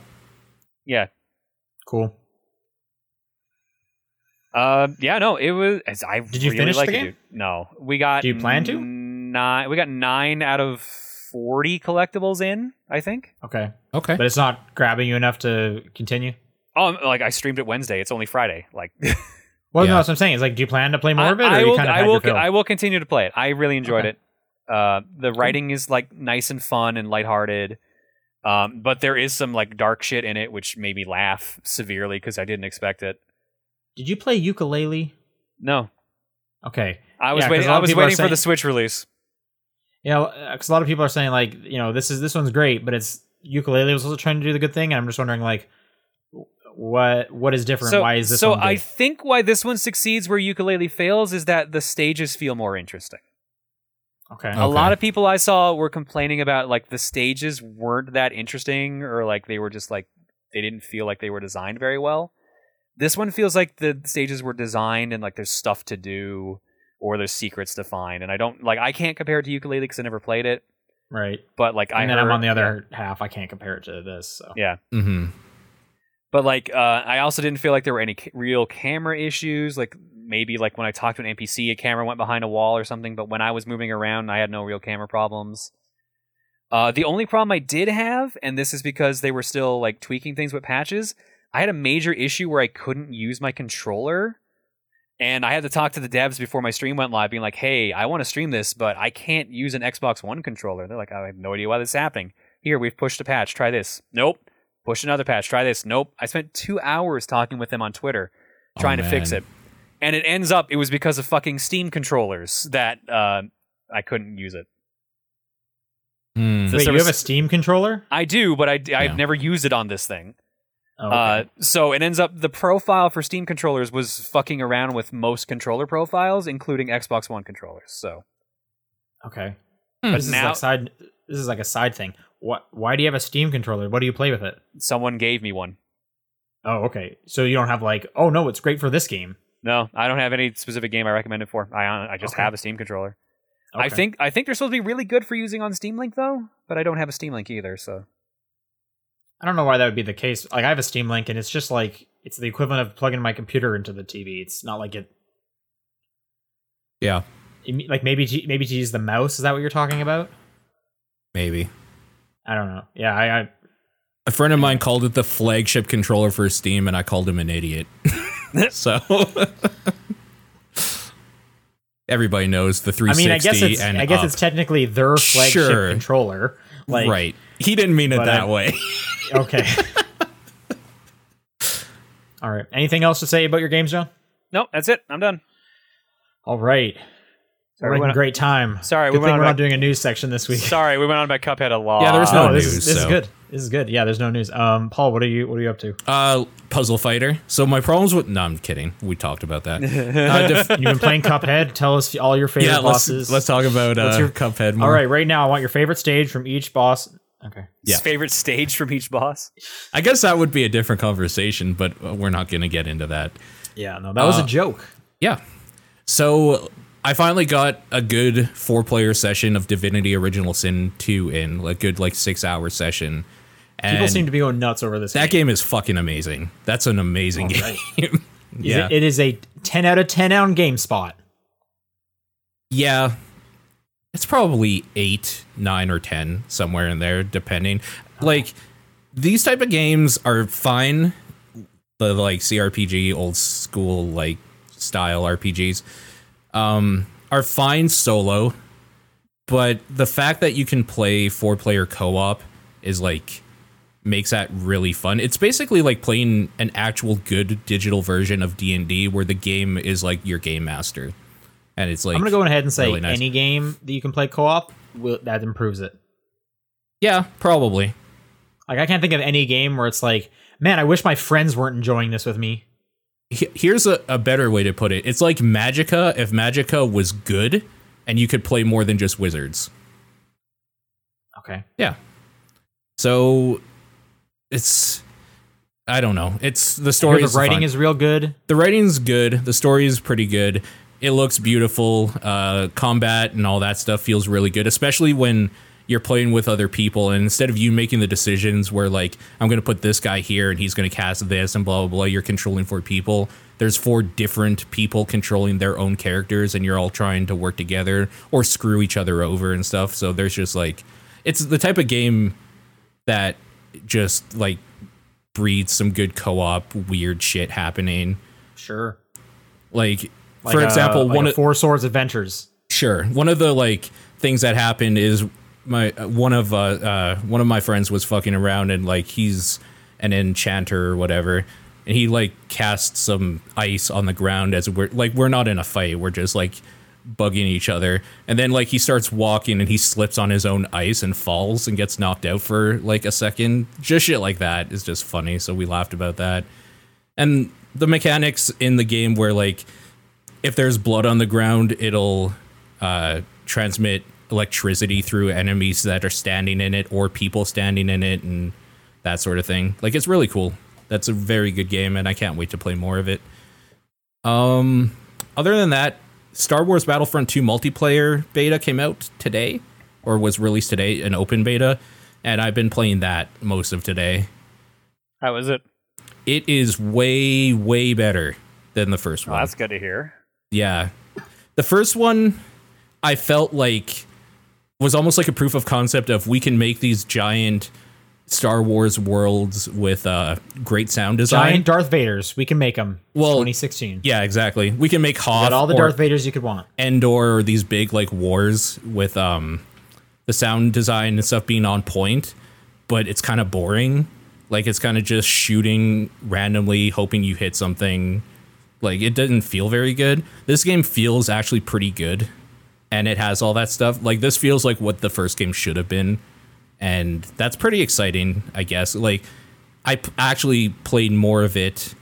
Speaker 1: yeah,
Speaker 3: Cool.
Speaker 1: uh, yeah. No, it was. it's- I
Speaker 3: Did you
Speaker 1: really
Speaker 3: finish the
Speaker 1: like it,
Speaker 3: game?
Speaker 1: dude. No, we got.
Speaker 3: Do you plan to?
Speaker 1: Nine. We got nine out of forty collectibles in. I think.
Speaker 3: Okay.
Speaker 2: Okay.
Speaker 3: But it's not grabbing you enough to continue.
Speaker 1: Oh, I'm- like I streamed it Wednesday. It's only Friday. Like
Speaker 3: Well,
Speaker 2: Yeah.
Speaker 3: no, that's what I'm saying. It's like, do you plan to play more
Speaker 1: I,
Speaker 3: of it, or
Speaker 1: I
Speaker 3: you
Speaker 1: will,
Speaker 3: kind of
Speaker 1: I
Speaker 3: had
Speaker 1: will,
Speaker 3: your fill?
Speaker 1: I will continue to play it. I really enjoyed
Speaker 3: Okay.
Speaker 1: it. Uh, the writing is like nice and fun and lighthearted, um, but there is some like dark shit in it, which made me laugh severely because I didn't expect it.
Speaker 3: Did you play ukulele?
Speaker 1: No,
Speaker 3: Okay,
Speaker 1: I was
Speaker 3: Yeah, 'cause
Speaker 1: waiting.
Speaker 3: a lot
Speaker 1: I
Speaker 3: of
Speaker 1: was
Speaker 3: people are
Speaker 1: waiting for the
Speaker 3: saying-
Speaker 1: Switch release.
Speaker 3: yeah, because uh, a lot of people are saying like, you know, this is this one's great, but it's ukulele was also trying to do the good thing, and I'm just wondering like, w- what what is different?
Speaker 1: So,
Speaker 3: Why is this?
Speaker 1: so
Speaker 3: one good?
Speaker 1: I think why this one succeeds where ukulele fails is that the stages feel more interesting.
Speaker 3: okay.
Speaker 2: Oh.
Speaker 1: A lot of people I saw were complaining about like the stages weren't that interesting or like they were just like they didn't feel like they were designed very well. This one feels like the stages were designed and like there's stuff to do or there's secrets to find and I don't like I can't compare it to ukulele because I never played it
Speaker 3: right,
Speaker 1: but like I
Speaker 3: and then I'm
Speaker 1: heard- Hmm.
Speaker 3: on the other half. I can't compare it to this. So
Speaker 1: yeah.
Speaker 2: Mm-hmm.
Speaker 1: but like uh, I also didn't feel like there were any ca- real camera issues. Like maybe like when I talked to an NPC, a camera went behind a wall or something. But when I was moving around, I had no real camera problems. Uh, the only problem I did have, and this is because they were still like tweaking things with patches, I had a major issue where I couldn't use my controller. And I had to talk to the devs before my stream went live, being like, "Hey, I want to stream this, but I can't use an Xbox One controller." They're like, "I have no idea why this is happening." Here, we've pushed a patch. Try this. Nope push another patch, try this. Nope. I spent two hours talking with them on Twitter
Speaker 2: Oh,
Speaker 1: trying to fix
Speaker 2: man.
Speaker 1: it. And it ends up it was because of fucking Steam controllers that uh, I couldn't use it.
Speaker 2: Hmm.
Speaker 1: So
Speaker 3: wait, you
Speaker 1: there was-
Speaker 3: have a Steam controller?
Speaker 1: I do, but I,
Speaker 2: Yeah.
Speaker 1: have never used it on this thing.
Speaker 3: Oh,
Speaker 1: Uh,
Speaker 3: okay.
Speaker 1: so it ends up the profile for Steam controllers was fucking around with most controller profiles, including Xbox One controllers. So
Speaker 3: okay.
Speaker 2: Hmm.
Speaker 3: But this is
Speaker 1: now-
Speaker 3: like side. This is like a side thing. What? Why do you have a Steam controller? What do you play with it?
Speaker 1: someone gave me one.
Speaker 3: Oh, okay. So you don't have like, oh no, it's great for this game.
Speaker 1: No, I don't have any specific game I recommend it for. I I just
Speaker 3: Okay.
Speaker 1: have a Steam controller. I
Speaker 3: Okay.
Speaker 1: think I think they're supposed to be really good for using on Steam Link though, but I don't have a Steam Link either. So
Speaker 3: I don't know why that would be the case. Like I have a Steam Link, and it's just like it's the equivalent of plugging my computer into the TV. It's not like it.
Speaker 2: Yeah,
Speaker 3: you mean- Like maybe to, maybe to use the mouse. Is that what you're talking about?
Speaker 2: maybe.
Speaker 3: I don't know. Yeah, I, I
Speaker 2: A friend of mine called it the flagship controller for Steam, and I called him an idiot. so everybody knows the
Speaker 3: I mean,
Speaker 2: 360
Speaker 3: I guess it's
Speaker 2: and
Speaker 3: I guess
Speaker 2: up.
Speaker 3: it's technically their flagship
Speaker 2: Sure.
Speaker 3: controller. Like,
Speaker 2: right. He didn't mean it
Speaker 3: but
Speaker 2: that
Speaker 3: I-
Speaker 2: way.
Speaker 3: Okay. All right. Anything else to say about your games, John?
Speaker 1: Nope, that's it. I'm done.
Speaker 3: All right.
Speaker 1: Sorry,
Speaker 3: We're
Speaker 1: we
Speaker 3: making
Speaker 1: went-
Speaker 3: great time.
Speaker 1: Sorry, we
Speaker 3: Good
Speaker 1: went
Speaker 3: thing
Speaker 1: on
Speaker 3: we're not
Speaker 1: about-
Speaker 3: doing a news section this week.
Speaker 1: Sorry, we went on about Cuphead a lot.
Speaker 2: Yeah, there was
Speaker 3: No,
Speaker 2: no
Speaker 3: this is
Speaker 2: news,
Speaker 3: this is
Speaker 2: so-
Speaker 3: good. This is good. Yeah, there's no news. Um, Paul, what are you what are you up to?
Speaker 2: Uh, puzzle fighter. So my problems with no, I'm kidding. We talked about that. Uh, def-
Speaker 3: You've been playing Cuphead. Tell us all your favorite
Speaker 2: yeah, let's,
Speaker 3: bosses.
Speaker 2: let's talk about uh,
Speaker 3: What's your-
Speaker 2: Cuphead. More.
Speaker 3: All right, right now I want your favorite stage from each boss. Okay.
Speaker 2: Yeah.
Speaker 1: Favorite stage from each boss.
Speaker 2: I guess that would be a different conversation, but uh, we're not going to get into that.
Speaker 3: Yeah, no, that was a
Speaker 2: Uh,
Speaker 3: joke.
Speaker 2: Yeah. So I finally got a good four player session of Divinity Original Sin 2 in, a good like six hour session. And
Speaker 3: People seem to be going nuts over this.
Speaker 2: that game is fucking amazing. That's an amazing game.
Speaker 3: Is
Speaker 2: yeah.
Speaker 3: it- it is a ten out of ten on GameSpot.
Speaker 2: yeah. It's probably eight, nine, or 10, somewhere in there, depending.
Speaker 3: Oh.
Speaker 2: Like, these type of games are fine the like crpg old school like style rpgs um are fine solo but the fact that you can play four player co-op is like makes that really fun it's basically like playing an actual good digital version of d&d where the game is like your game master and it's like
Speaker 3: I'm gonna go ahead and say
Speaker 2: really nice.
Speaker 3: any game that you can play co-op will, that improves it.
Speaker 2: yeah probably
Speaker 3: Like I can't think of any game where it's like, man, I wish my friends weren't enjoying this with me.
Speaker 2: He- here's a, a better way to put it it's like magica if magica was good and you could play more than just wizards
Speaker 3: Okay.
Speaker 2: Yeah. So it's I don't know. It's the
Speaker 3: Here
Speaker 2: story
Speaker 3: the
Speaker 2: is
Speaker 3: writing
Speaker 2: fine.
Speaker 3: is real good.
Speaker 2: the writing's good. The story is pretty good. It looks beautiful. Uh, combat and all that stuff feels really good, especially when you're playing with other people. And instead of you making the decisions where like I'm going to put this guy here and he's going to cast this and blah blah blah, you're controlling four people. There's four different people controlling their own characters, and you're all trying to work together or screw each other over and stuff. So there's just like it's the type of game that just like breeds some good co-op weird shit happening.
Speaker 3: Sure.
Speaker 2: Like,
Speaker 3: Like
Speaker 2: for
Speaker 3: a-
Speaker 2: example,
Speaker 3: like
Speaker 2: one
Speaker 3: a
Speaker 2: of
Speaker 3: Four Swords Adventures.
Speaker 2: Sure. One of the like things that happened is my one of uh, uh one of my friends was fucking around and like he's an enchanter or whatever, and he like cast some ice on the ground as we're like we're not in a fight, we're just like bugging each other, and then like he starts walking and he slips on his own ice and falls and gets knocked out for like a second. Just shit like that is just funny, so we laughed about that. And the mechanics in the game where like if there's blood on the ground, it'll uh, transmit electricity through enemies that are standing in it or people standing in it and that sort of thing. Like it's really cool. That's a very good game, and I can't wait to play more of it. Um, other than that, Star Wars Battlefront 2 multiplayer beta came out today, or was released today, an open beta, and I've been playing that most of today.
Speaker 1: How is it?
Speaker 2: It is way, way better than the first
Speaker 1: Well,
Speaker 2: one.
Speaker 1: that's good to hear.
Speaker 2: Yeah. The first one I felt like was almost like a proof of concept of we can make these giant Star Wars worlds with uh great sound design.
Speaker 3: Giant Darth Vaders. We can make them.
Speaker 2: Well,
Speaker 3: 2016.
Speaker 2: yeah, exactly. We can make Hoth
Speaker 3: Got all the
Speaker 2: or
Speaker 3: Darth Vaders you could want.
Speaker 2: Endor or these big like wars with um the sound design and stuff being on point, but it's kind of boring. Like it's kind of just shooting randomly, hoping you hit something. Like it doesn't feel very good. This game feels actually pretty good, and it has all that stuff. Like this feels like what the first game should have been, and that's pretty exciting, I guess. Like I p- actually played more of it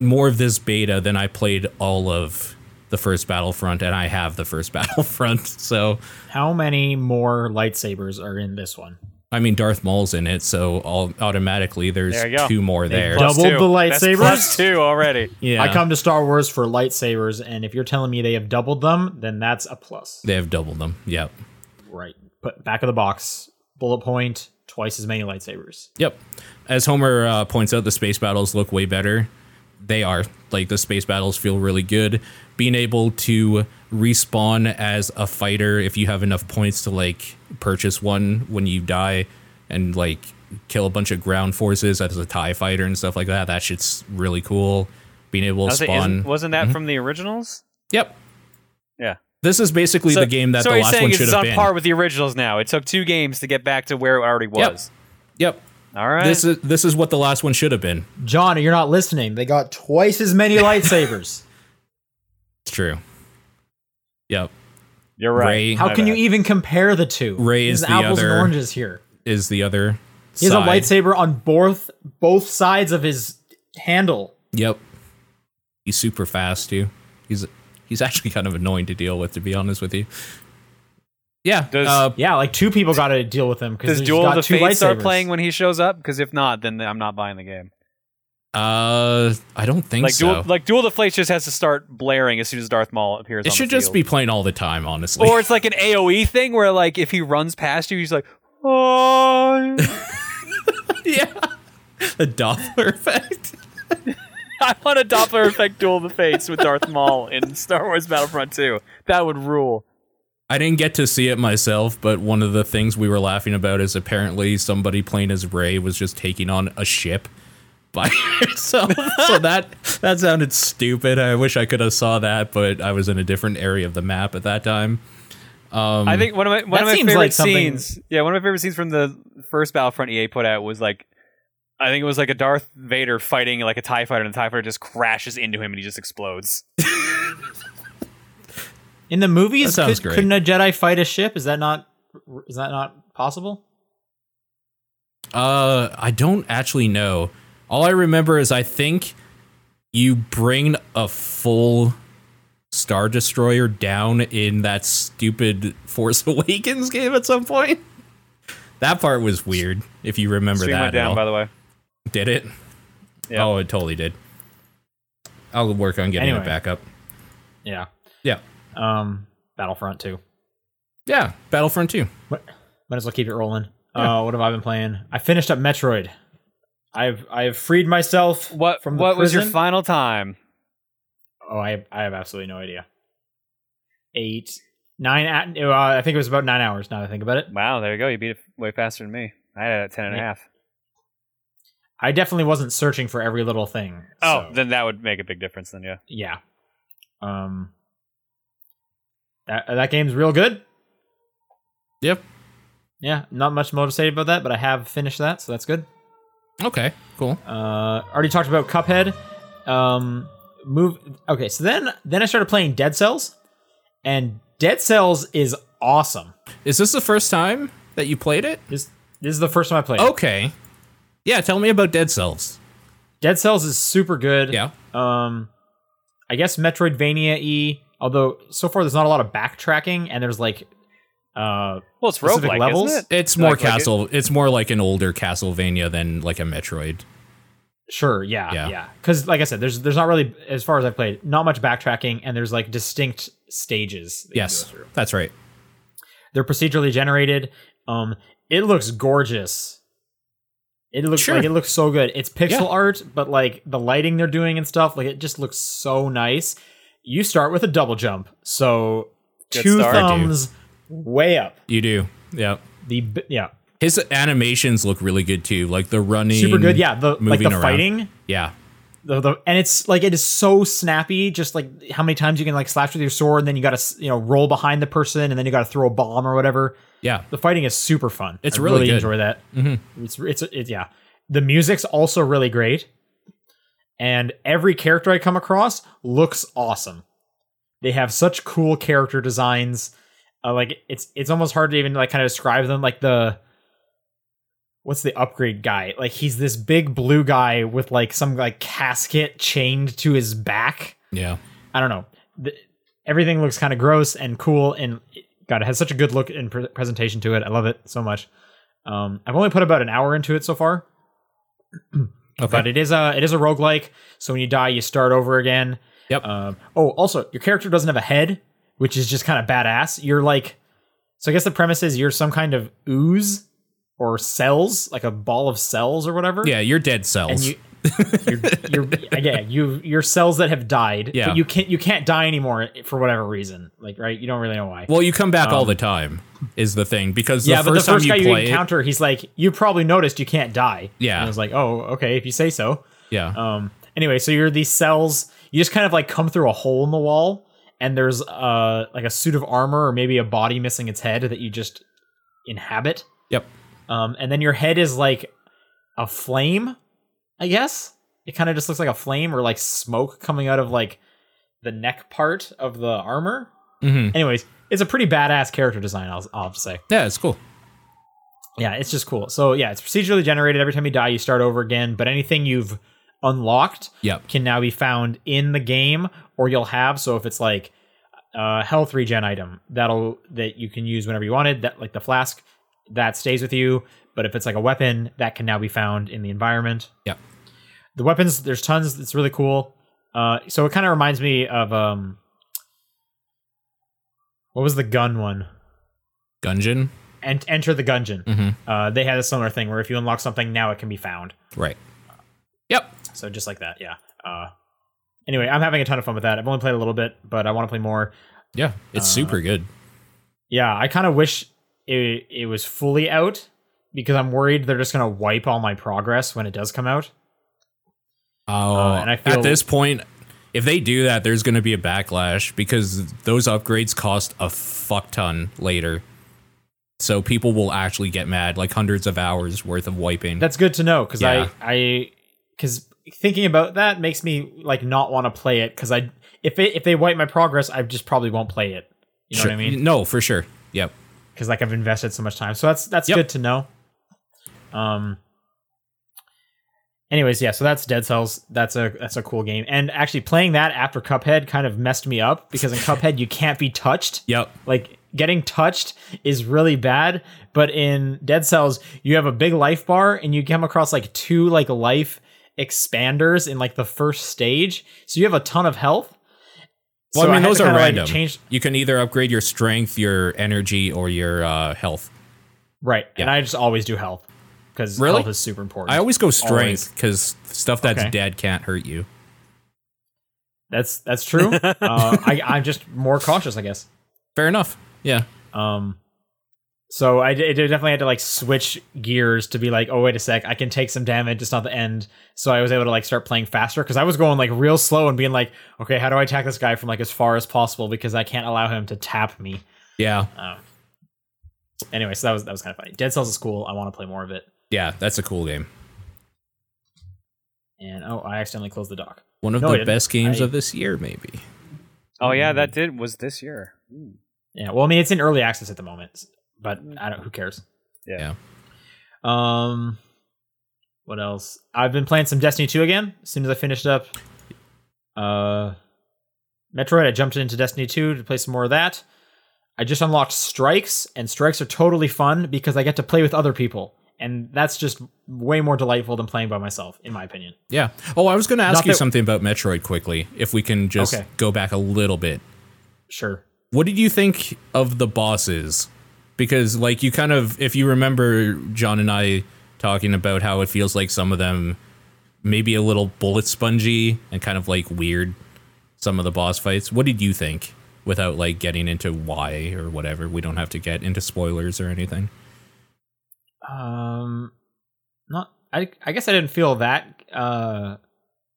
Speaker 2: more of this beta than I played all of the first Battlefront, and I have the first Battlefront. So,
Speaker 3: How many more lightsabers are in this one?
Speaker 2: I mean, Darth Maul's in it, so all, automatically there's
Speaker 1: There you go.
Speaker 2: two more there.
Speaker 3: Doubled
Speaker 1: Plus two.
Speaker 3: the
Speaker 1: That's
Speaker 3: lightsabers?
Speaker 1: plus two already.
Speaker 2: yeah,
Speaker 3: I come to Star Wars for lightsabers, and if you're telling me they have doubled them, then that's a plus.
Speaker 2: they have doubled them. Yep,
Speaker 3: Right. Put back of the box, bullet point, twice as many lightsabers.
Speaker 2: yep. As Homer uh, points out, the space battles look way better. They are like the space battles feel really good. Being able to respawn as a fighter if you have enough points to like purchase one when you die, and like kill a bunch of ground forces as a tie fighter and stuff like that. That shit's really cool. Being able to
Speaker 1: I was like, isn't-
Speaker 2: spawn.
Speaker 1: wasn't that from the originals?
Speaker 2: Yep.
Speaker 1: Yeah.
Speaker 2: This is basically
Speaker 1: So-
Speaker 2: the game that
Speaker 1: so
Speaker 2: the
Speaker 1: you're
Speaker 2: last
Speaker 1: saying
Speaker 2: one
Speaker 1: it's
Speaker 2: should have
Speaker 1: on
Speaker 2: been.
Speaker 1: par with the originals now. It took two games to get back to where it already was.
Speaker 2: yep.
Speaker 1: All right.
Speaker 2: This is this is what the last one should have been.
Speaker 3: John, you're not listening. They got twice as many lightsabers.
Speaker 2: It's true. Yep.
Speaker 1: you're right.
Speaker 2: Ray
Speaker 3: How
Speaker 1: My
Speaker 3: can you
Speaker 1: bad.
Speaker 3: even compare the two?
Speaker 2: Ray
Speaker 3: This
Speaker 2: is the
Speaker 3: apples
Speaker 2: other-
Speaker 3: and oranges here.
Speaker 2: is the other.
Speaker 3: He has a
Speaker 2: side.
Speaker 3: lightsaber on both both sides of his handle.
Speaker 2: Yep. He's super fast too. He's he's actually kind of annoying to deal with, to be honest with you. Yeah.
Speaker 1: Does-
Speaker 2: uh,
Speaker 3: Yeah, like two people got to deal with him because
Speaker 1: Does
Speaker 3: he's
Speaker 1: Duel
Speaker 3: got
Speaker 1: of the
Speaker 3: two
Speaker 1: Fates start
Speaker 3: lightsabers.
Speaker 1: playing when he shows up? Because if not, then I'm not buying the game.
Speaker 2: uh, I don't think
Speaker 1: Like
Speaker 2: so.
Speaker 1: Duel, like Duel of the Fates just has to start blaring as soon as Darth Maul appears.
Speaker 2: it
Speaker 1: on
Speaker 2: should
Speaker 1: the
Speaker 2: just
Speaker 1: field.
Speaker 2: be playing all the time, honestly.
Speaker 1: or it's like an AOE thing where like if he runs past you, he's like, oh,
Speaker 2: yeah. The Doppler effect.
Speaker 1: I want a Doppler effect Duel of the Fates with Darth Maul in Star Wars Battlefront 2. That would rule.
Speaker 2: I didn't get to see it myself, but one of the things we were laughing about is apparently somebody playing as Ray was just taking on a ship by herself. so that that sounded stupid. I wish I could have saw that, but I was in a different area of the map at that time.
Speaker 1: I
Speaker 2: Hmm.
Speaker 1: think one of my one
Speaker 3: That
Speaker 1: of my
Speaker 3: seems
Speaker 1: favorite
Speaker 3: like something-
Speaker 1: scenes. Yeah, one of my favorite scenes from the first Battlefront EA put out was like, I think it was like a Darth Vader fighting like a Tie Fighter, and the Tie Fighter just crashes into him and he just explodes.
Speaker 3: in the movies.
Speaker 2: That sounds
Speaker 3: could,
Speaker 2: great.
Speaker 3: Couldn't a Jedi fight a ship? Is that not is that not possible?
Speaker 2: Uh, I don't actually know. All I remember is I think you bring a full Star Destroyer down in that stupid Force Awakens game at some point. That part was weird. If you remember
Speaker 1: Stream
Speaker 2: that,
Speaker 1: went
Speaker 2: at
Speaker 1: down,
Speaker 2: all.
Speaker 1: by the way.
Speaker 2: did it?
Speaker 1: Yeah.
Speaker 2: Oh, it totally did. I'll work on getting
Speaker 3: Anyway.
Speaker 2: it back up.
Speaker 3: Yeah.
Speaker 2: Yeah,
Speaker 3: Um, Battlefront Two.
Speaker 2: yeah. Battlefront Two.
Speaker 3: What? Might as well keep it rolling. Uh, what have I been playing? I finished up Metroid. I've I've freed myself
Speaker 1: What
Speaker 3: from the
Speaker 1: what was your
Speaker 3: prison.
Speaker 1: final time?
Speaker 3: Oh, I I have absolutely no idea. Eight, nine. Uh, I think it was about nine hours. Now that I think about it,
Speaker 1: Wow, there you go. You beat it way faster than me. I had it at ten and a
Speaker 3: Yeah.
Speaker 1: half.
Speaker 3: I definitely wasn't searching for every little thing.
Speaker 1: Oh,
Speaker 3: so,
Speaker 1: then that would make a big difference. Then yeah.
Speaker 3: yeah. Um, that that game's real good.
Speaker 2: Yep.
Speaker 3: Yeah, not much more to say about that, but I have finished that, so that's good.
Speaker 2: Okay. Cool.
Speaker 3: Uh, already talked about Cuphead. Um, move. Okay, so then then I started playing Dead Cells, and Dead Cells is awesome.
Speaker 2: Is this the first time that you played it?
Speaker 3: This this is the first time I played. it.
Speaker 2: Okay. Yeah. Tell me about Dead Cells.
Speaker 3: Dead Cells is super good.
Speaker 2: Yeah.
Speaker 3: Um, I guess Metroidvania e. Although so far there's not a lot of backtracking, and there's like, uh,
Speaker 1: Well, it's
Speaker 3: Specific
Speaker 1: roguelike,
Speaker 3: levels?
Speaker 1: isn't it?
Speaker 2: It's more
Speaker 1: Like, like it-
Speaker 2: Castle. it's more like an older Castlevania than like a Metroid.
Speaker 3: sure, yeah,
Speaker 2: Yeah.
Speaker 3: yeah. Because like I said, there's there's not really as far as I've played, not much backtracking, and there's like distinct stages. that you
Speaker 2: Yes.
Speaker 3: go through.
Speaker 2: That's right.
Speaker 3: they're procedurally generated. Um, it looks gorgeous. It looks
Speaker 2: Sure.
Speaker 3: like it looks so good. It's pixel
Speaker 2: Yeah.
Speaker 3: art, but like the lighting they're doing and stuff, like it just looks so nice. You start with a double jump, so
Speaker 1: Good
Speaker 3: two
Speaker 1: start.
Speaker 2: I do.
Speaker 3: thumbs way up.
Speaker 2: You do. Yeah.
Speaker 3: The b- yeah,
Speaker 2: His animations look really good too. Like the running.
Speaker 3: super good. Yeah, the like
Speaker 2: moving
Speaker 3: the
Speaker 2: around.
Speaker 3: fighting,
Speaker 2: Yeah.
Speaker 3: the, the and it's like it is so snappy. Just like how many times you can like slash with your sword, and then you got to you know roll behind the person, and then you got to throw a bomb or whatever.
Speaker 2: Yeah.
Speaker 3: the fighting is super fun.
Speaker 2: It's
Speaker 3: I
Speaker 2: really good. Mm-hmm.
Speaker 3: enjoy that. It's it's it, yeah. The music's also really great, and every character I come across looks awesome. They have such cool character designs. Uh, like it's it's almost hard to even like kind of describe them. Like the what's the upgrade guy? Like he's this big blue guy with like some like casket chained to his back.
Speaker 2: Yeah.
Speaker 3: I don't know. The, everything looks kind of gross and cool, and God, it has such a good look and pre- presentation to it. I love it so much. Um, I've only put about an hour into it so far,
Speaker 2: Okay.
Speaker 3: but it is a it is a roguelike. So when you die, you start over again.
Speaker 2: Yep.
Speaker 3: Um, oh, also, your character doesn't have a head, which is just kind of badass. You're like, so I guess the premise is you're some kind of ooze or cells, like a ball of cells or whatever.
Speaker 2: yeah. You're dead
Speaker 3: and
Speaker 2: cells.
Speaker 3: you you're, you're yeah, you your cells that have died
Speaker 2: Yeah.
Speaker 3: but you can't you can't die anymore for whatever reason like right you don't really know why
Speaker 2: well, you come back all
Speaker 3: Um,
Speaker 2: the time is the thing because
Speaker 3: yeah
Speaker 2: the
Speaker 3: but the
Speaker 2: first
Speaker 3: first guy
Speaker 2: time you
Speaker 3: you
Speaker 2: play it-
Speaker 3: encounter he's like you probably noticed you can't die
Speaker 2: Yeah.
Speaker 3: and i was like oh okay if you say so
Speaker 2: yeah.
Speaker 3: um anyway so you're these cells you just kind of like come through a hole in the wall and there's uh like a suit of armor or maybe a body missing its head that you just inhabit
Speaker 2: Yep.
Speaker 3: um, and then your head is like a flame, I guess. It kind of just looks like a flame or like smoke coming out of like the neck part of the armor.
Speaker 2: hmm
Speaker 3: Anyways, it's a pretty badass character design, I'll, I'll have to say.
Speaker 2: Yeah. It's cool.
Speaker 3: Yeah, it's just cool. So, yeah, it's procedurally generated. Every time you die, you start over again, but anything you've unlocked
Speaker 2: Yep.
Speaker 3: can now be found in the game or you'll have. So, if it's like a health regen item, that'll that you can use whenever you wanted, that like the flask, that stays with you. But if it's like a weapon, that can now be found in the environment.
Speaker 2: Yep.
Speaker 3: the weapons there's tons it's really cool uh so it kind of reminds me of um what was the gun one
Speaker 2: Gungeon.
Speaker 3: and enter the gungeon
Speaker 2: Mhm.
Speaker 3: uh they had a similar thing where if you unlock something now it can be found
Speaker 2: Right. Yep.
Speaker 3: so just like that yeah uh anyway i'm having a ton of fun with that i've only played a little bit but i want to play more
Speaker 2: Yeah. It's
Speaker 3: Uh,
Speaker 2: super good.
Speaker 3: yeah i kind of wish it, it was fully out because i'm worried they're just gonna wipe all my progress when it does come out
Speaker 2: Oh,
Speaker 3: Uh, and I feel-
Speaker 2: at this point, if they do that, there's going to be a backlash because those upgrades cost a fuck ton later. So people will actually get mad, like hundreds of hours worth of wiping.
Speaker 3: That's good to know because
Speaker 2: Yeah.
Speaker 3: I I because thinking about that makes me like not want to play it because I if it, if they wipe my progress, I just probably won't play it. You know
Speaker 2: Sure.
Speaker 3: what I mean?
Speaker 2: No, for sure. Yep.
Speaker 3: Because like I've invested so much time, so that's that's
Speaker 2: Yep.
Speaker 3: good to know. Um. Anyways, yeah, so that's Dead Cells. That's a that's a cool game. And actually playing that after Cuphead kind of messed me up because in Cuphead you can't be touched
Speaker 2: Yep.
Speaker 3: like getting touched is really bad but in dead cells you have a big life bar and you come across like two like life expanders in like the first stage so you have a ton of health
Speaker 2: Well,
Speaker 3: So
Speaker 2: I mean,
Speaker 3: had
Speaker 2: those
Speaker 3: to
Speaker 2: are
Speaker 3: kinda, like,
Speaker 2: random.
Speaker 3: change
Speaker 2: You can either upgrade your strength, your energy, or your uh, health.
Speaker 3: right and
Speaker 2: Yeah.
Speaker 3: i just always do health because
Speaker 2: Really?
Speaker 3: health is super important
Speaker 2: I always go
Speaker 3: Always.
Speaker 2: strength because stuff that's
Speaker 3: Okay.
Speaker 2: dead can't hurt you.
Speaker 3: that's that's true uh, I, i'm just more cautious i guess
Speaker 2: Fair enough. Yeah.
Speaker 3: Um, So I, d- I definitely had to like switch gears to be like, oh wait a sec, I can take some damage. It's not the end. So I was able to like start playing faster because I was going like real slow and being like, okay, how do I attack this guy from like as far as possible because I can't allow him to tap me.
Speaker 2: Yeah,
Speaker 3: Um, anyway, so that was that was kind of funny. Dead Cells is cool. I want to play more of it.
Speaker 2: yeah, that's a cool game.
Speaker 3: And oh, I accidentally closed the dock.
Speaker 2: One of
Speaker 3: No, I
Speaker 2: the
Speaker 3: didn't.
Speaker 2: best games
Speaker 3: I-
Speaker 2: of this year, maybe.
Speaker 1: Oh yeah,
Speaker 2: Hmm.
Speaker 1: that did was this year. Ooh.
Speaker 3: Yeah, well, I mean, it's in early access at the moment, but I don't. Who cares?
Speaker 1: Yeah.
Speaker 3: Um, what else? I've been playing some Destiny 2 again. As soon as I finished up, uh, Metroid, I jumped into Destiny 2 to play some more of that. I just unlocked Strikes, and Strikes are totally fun because I get to play with other people, and that's just way more delightful than playing by myself, in my opinion.
Speaker 2: Yeah. Oh, I was going to ask
Speaker 3: Not
Speaker 2: you
Speaker 3: that-
Speaker 2: something about Metroid quickly, if we can just
Speaker 3: Okay.
Speaker 2: go back a little bit.
Speaker 3: Sure.
Speaker 2: What did you think of the bosses? Because, like, you kind of, if you remember John and I talking about how it feels like some of them maybe a little bullet spongy and kind of like weird, some of the boss fights. What did you think without like getting into why or whatever? We don't have to get into spoilers or anything.
Speaker 3: Um, not. I I guess I didn't feel that uh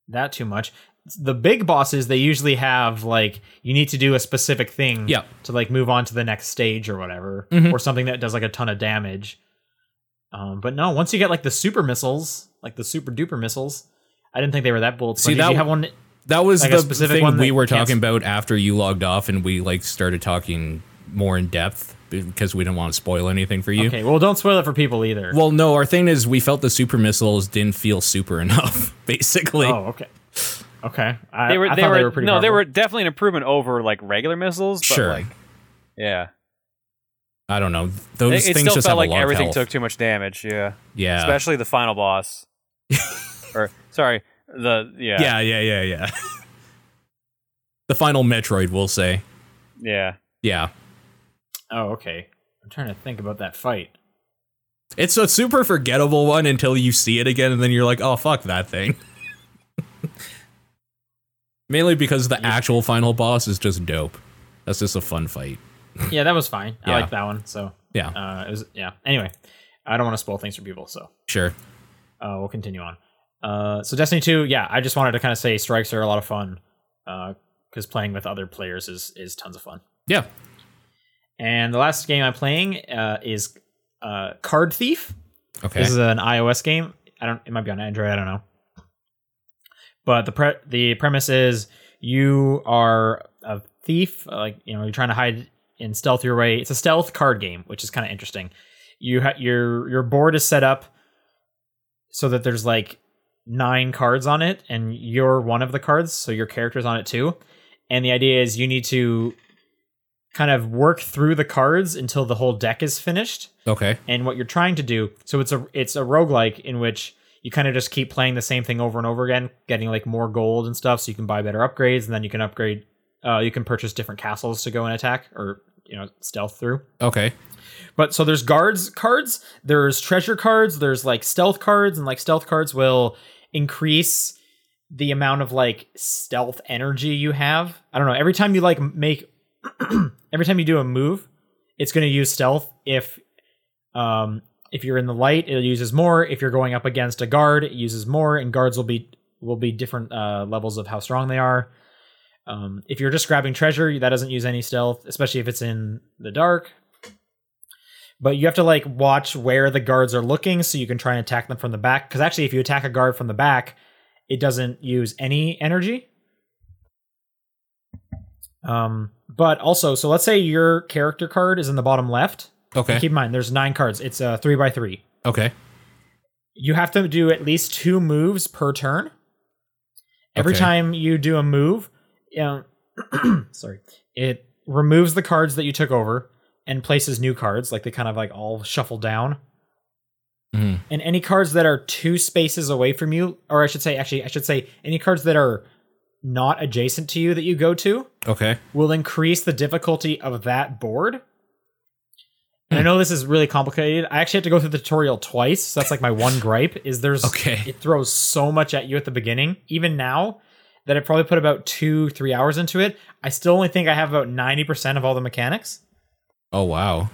Speaker 3: that too much. The big bosses they usually have like you need to do a specific thing
Speaker 2: Yeah.
Speaker 3: to like move on to the next stage or whatever
Speaker 2: Mhm.
Speaker 3: or something that does like a ton of damage. Um, but no, once you get like the super missiles, like the super duper missiles, I didn't think they were that bold.
Speaker 2: See,
Speaker 3: See,
Speaker 2: that
Speaker 3: Did
Speaker 2: w-
Speaker 3: you have one?
Speaker 2: That was
Speaker 3: Like a
Speaker 2: the
Speaker 3: specific
Speaker 2: thing
Speaker 3: one
Speaker 2: we
Speaker 3: that
Speaker 2: were
Speaker 3: can't-
Speaker 2: talking about after you logged off, and we like started talking more in depth because we didn't want to spoil anything for you.
Speaker 3: Okay, well, don't spoil it for people either.
Speaker 2: Well, no, our thing is we felt the super missiles didn't feel super enough, basically.
Speaker 3: oh, okay, okay. I,
Speaker 1: They were
Speaker 3: I
Speaker 1: they
Speaker 3: thought
Speaker 1: were,
Speaker 3: they were pretty.
Speaker 1: no, they
Speaker 3: horrible.
Speaker 1: were definitely an improvement over like regular missiles. But,
Speaker 2: sure,
Speaker 1: like, yeah,
Speaker 2: I don't know. Those
Speaker 1: it, it
Speaker 2: things
Speaker 1: still
Speaker 2: just
Speaker 1: felt
Speaker 2: have
Speaker 1: like
Speaker 2: a lot
Speaker 1: everything
Speaker 2: of
Speaker 1: took
Speaker 2: health.
Speaker 1: too much damage. Yeah,
Speaker 2: yeah.
Speaker 1: especially the final boss. or sorry, the yeah
Speaker 2: yeah, yeah, yeah, yeah. the final Metroid, we'll say.
Speaker 1: yeah.
Speaker 2: Yeah,
Speaker 3: Oh, okay. I'm trying to think about that fight.
Speaker 2: it's a super forgettable one until you see it again, and then you're like, oh fuck that thing. Mainly because the actual final boss is just dope. That's just a fun fight.
Speaker 3: yeah, that was fine.
Speaker 2: Yeah.
Speaker 3: I like that one. So
Speaker 2: Yeah.
Speaker 3: uh, it was yeah. Anyway, I don't want to spoil things for people, so
Speaker 2: Sure.
Speaker 3: uh, we'll continue on. Uh, so Destiny Two, yeah, I just wanted to kind of say strikes are a lot of fun because playing with other players is is tons of fun.
Speaker 2: Yeah.
Speaker 3: And the last game I'm playing uh, is uh, Card Thief.
Speaker 2: Okay.
Speaker 3: This is an iOS game. I don't. It might be on Android. I don't know. But the pre- the premise is you are a thief. uh, Like you know, you're trying to hide and stealth your way. It's a stealth card game, which is kind of interesting. You ha- your your board is set up so that there's like nine cards on it, and you're one of the cards, so your character's on it too. And the idea is you need to kind of work through the cards until the whole deck is finished
Speaker 2: okay.
Speaker 3: and what you're trying to do. So it's a it's a roguelike in which you kind of just keep playing the same thing over and over again, getting like more gold and stuff so you can buy better upgrades and then you can upgrade uh you can purchase different castles to go and attack or you know stealth through.
Speaker 2: Okay.
Speaker 3: But so there's guards cards, there's treasure cards, there's like stealth cards, and like stealth cards will increase the amount of like stealth energy you have. I don't know. Every time you like make, every time you do a move, it's going to use stealth. If, um, if you're in the light, it uses more. If you're going up against a guard, it uses more, and guards will be will be different uh, levels of how strong they are. Um, if you're just grabbing treasure, that doesn't use any stealth, especially if it's in the dark but you have to like watch where the guards are looking so you can try and attack them from the back because actually if you attack a guard from the back it doesn't use any energy um but also so let's say your character card is in the bottom left
Speaker 2: Okay.
Speaker 3: keep in mind there's nine cards it's a three by three
Speaker 2: okay.
Speaker 3: you have to do at least two moves per turn. Every
Speaker 2: Okay.
Speaker 3: time you do a move, um, sorry, it removes the cards that you took over and places new cards, like they kind of like all shuffle down.
Speaker 2: Mhm.
Speaker 3: And any cards that are two spaces away from you, or I should say, actually, I should say, any cards that are not adjacent to you that you go to,
Speaker 2: Okay.
Speaker 3: will increase the difficulty of that board. And I know this is really complicated. I actually had to go through the tutorial twice, so that's like my one gripe is there's
Speaker 2: Okay.
Speaker 3: it throws so much at you at the beginning, even now, that I probably put about two, three hours into it. I still only think I have about 90% of all the mechanics.
Speaker 2: Oh wow.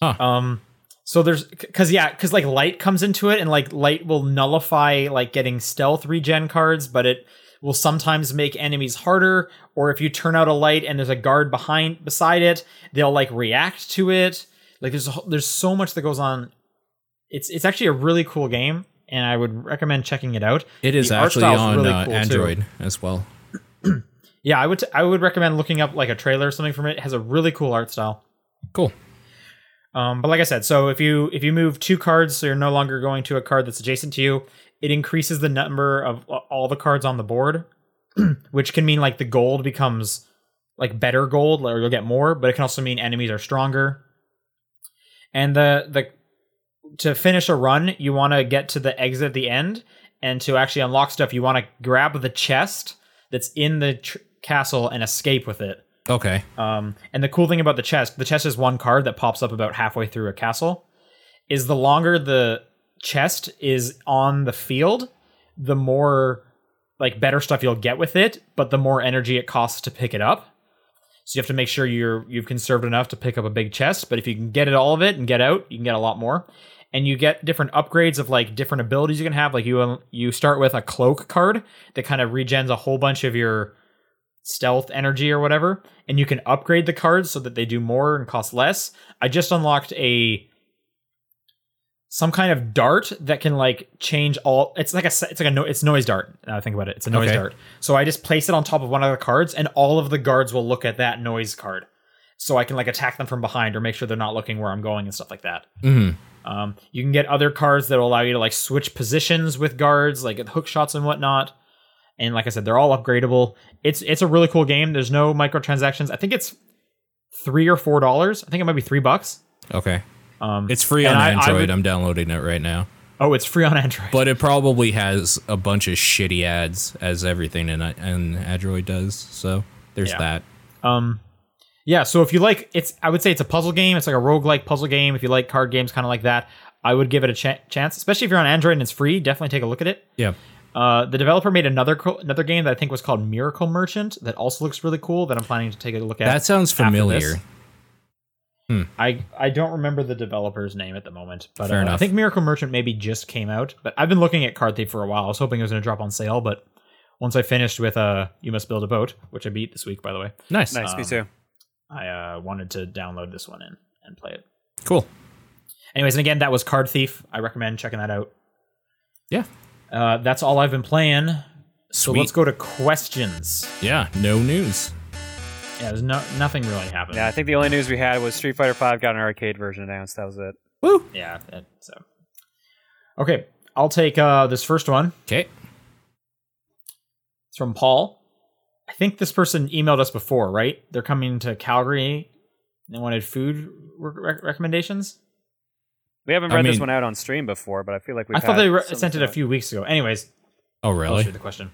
Speaker 2: Huh.
Speaker 3: Um, so there's because yeah, because like light comes into it, and like light will nullify like getting stealth regen cards, but it will sometimes make enemies harder. Or if you turn out a light and there's a guard behind beside it, they'll like react to it. Like there's a, wh- there's so much that goes on. It's it's actually a really cool game, and I would recommend checking it out.
Speaker 2: It is
Speaker 3: The art
Speaker 2: actually
Speaker 3: style's
Speaker 2: on
Speaker 3: really
Speaker 2: uh,
Speaker 3: cool, too.
Speaker 2: Android as well.
Speaker 3: Yeah, I would t- I would recommend looking up like a trailer or something from it. It has a really cool art style.
Speaker 2: Cool.
Speaker 3: Um, but like I said, so if you if you move two cards, so you're no longer going to a card that's adjacent to you, it increases the number of a- all the cards on the board, which can mean like the gold becomes like better gold, or you'll get more. But it can also mean enemies are stronger. And the the to finish a run, you want to get to the exit at the end, and to actually unlock stuff, you want to grab the chest that's in the tr- castle and escape with it.
Speaker 2: Okay.
Speaker 3: Um, and the cool thing about the chest, the chest is one card that pops up about halfway through a castle. Is the longer the chest is on the field, the more like better stuff you'll get with it, but the more energy it costs to pick it up. So you have to make sure you're you've conserved enough to pick up a big chest. But if you can get it all of it and get out, you can get a lot more. And you get different upgrades of like different abilities you can have. Like you you start with a cloak card that kind of regens a whole bunch of your stealth energy or whatever, and you can upgrade the cards so that they do more and cost less. I just unlocked a some kind of dart that can like change all. It's like a s- it's like a no, it's noise dart. Now I think about it, it's a noise
Speaker 2: Okay.
Speaker 3: dart. So I just place it on top of one of the cards, and all of the guards will look at that noise card. So I can like attack them from behind or make sure they're not looking where I'm going and stuff like that.
Speaker 2: hmm
Speaker 3: Um, you can get other cards that will allow you to like switch positions with guards, like hook shots and whatnot. And like I said, they're all upgradable. It's it's a really cool game. There's no microtransactions. I think it's three or four dollars. I think it might be three bucks.
Speaker 2: Okay.
Speaker 3: Um,
Speaker 2: It's free
Speaker 3: and
Speaker 2: on
Speaker 3: I- I
Speaker 2: Android.
Speaker 3: would-
Speaker 2: I'm downloading it right now.
Speaker 3: oh, it's free on Android.
Speaker 2: But it probably has a bunch of shitty ads, as everything in, in Android does. So there's
Speaker 3: Yeah.
Speaker 2: that.
Speaker 3: Um, yeah, so if you like, it's I would say it's a puzzle game. It's like a roguelike puzzle game. If you like card games, kind of like that, I would give it a ch- chance. Especially if you're on Android and it's free, definitely take a look at it.
Speaker 2: Yeah.
Speaker 3: Uh, the developer made another co- another game that I think was called Miracle Merchant that also looks really cool that I'm planning to take a look at.
Speaker 2: That sounds
Speaker 3: after this.
Speaker 2: familiar.
Speaker 3: I I don't remember the developer's name at the moment, but
Speaker 2: Fair
Speaker 3: uh, I
Speaker 2: enough.
Speaker 3: think Miracle Merchant maybe just came out. But I've been looking at Card Thief for a while. I was hoping it was going to drop on sale, but once I finished with uh, You Must Build a Boat, which I beat this week, by the way,
Speaker 2: Nice.
Speaker 1: Nice, me
Speaker 3: Um,
Speaker 1: too.
Speaker 3: I uh, wanted to download this one in and play it.
Speaker 2: Cool.
Speaker 3: Anyways, and again, that was Card Thief. I recommend checking that out.
Speaker 2: Yeah.
Speaker 3: Uh, that's all I've been playing. So
Speaker 2: Sweet.
Speaker 3: let's go to questions.
Speaker 2: Yeah. No news.
Speaker 3: Yeah, there's no nothing really happened.
Speaker 1: Yeah, I think the only news we had was Street Fighter Five got an arcade version announced. That was it.
Speaker 2: Woo.
Speaker 3: yeah. that- so, okay, I'll take uh, this first one.
Speaker 2: Okay.
Speaker 3: It's from Paul. I think this person emailed us before, right? They're coming to Calgary. and They wanted food re- rec- recommendations.
Speaker 1: We haven't
Speaker 2: I
Speaker 1: read this
Speaker 2: mean-
Speaker 1: one out on stream before, but I feel like we.
Speaker 3: I thought they re- sent it a few weeks ago. Anyways,
Speaker 2: Oh,
Speaker 3: I'll
Speaker 2: really?
Speaker 3: shoot the question.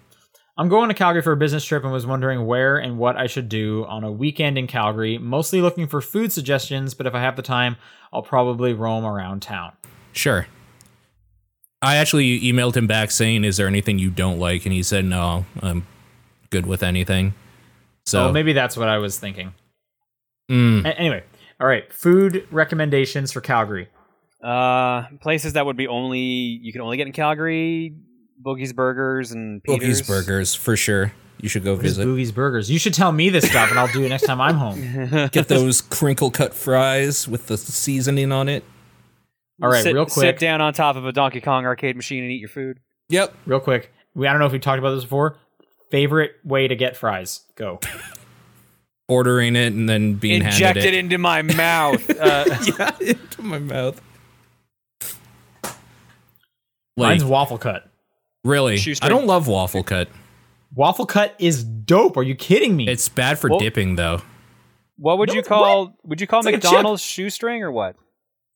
Speaker 3: I'm going to Calgary for a business trip and was wondering where and what I should do on a weekend in Calgary. Mostly looking for food suggestions, but if I have the time, I'll probably roam around town.
Speaker 2: Sure. I actually emailed him back saying, "Is there anything you don't like?" And he said, "No, I'm good with anything." So
Speaker 3: So maybe that's what I was thinking.
Speaker 2: Mm,
Speaker 3: A- anyway, all right. Food recommendations for Calgary.
Speaker 1: Uh, places that would be only you can only get in Calgary: Boogie's Burgers and Peter's.
Speaker 2: Boogie's Burgers for sure. You should go
Speaker 3: What is
Speaker 2: visit.
Speaker 3: Boogie's Burgers? You should tell me this stuff, and I'll do it next time I'm home.
Speaker 2: Get those crinkle cut fries with the seasoning on it.
Speaker 3: All right,
Speaker 1: Sit-
Speaker 3: real
Speaker 1: Sit
Speaker 3: quick,
Speaker 1: down on top of a Donkey Kong arcade machine and eat your food.
Speaker 2: Yep.
Speaker 3: real quick. We I don't know if we talked about this before. Favorite way to get fries? Go.
Speaker 2: Ordering it and then being
Speaker 1: Inject
Speaker 2: handed
Speaker 1: it
Speaker 2: it.
Speaker 1: into my mouth. Uh,
Speaker 2: yeah, into my mouth. Like
Speaker 3: Mine's waffle cut.
Speaker 2: really, I
Speaker 1: shoestring.
Speaker 2: don't love waffle cut.
Speaker 3: Waffle cut is dope. Are you kidding me?
Speaker 2: It's bad for
Speaker 1: Well-
Speaker 2: dipping though.
Speaker 1: what would
Speaker 3: No,
Speaker 1: you
Speaker 3: it's-
Speaker 1: call? Would you call
Speaker 3: like a chip.
Speaker 1: McDonald's shoestring or what?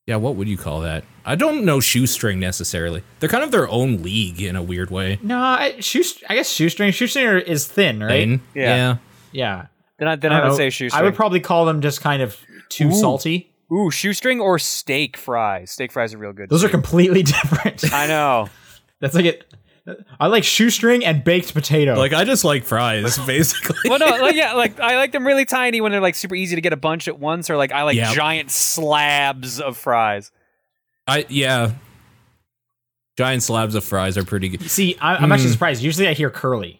Speaker 2: Yeah, what would you call that? I don't know shoestring necessarily. They're kind of their own league in a weird way.
Speaker 3: No, I, shoest- I guess shoestring. Shoestring are- is thin, right?
Speaker 2: Thin?
Speaker 1: Yeah.
Speaker 3: Yeah.
Speaker 1: Then I, then I,
Speaker 3: don't
Speaker 1: would
Speaker 3: know.
Speaker 1: say shoestring.
Speaker 3: I would probably call them just kind of too
Speaker 1: Ooh.
Speaker 3: salty.
Speaker 1: Ooh, shoestring or steak fries. Steak fries are real good.
Speaker 3: Those are
Speaker 1: too.
Speaker 3: completely different.
Speaker 1: I know.
Speaker 3: That's like it. I like shoestring and baked
Speaker 1: Oh.
Speaker 3: potato.
Speaker 2: Like I just like fries, basically.
Speaker 1: well, no, like, yeah, like I like them really tiny when they're like super easy to get a bunch at once, or like I like
Speaker 2: Yeah.
Speaker 1: giant slabs of fries.
Speaker 2: I yeah. Giant slabs of fries are pretty good.
Speaker 3: See, I, I'm actually
Speaker 2: Mm.
Speaker 3: surprised. Usually, I hear curly.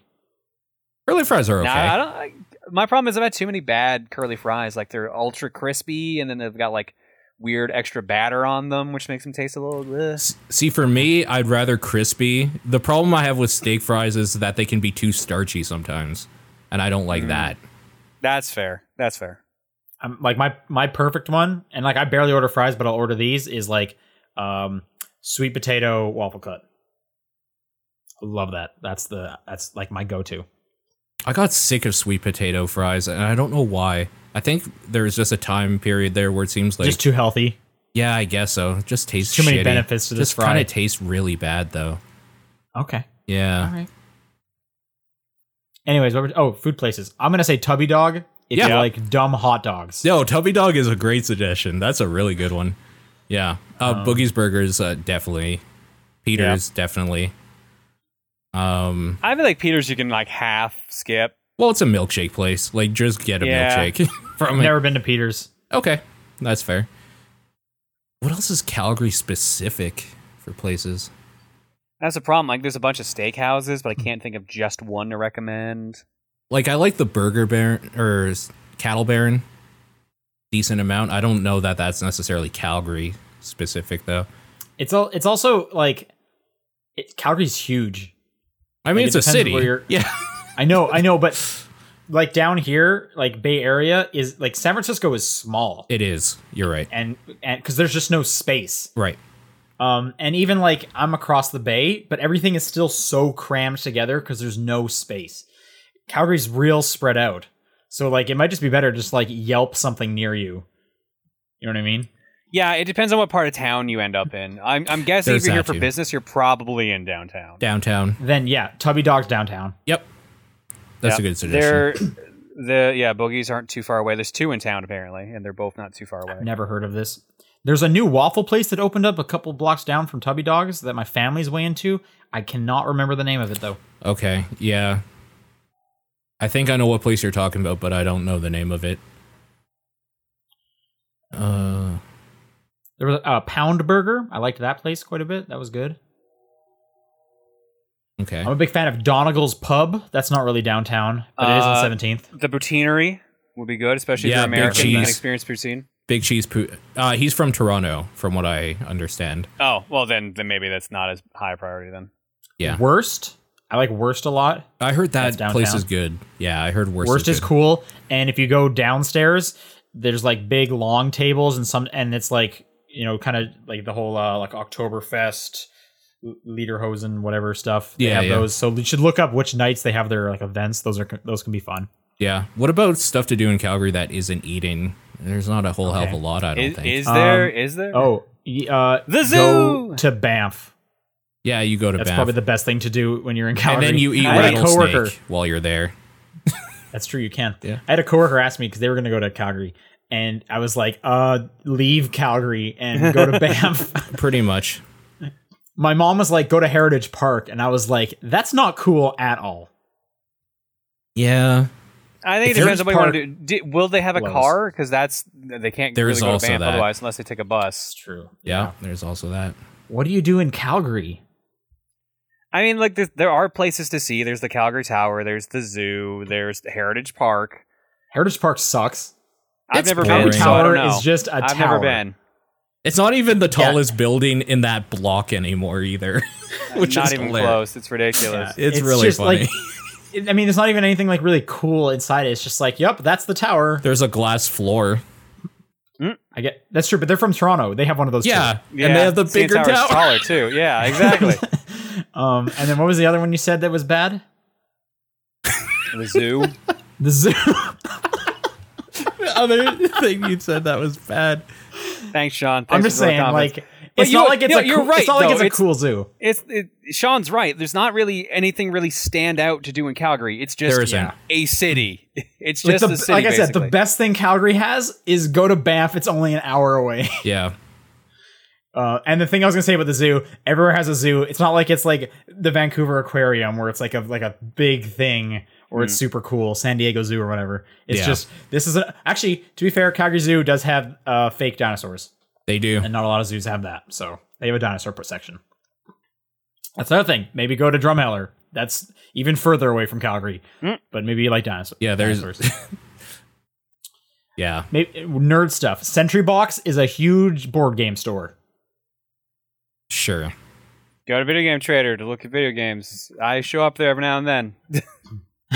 Speaker 2: Curly fries are okay.
Speaker 1: Now I don't. I, my problem is I've had too many bad curly fries. Like they're ultra crispy, and then they've got like weird extra batter on them, which makes them taste a little. bleh.
Speaker 2: S- See, for me, I'd rather crispy. The problem I have with steak fries is that they can be too starchy sometimes, and I don't
Speaker 1: Hmm.
Speaker 2: like that.
Speaker 1: That's fair. That's fair.
Speaker 3: I'm, like my my perfect one, and like I barely order fries, but I'll order these. Is like um, sweet potato waffle cut. I love that. That's the that's like my go-to.
Speaker 2: I got sick of sweet potato fries, and I don't know why. I think there's just a time period there where it seems like,
Speaker 3: Just too healthy.
Speaker 2: yeah, I guess so. It just tastes
Speaker 3: Too many
Speaker 2: shitty.
Speaker 3: benefits to this
Speaker 2: Just
Speaker 3: fry.
Speaker 2: kind of tastes really bad though.
Speaker 3: Okay.
Speaker 2: Yeah.
Speaker 3: right. Anyways, what were, oh, food places. I'm gonna say Tubby Dog. If you
Speaker 2: Yeah.
Speaker 3: like dumb hot dogs.
Speaker 2: Yo, Tubby Dog is a great suggestion. That's a really good one. Yeah. Uh,
Speaker 3: Um,
Speaker 2: Boogie's Burgers, uh, definitely. Peter's, definitely. Um,
Speaker 1: I feel like Peters, you can like half skip.
Speaker 2: well, it's a milkshake place. Like, just get a
Speaker 1: Yeah.
Speaker 2: milkshake from it.
Speaker 3: Never been to Peter's.
Speaker 2: Okay, that's fair. What else is Calgary specific for places?
Speaker 1: That's the problem. Like there's a bunch of steakhouses, but I can't think of just one to recommend.
Speaker 2: Like, I like the Burger Baron or s- Cattle Baron, decent amount. I don't know that that's necessarily Calgary specific though.
Speaker 3: It's all. It's also like it, Calgary's huge.
Speaker 2: I mean,
Speaker 3: Like, it
Speaker 2: it's a
Speaker 3: depends
Speaker 2: city.
Speaker 3: where you're-
Speaker 2: Yeah.
Speaker 3: I know, I know, but like down here, like Bay Area is like San Francisco is small,
Speaker 2: It is. You're right.
Speaker 3: and and because there's just no space.
Speaker 2: Right.
Speaker 3: Um, and even like I'm across the bay, but everything is still so crammed together because there's no space. Calgary's real spread out, so like it might just be better just like Yelp something near you. You know what I mean?
Speaker 1: Yeah, it depends on what part of town you end up in. I'm, I'm guessing
Speaker 2: There's
Speaker 1: if you're here
Speaker 2: that
Speaker 1: for
Speaker 2: too.
Speaker 1: business, you're probably in downtown.
Speaker 2: Downtown.
Speaker 3: Then yeah, Tubby Dog's downtown.
Speaker 2: Yep. That's a
Speaker 1: Yeah.
Speaker 2: good suggestion.
Speaker 1: They're, the yeah, bogeys aren't too far away. There's two in town apparently, and they're both not too far away.
Speaker 3: Never heard of this. There's a new waffle place that opened up a couple blocks down from Tubby Dogs that my family's way into. I cannot remember the name of it though.
Speaker 2: Okay. Yeah. I think I know what place you're talking about, but I don't know the name of it. Uh,
Speaker 3: There was a uh, Pound Burger. I liked that place quite a bit. That was good.
Speaker 2: okay.
Speaker 3: I'm a big fan of Donegal's Pub. That's not really downtown, but it is
Speaker 1: Uh,
Speaker 3: on 17th.
Speaker 1: The boutinerie would be good, especially
Speaker 2: Yeah,
Speaker 1: if
Speaker 2: big
Speaker 1: you're American and
Speaker 2: cheese.
Speaker 1: experience poutine.
Speaker 2: Big Cheese Poo. Uh, he's from Toronto, from what I understand.
Speaker 1: Oh well, then then maybe that's not as high a priority then.
Speaker 2: Yeah.
Speaker 3: Worst. I like Worst a lot.
Speaker 2: I heard that
Speaker 3: That's downtown.
Speaker 2: place is good. Yeah, I heard worst.
Speaker 3: Worst is
Speaker 2: good.
Speaker 3: cool. And if you go downstairs, there's like big long tables and some, and it's like you know, kind of like the whole uh, like Oktoberfest, L- Lederhosen, whatever stuff. They
Speaker 2: Yeah,
Speaker 3: have
Speaker 2: yeah.
Speaker 3: those. So you should look up which nights they have their like events. Those are those can be fun.
Speaker 2: Yeah. What about stuff to do in Calgary that isn't eating? There's not a whole hell of a
Speaker 3: Okay.
Speaker 2: lot. I don't
Speaker 1: Is,
Speaker 2: think. Um,
Speaker 1: is there? Is there?
Speaker 3: Oh, y- uh,
Speaker 1: The
Speaker 3: go
Speaker 1: zoo!
Speaker 3: to Banff.
Speaker 2: yeah, you go to
Speaker 3: That's
Speaker 2: Banff,
Speaker 3: probably the best thing to do when you're in
Speaker 2: and
Speaker 3: Calgary.
Speaker 2: then you eat
Speaker 3: I had a coworker.
Speaker 2: rattlesnake while you're there.
Speaker 3: That's true. You can.
Speaker 2: Yeah.
Speaker 3: I had a coworker ask me because they were going to go to Calgary, and I was like, "Uh, leave Calgary and go to Banff."
Speaker 2: Pretty much.
Speaker 3: My mom was like, "Go to Heritage Park," and I was like, "That's not cool at all."
Speaker 2: Yeah.
Speaker 1: I think it
Speaker 3: There's
Speaker 1: depends on what you want to
Speaker 3: part-
Speaker 1: do. Di- will they have a
Speaker 3: Close.
Speaker 1: car? Because that's they can't
Speaker 2: There
Speaker 1: really
Speaker 2: is
Speaker 1: go
Speaker 2: also
Speaker 1: to Banff
Speaker 2: that.
Speaker 1: otherwise unless they take a bus.
Speaker 3: true.
Speaker 2: Yeah. There's also that.
Speaker 3: What do you do in Calgary?
Speaker 1: I mean, like, there, there are places to see. There's the Calgary Tower. There's the zoo. There's Heritage Park.
Speaker 3: Heritage Park sucks.
Speaker 1: I've
Speaker 2: It's
Speaker 1: never
Speaker 2: boring.
Speaker 1: been. so I
Speaker 3: Tower
Speaker 1: don't know.
Speaker 3: is just a
Speaker 1: I've never
Speaker 3: tower.
Speaker 1: been.
Speaker 2: It's not even the tallest building in that block anymore either, which
Speaker 1: Not
Speaker 2: is
Speaker 1: even
Speaker 2: hilarious.
Speaker 1: close. It's ridiculous.
Speaker 2: It's really
Speaker 3: Uh, just
Speaker 2: funny.
Speaker 3: Like, it- I mean, there's not even anything like really cool inside. It. It's just like, "Yep, that's the tower."
Speaker 2: There's a glass floor.
Speaker 3: I get that's true, but they're from Toronto. They have one of those.
Speaker 2: Yeah,
Speaker 1: Yeah,
Speaker 2: and they have the
Speaker 1: CN
Speaker 2: bigger
Speaker 1: Tower's
Speaker 2: tower.
Speaker 1: taller too. Yeah, exactly.
Speaker 3: too. Um, and then what was the other one you said that was bad?
Speaker 1: the zoo.
Speaker 3: The zoo.
Speaker 2: The other thing you said that was bad.
Speaker 1: Thanks, Sean. Thanks
Speaker 3: I'm just
Speaker 1: for the
Speaker 3: saying,
Speaker 1: comments.
Speaker 3: like,
Speaker 1: But
Speaker 3: it's
Speaker 1: you-
Speaker 3: not like it's
Speaker 1: no,
Speaker 3: a
Speaker 1: you're
Speaker 3: cool,
Speaker 1: right,
Speaker 3: It's not like
Speaker 1: though.
Speaker 3: it's a
Speaker 1: It's-
Speaker 3: cool zoo.
Speaker 1: it's it, Sean's right. There's not really anything really stand out to do in Calgary. It's
Speaker 2: There
Speaker 1: just
Speaker 2: isn't.
Speaker 1: a city. It's
Speaker 3: Like,
Speaker 1: just
Speaker 3: the,
Speaker 1: a city.
Speaker 3: like I said, the
Speaker 1: basically.
Speaker 3: best thing Calgary has is go to Banff. It's only an hour away.
Speaker 2: Yeah,
Speaker 3: Uh, and the thing I was gonna say about the zoo, everywhere has a zoo. It's not like it's like the Vancouver Aquarium where it's like a like a big thing or
Speaker 1: Mm.
Speaker 3: it's super cool, San Diego Zoo or whatever. It's
Speaker 2: Yeah.
Speaker 3: just this is a, actually to be fair, Calgary Zoo does have uh, fake dinosaurs,
Speaker 2: They do.
Speaker 3: and not a lot of zoos have that, so they have a dinosaur section. That's another thing. Maybe go to Drumheller. That's even further away from Calgary,
Speaker 1: Mm.
Speaker 3: but maybe you like dinosaurs.
Speaker 2: Yeah, there's-
Speaker 3: dinosaurs.
Speaker 2: Yeah.
Speaker 3: Maybe, nerd stuff. Sentry Box is a huge board game store.
Speaker 2: Sure.
Speaker 1: Go to Video Game Trader to look at video games. I show up there every now and then.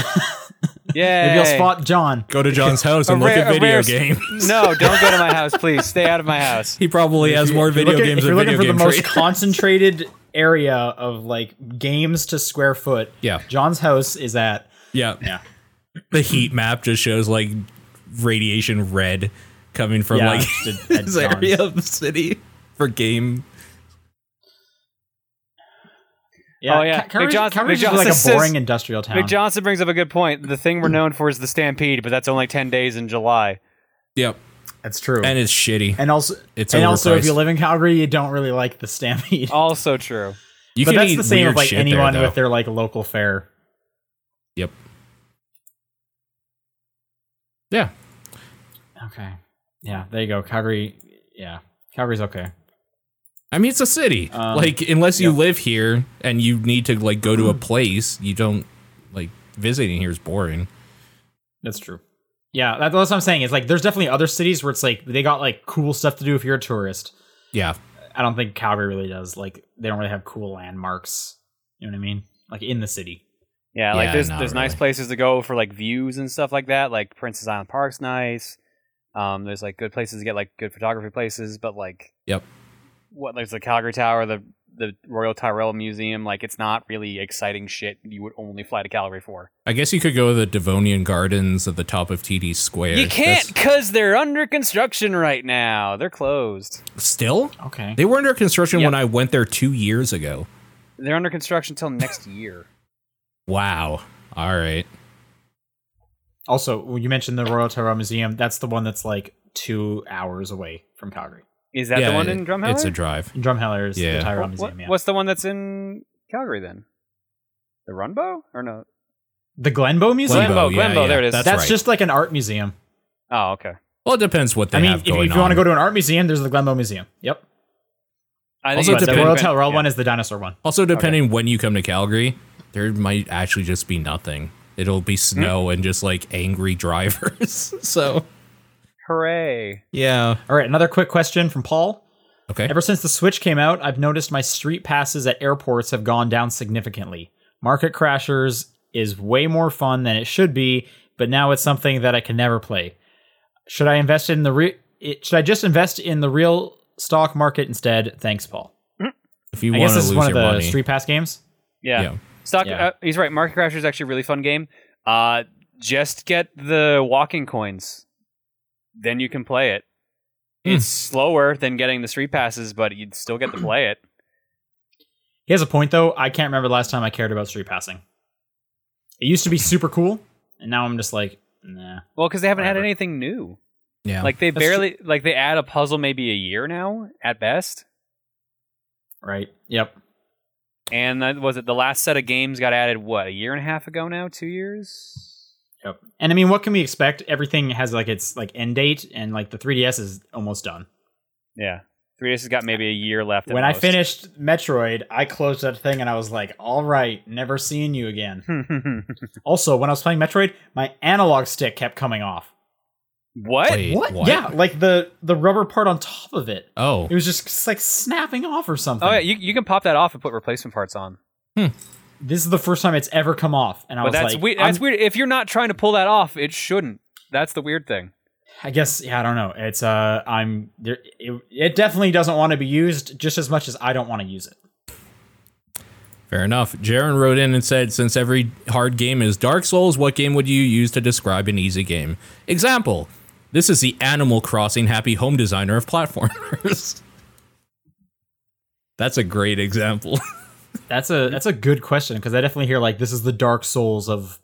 Speaker 1: Yeah.
Speaker 3: Maybe you'll spot John.
Speaker 2: Go to John's house and
Speaker 1: A
Speaker 2: look
Speaker 1: rare-
Speaker 2: at
Speaker 1: a
Speaker 2: video
Speaker 1: rare-
Speaker 2: game.
Speaker 1: No, don't go to my house, please. Stay out of my house.
Speaker 2: He probably has more
Speaker 3: If you're
Speaker 2: video
Speaker 3: looking-
Speaker 2: games
Speaker 3: If you're
Speaker 2: than
Speaker 3: looking
Speaker 2: video
Speaker 3: for the
Speaker 2: game
Speaker 3: most
Speaker 2: trade.
Speaker 3: concentrated area of like games to square foot,
Speaker 2: Yeah.
Speaker 3: John's house is at.
Speaker 2: Yeah.
Speaker 3: Yeah.
Speaker 2: The heat map just shows like radiation red coming from
Speaker 3: Yeah,
Speaker 2: like
Speaker 3: just at- at
Speaker 2: this
Speaker 3: John's.
Speaker 2: area of the city for game.
Speaker 1: Oh, yeah.
Speaker 3: Ca- Calgary's-
Speaker 1: McJohn's-
Speaker 3: Calgary's
Speaker 1: McJohn's
Speaker 3: just like
Speaker 1: says-
Speaker 3: a boring industrial town.
Speaker 1: Nick Johnson brings up a good point. The thing we're known for is the Stampede, but that's only 10 days in July.
Speaker 2: Yep.
Speaker 3: That's true.
Speaker 2: And
Speaker 3: And,
Speaker 2: it's shitty.
Speaker 3: also,
Speaker 2: It's
Speaker 3: and also, if
Speaker 2: overpriced.
Speaker 3: you live in Calgary, you don't really like the stampede.
Speaker 1: Also true.
Speaker 2: Oh, you
Speaker 3: but
Speaker 2: can
Speaker 3: that's
Speaker 2: eat
Speaker 3: the same
Speaker 2: weird
Speaker 3: of like
Speaker 2: shit there,
Speaker 3: anyone
Speaker 2: though.
Speaker 3: with their like local fare.
Speaker 2: Yep. Yeah.
Speaker 3: Okay. Yeah. There you go. Calgary. Yeah. Calgary's okay.
Speaker 2: I mean, it's a city.
Speaker 3: Um,
Speaker 2: like, unless you
Speaker 3: yeah. Mm.
Speaker 2: live here and you need to like go to a place, you don't like visiting here is boring.
Speaker 3: That's true. Yeah, that- that's what I'm saying. It's like there's definitely other cities where it's like they got like cool stuff to do if you're a tourist.
Speaker 2: Yeah.
Speaker 3: I don't think Calgary really does. Like they don't really have cool landmarks. You know what I mean? Like in the city.
Speaker 1: Yeah, like
Speaker 2: Yeah,
Speaker 1: there's
Speaker 2: not
Speaker 1: there's nice
Speaker 2: really.
Speaker 1: places to go for like views and stuff like that. Like Princess Island Park's nice. Um, there's like good places to get like good photography places, but like
Speaker 2: Yep.
Speaker 1: what there's the Calgary Tower, the the Royal Tyrrell Museum. Like it's not really exciting shit you would only fly to Calgary for.
Speaker 2: I guess you could go to the Devonian Gardens at the top of TD Square.
Speaker 1: You can't
Speaker 2: That's-
Speaker 1: because they're under construction right now. They're closed.
Speaker 2: still.
Speaker 3: Okay.
Speaker 2: They were under construction when I went there two years ago.
Speaker 1: They're under construction till next year.
Speaker 2: Wow. All right.
Speaker 3: Also, when you mentioned the Royal Tyrrell Museum. That's the one that's like two hours away from Calgary.
Speaker 1: Is that
Speaker 2: Yeah,
Speaker 1: the one
Speaker 2: it-
Speaker 1: in Drumheller?
Speaker 2: It's a drive.
Speaker 3: In Drumheller is
Speaker 2: Yeah.
Speaker 3: the Tyrrell
Speaker 1: Wh- wh-
Speaker 3: Museum. Yeah.
Speaker 1: What's the one that's in Calgary then? The Runbow or no?
Speaker 3: the Glenbow Museum?
Speaker 1: Glenbow. Glenbow, there it is.
Speaker 2: That's,
Speaker 3: That's
Speaker 2: right.
Speaker 3: just like an art museum.
Speaker 1: Oh, okay.
Speaker 2: well, it depends what they
Speaker 3: I mean,
Speaker 2: have
Speaker 3: if, if
Speaker 2: going
Speaker 3: you
Speaker 2: on.
Speaker 3: want to go to an art museum, there's the Glenbow Museum. Yep.
Speaker 1: I
Speaker 2: Also,
Speaker 1: it's
Speaker 3: But the
Speaker 2: depend-
Speaker 3: Royal
Speaker 1: different-
Speaker 3: Tyrrell
Speaker 1: yeah.
Speaker 3: one is the dinosaur one.
Speaker 2: also, depending when you come to Calgary, there might actually just be nothing. It'll be
Speaker 3: Hmm.
Speaker 2: snow and just like angry drivers. so
Speaker 1: Hooray!
Speaker 2: yeah.
Speaker 3: All right, another quick question from Paul.
Speaker 2: Okay.
Speaker 3: Ever since the Switch came out, I've noticed my street passes at airports have gone down significantly. Market Crashers is way more fun than it should be, but now it's something that I can never play. Should I invest in the re- it, should I just invest in the real stock market instead? Thanks, Paul.
Speaker 2: if you
Speaker 3: I
Speaker 2: want
Speaker 3: guess
Speaker 2: to
Speaker 3: this is
Speaker 2: lose
Speaker 3: one
Speaker 2: your
Speaker 3: of the
Speaker 2: money,
Speaker 3: street pass games.
Speaker 1: Yeah.
Speaker 2: Yeah.
Speaker 1: Stock.
Speaker 3: Yeah.
Speaker 1: Uh, he's right. Market Crasher is actually a really fun game. Uh, just get the walking coins, then you can play it.
Speaker 2: Hmm.
Speaker 1: It's slower than getting the street passes, but you'd still get to play it.
Speaker 3: He has a point though. I can't remember the last time I cared about street passing. It used to be super cool, and now I'm just like, nah.
Speaker 1: Well, because they haven't had
Speaker 3: Whatever.
Speaker 1: anything new.
Speaker 2: yeah,
Speaker 1: Like they
Speaker 3: That's true.
Speaker 1: barely like they add a puzzle maybe a year now at best.
Speaker 3: Right? Yep.
Speaker 1: And that was it. The last set of games got added what a year and a half ago now, two years.
Speaker 3: Yep. And I mean, what can we expect? Everything has like its like end date, and like the 3DS is almost done.
Speaker 1: Yeah, 3DS has got maybe a year left. at
Speaker 3: when I
Speaker 1: most.
Speaker 3: finished Metroid, I closed that thing, and I was like, "All right, never seeing you again." also, when I was playing Metroid, my analog stick kept coming off.
Speaker 1: what?
Speaker 2: Wait,
Speaker 3: what? Yeah, like the the rubber part on top of it.
Speaker 2: Oh,
Speaker 3: It was just like snapping off or something.
Speaker 1: Oh yeah, you, you can pop that off and put replacement parts on.
Speaker 3: This is the first time it's ever come off, and I
Speaker 1: But
Speaker 3: was
Speaker 1: that's
Speaker 3: like,
Speaker 1: weird.
Speaker 3: I'm-
Speaker 1: That's weird. If you're not trying to pull that off, it shouldn't. That's the weird thing.
Speaker 3: I guess yeah, I don't know. It's uh, I'm there. It, it definitely doesn't want to be used just as much as I don't want to use it.
Speaker 2: fair enough. Jaron wrote in and said, "Since every hard game is Dark Souls, what game would you use to describe an easy game? Example: This is the Animal Crossing happy home designer of platformers. That's a great example.
Speaker 3: That's a that's a good question because I definitely hear like this is the Dark Souls of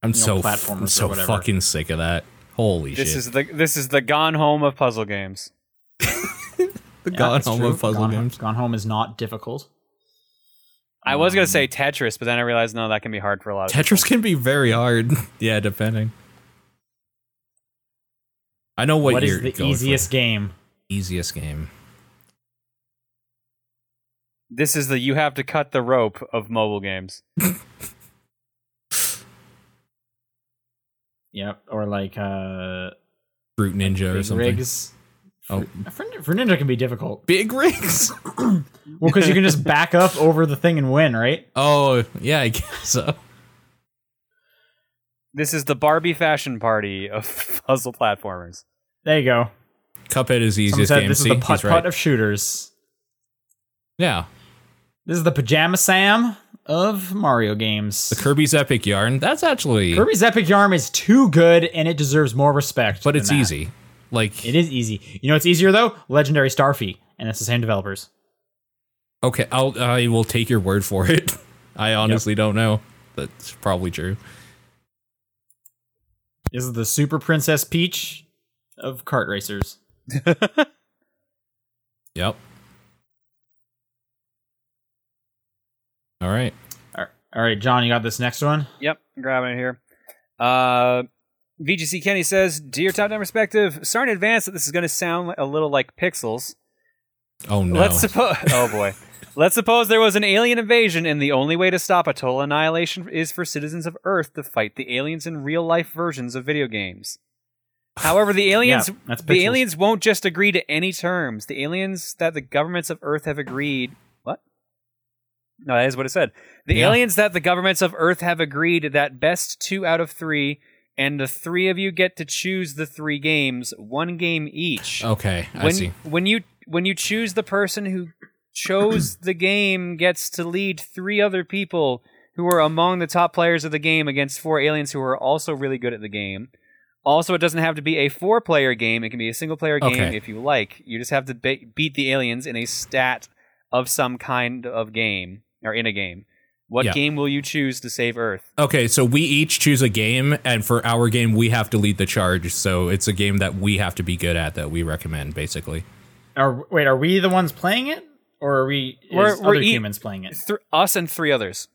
Speaker 2: I'm
Speaker 3: know,
Speaker 2: so f-
Speaker 3: platformers
Speaker 2: I'm
Speaker 3: or
Speaker 2: so
Speaker 3: whatever.
Speaker 2: fucking sick of that. Holy
Speaker 1: This
Speaker 2: shit!
Speaker 1: is the this is the gone home of puzzle games.
Speaker 2: The
Speaker 3: Yeah,
Speaker 2: god
Speaker 3: that's
Speaker 2: home
Speaker 3: true.
Speaker 2: of puzzle
Speaker 3: Gone-
Speaker 2: games.
Speaker 3: Gone Home is not difficult.
Speaker 1: I was gonna
Speaker 3: Um,
Speaker 1: say Tetris, but then I realized no, that can be hard for a lot of
Speaker 2: Tetris can be very hard. yeah, depending. I know what,
Speaker 3: what
Speaker 2: you're
Speaker 3: is the
Speaker 2: going for.
Speaker 3: easiest game?
Speaker 2: easiest game.
Speaker 1: people. This is the you have to cut the rope of mobile games.
Speaker 3: Yep. Or like uh
Speaker 2: Fruit Ninja or
Speaker 3: Big
Speaker 2: something.
Speaker 3: Rigs.
Speaker 2: Oh.
Speaker 3: For, for Ninja can be difficult.
Speaker 2: Big rigs.
Speaker 3: Well, because you can just back up over the thing and win, right?
Speaker 2: oh yeah, I guess so.
Speaker 1: This is the Barbie fashion party of puzzle platformers.
Speaker 3: There you go.
Speaker 2: Cuphead is the
Speaker 3: Someone
Speaker 2: easiest
Speaker 3: said
Speaker 2: game.
Speaker 3: this
Speaker 2: See,
Speaker 3: is the
Speaker 2: he's
Speaker 3: putt
Speaker 2: right.
Speaker 3: putt of shooters.
Speaker 2: yeah,
Speaker 3: This is the pajama Sam of Mario games.
Speaker 2: the Kirby's Epic Yarn. That's actually,
Speaker 3: Kirby's Epic Yarn is too good, and it deserves more respect.
Speaker 2: but
Speaker 3: than
Speaker 2: it's
Speaker 3: that.
Speaker 2: easy. Like
Speaker 3: It is easy. You know, it's easier though. Legendary Starfy, and it's the same developers.
Speaker 2: okay, I'll I will take your word for it. I honestly don't know. That's probably true.
Speaker 3: This is the Super Princess Peach of kart racers.
Speaker 2: Yep. All right.
Speaker 3: All right, all right, John, you got this next one.
Speaker 1: Yep, I'm grabbing it here. Uh, VGC Kenny says, "Dear Top Down Perspective, sorry in advance that this is going to sound a little like Pixels.
Speaker 2: Oh no.
Speaker 1: Let's suppose. oh boy." Let's suppose there was an alien invasion, and the only way to stop a total annihilation is for citizens of Earth to fight the aliens in real life versions of video games. However, the aliens
Speaker 3: yeah, that's
Speaker 1: the
Speaker 3: Pixels.
Speaker 1: aliens won't just agree to any terms. The aliens that the governments of Earth have agreed. What? No, that is what it said. The
Speaker 2: Yeah.
Speaker 1: aliens that the governments of Earth have agreed that best two out of three, and the three of you get to choose the three games, one game each.
Speaker 2: okay, I
Speaker 1: when,
Speaker 2: see.
Speaker 1: When you when you choose the person who chose the game gets to lead three other people who are among the top players of the game against four aliens who are also really good at the game. Also, it doesn't have to be a four-player game; it can be a single-player game
Speaker 2: Okay.
Speaker 1: if you like. You just have to ba- beat the aliens in a stat of some kind of game or in a game. What
Speaker 2: Yeah.
Speaker 1: game will you choose to save Earth?
Speaker 2: Okay, so we each choose a game, and for our game, we have to lead the charge. So it's a game that we have to be good at that we recommend, basically.
Speaker 3: Are wait, are we the ones playing it, or are we is
Speaker 1: We're- we're e-
Speaker 3: other
Speaker 1: ea-
Speaker 3: humans playing it?
Speaker 1: Th- us and three others.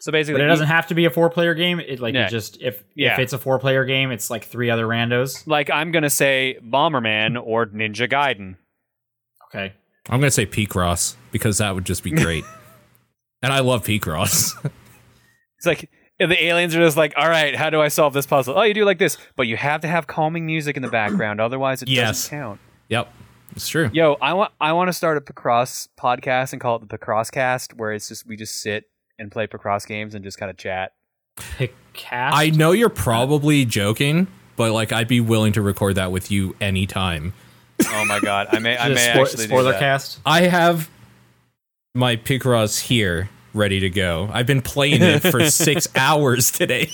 Speaker 1: So basically,
Speaker 3: But it
Speaker 1: each-
Speaker 3: doesn't have to be a four-player game. It like
Speaker 1: Yeah.
Speaker 3: it just if
Speaker 1: Yeah.
Speaker 3: if it's a four-player game, it's like three other randos.
Speaker 1: like I'm gonna say Bomberman or Ninja Gaiden.
Speaker 3: Okay,
Speaker 2: I'm going to say P Cross because that would just be great. and I love P Cross.
Speaker 1: It's like the aliens are just like, all right, how do I solve this puzzle? Oh, you do like this, but you have to have calming music in the background, otherwise it
Speaker 2: Yes.
Speaker 1: doesn't count.
Speaker 2: yep, it's true.
Speaker 1: Yo, I want I want to start a Pacross podcast and call it the Pacrosscast, where it's just we just sit and play Pacross games and just kind of chat.
Speaker 3: pick cast.
Speaker 2: I know you're probably joking, but like I'd be willing to record that with you anytime.
Speaker 1: Oh my god, I may I may
Speaker 3: Just spo-
Speaker 1: actually
Speaker 3: spoiler
Speaker 1: do that.
Speaker 3: cast.
Speaker 2: I have my P Cross here ready to go. I've been playing it for six hours today.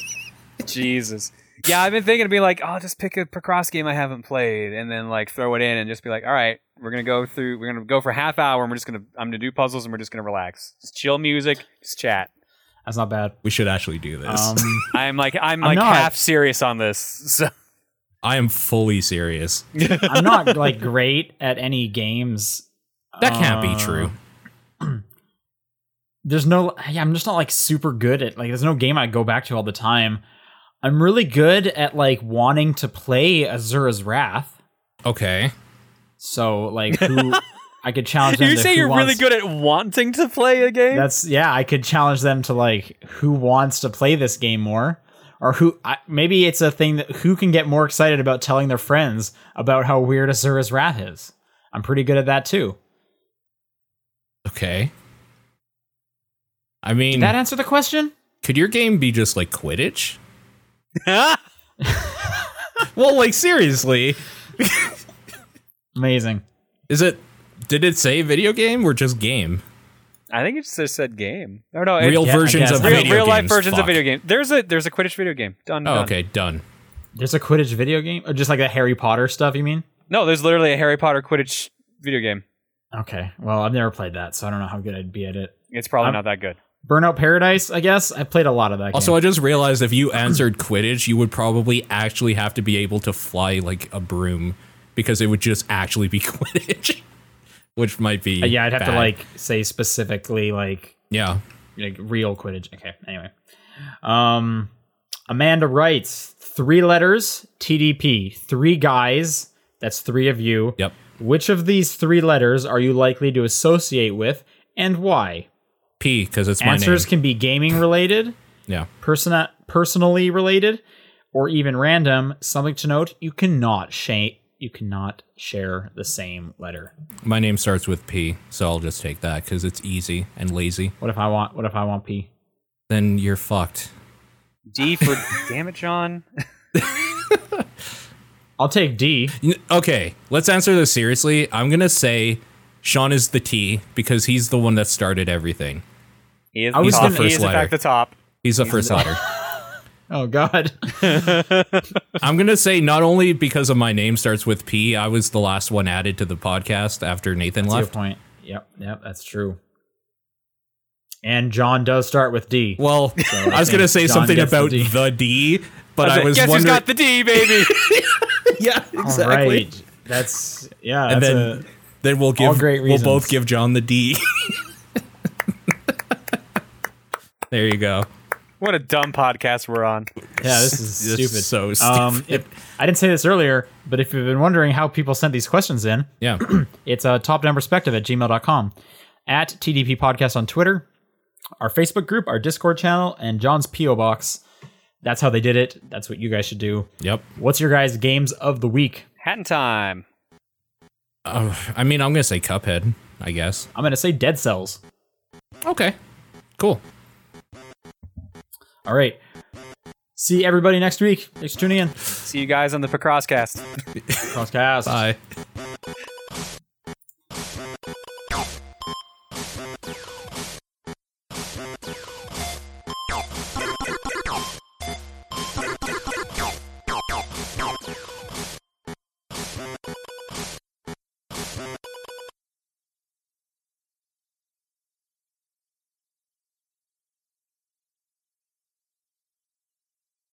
Speaker 1: Jesus. Yeah, I've been thinking to be like, oh, just pick a Pacross game I haven't played, and then like throw it in, and just be like, all right, we're gonna go through, we're gonna go for a half hour, and we're just gonna, I'm gonna do puzzles, and we're just gonna relax, just chill music, just chat.
Speaker 3: That's not bad.
Speaker 2: We should actually do this.
Speaker 3: Um,
Speaker 1: I'm like, I'm
Speaker 3: I'm
Speaker 1: like
Speaker 3: not.
Speaker 1: half serious on this. So
Speaker 2: I am fully serious.
Speaker 3: I'm not like great at any games.
Speaker 2: That can't
Speaker 3: Uh,
Speaker 2: be true.
Speaker 3: There's no. Yeah, I'm just not like super good at like. There's no game I go back to all the time. I'm really good at like wanting to play Azura's Wrath.
Speaker 2: Okay.
Speaker 3: So like who I could challenge them.
Speaker 1: you
Speaker 3: to
Speaker 1: say
Speaker 3: who
Speaker 1: you're really
Speaker 3: wants-
Speaker 1: good at wanting to play a game?
Speaker 3: That's yeah. I could challenge them to like who wants to play this game more, or who I, maybe it's a thing that who can get more excited about telling their friends about how weird Azura's Wrath is. I'm pretty good at that too.
Speaker 2: Okay. I mean,
Speaker 3: Did that answer the question?
Speaker 2: could your game be just like Quidditch? Well, like seriously,
Speaker 3: Amazing.
Speaker 2: is it? Did it say video game or just game?
Speaker 1: I think it just said game. Or no, it,
Speaker 2: Real
Speaker 3: Oh, yeah, I
Speaker 2: versions
Speaker 3: guess.
Speaker 2: of
Speaker 1: real,
Speaker 2: video
Speaker 1: real life
Speaker 2: games,
Speaker 1: versions
Speaker 2: fuck.
Speaker 1: of video game. There's a there's a Quidditch video game. Done.
Speaker 2: Oh,
Speaker 1: done.
Speaker 2: okay, done.
Speaker 3: There's a Quidditch video game, or just like the Harry Potter stuff. You mean?
Speaker 1: No, there's literally a Harry Potter Quidditch video game.
Speaker 3: Okay. Well, I've never played that, so I don't know how good I'd be at it.
Speaker 1: It's probably
Speaker 3: I'm-
Speaker 1: not that good.
Speaker 3: Burnout Paradise, I guess. I played a lot of that.
Speaker 2: Also,
Speaker 3: game.
Speaker 2: I just realized if you answered Quidditch, you would probably actually have to be able to fly like a broom because it would just actually be Quidditch. which might be
Speaker 3: Uh, yeah, I'd have to
Speaker 2: bad.
Speaker 3: like say specifically like
Speaker 2: yeah.
Speaker 3: like real Quidditch. Okay, anyway. Um, Amanda writes three letters TDP, three guys. That's three of you.
Speaker 2: Yep.
Speaker 3: Which of these three letters are you likely to associate with, and why?
Speaker 2: P because it's my name.
Speaker 3: Answers can be gaming related,
Speaker 2: yeah.
Speaker 3: person- personally related, or even random. Something to note: you cannot share. You cannot share the same letter.
Speaker 2: My name starts with P, so I'll just take that because it's easy and lazy.
Speaker 3: What if I want? What if I want P?
Speaker 2: Then you're fucked.
Speaker 1: D for damn it, John.
Speaker 3: I'll take D.
Speaker 2: N- Okay, let's answer this seriously. I'm gonna say Sean is the T because he's the one that started everything.
Speaker 1: He is,
Speaker 3: I was
Speaker 1: the
Speaker 3: gonna-
Speaker 1: top. He
Speaker 2: first
Speaker 1: is in
Speaker 2: letter.
Speaker 1: fact the top.
Speaker 2: He's the first letter.
Speaker 3: Oh God.
Speaker 2: I'm gonna say not only because of my name starts with P, I was the last one added to the podcast after Nathan
Speaker 3: That's
Speaker 2: left.
Speaker 3: your point. Yep, yep, that's true. And John does start with D.
Speaker 2: Well, I was
Speaker 3: I
Speaker 2: gonna
Speaker 3: think
Speaker 2: say
Speaker 3: John
Speaker 2: something
Speaker 3: gets the
Speaker 2: about the
Speaker 3: D.
Speaker 2: D, but I
Speaker 1: like,
Speaker 2: was
Speaker 1: Guess who's
Speaker 2: wondering.
Speaker 1: got the D, baby?
Speaker 2: yeah,
Speaker 3: All
Speaker 2: exactly.
Speaker 3: right. That's yeah.
Speaker 2: And
Speaker 3: that's
Speaker 2: then, then we'll give
Speaker 3: great
Speaker 2: we'll both
Speaker 3: reasons.
Speaker 2: give John the D. there you go.
Speaker 1: what a dumb podcast we're on.
Speaker 3: a- yeah, this is
Speaker 2: This
Speaker 3: stupid.
Speaker 2: is so
Speaker 3: Um,
Speaker 2: stupid.
Speaker 3: if- I didn't say this earlier, but if you've been wondering how people sent these questions in,
Speaker 2: Yeah.
Speaker 3: it's uh, topdownperspective at gmail.com, at TDP Podcast on Twitter, our Facebook group, our Discord channel, and John's P.O. Box. That's how they did it. That's what you guys should do.
Speaker 2: Yep.
Speaker 3: What's your guys' games of the week?
Speaker 1: Hat in time.
Speaker 2: Uh, I mean, I'm gonna say Cuphead. I guess.
Speaker 3: I'm going to say Dead Cells.
Speaker 2: Okay. Cool.
Speaker 3: All right. See everybody next week. Thanks for tuning in.
Speaker 1: See you guys on the Procrostcast.
Speaker 3: Crosscast.
Speaker 2: Bye.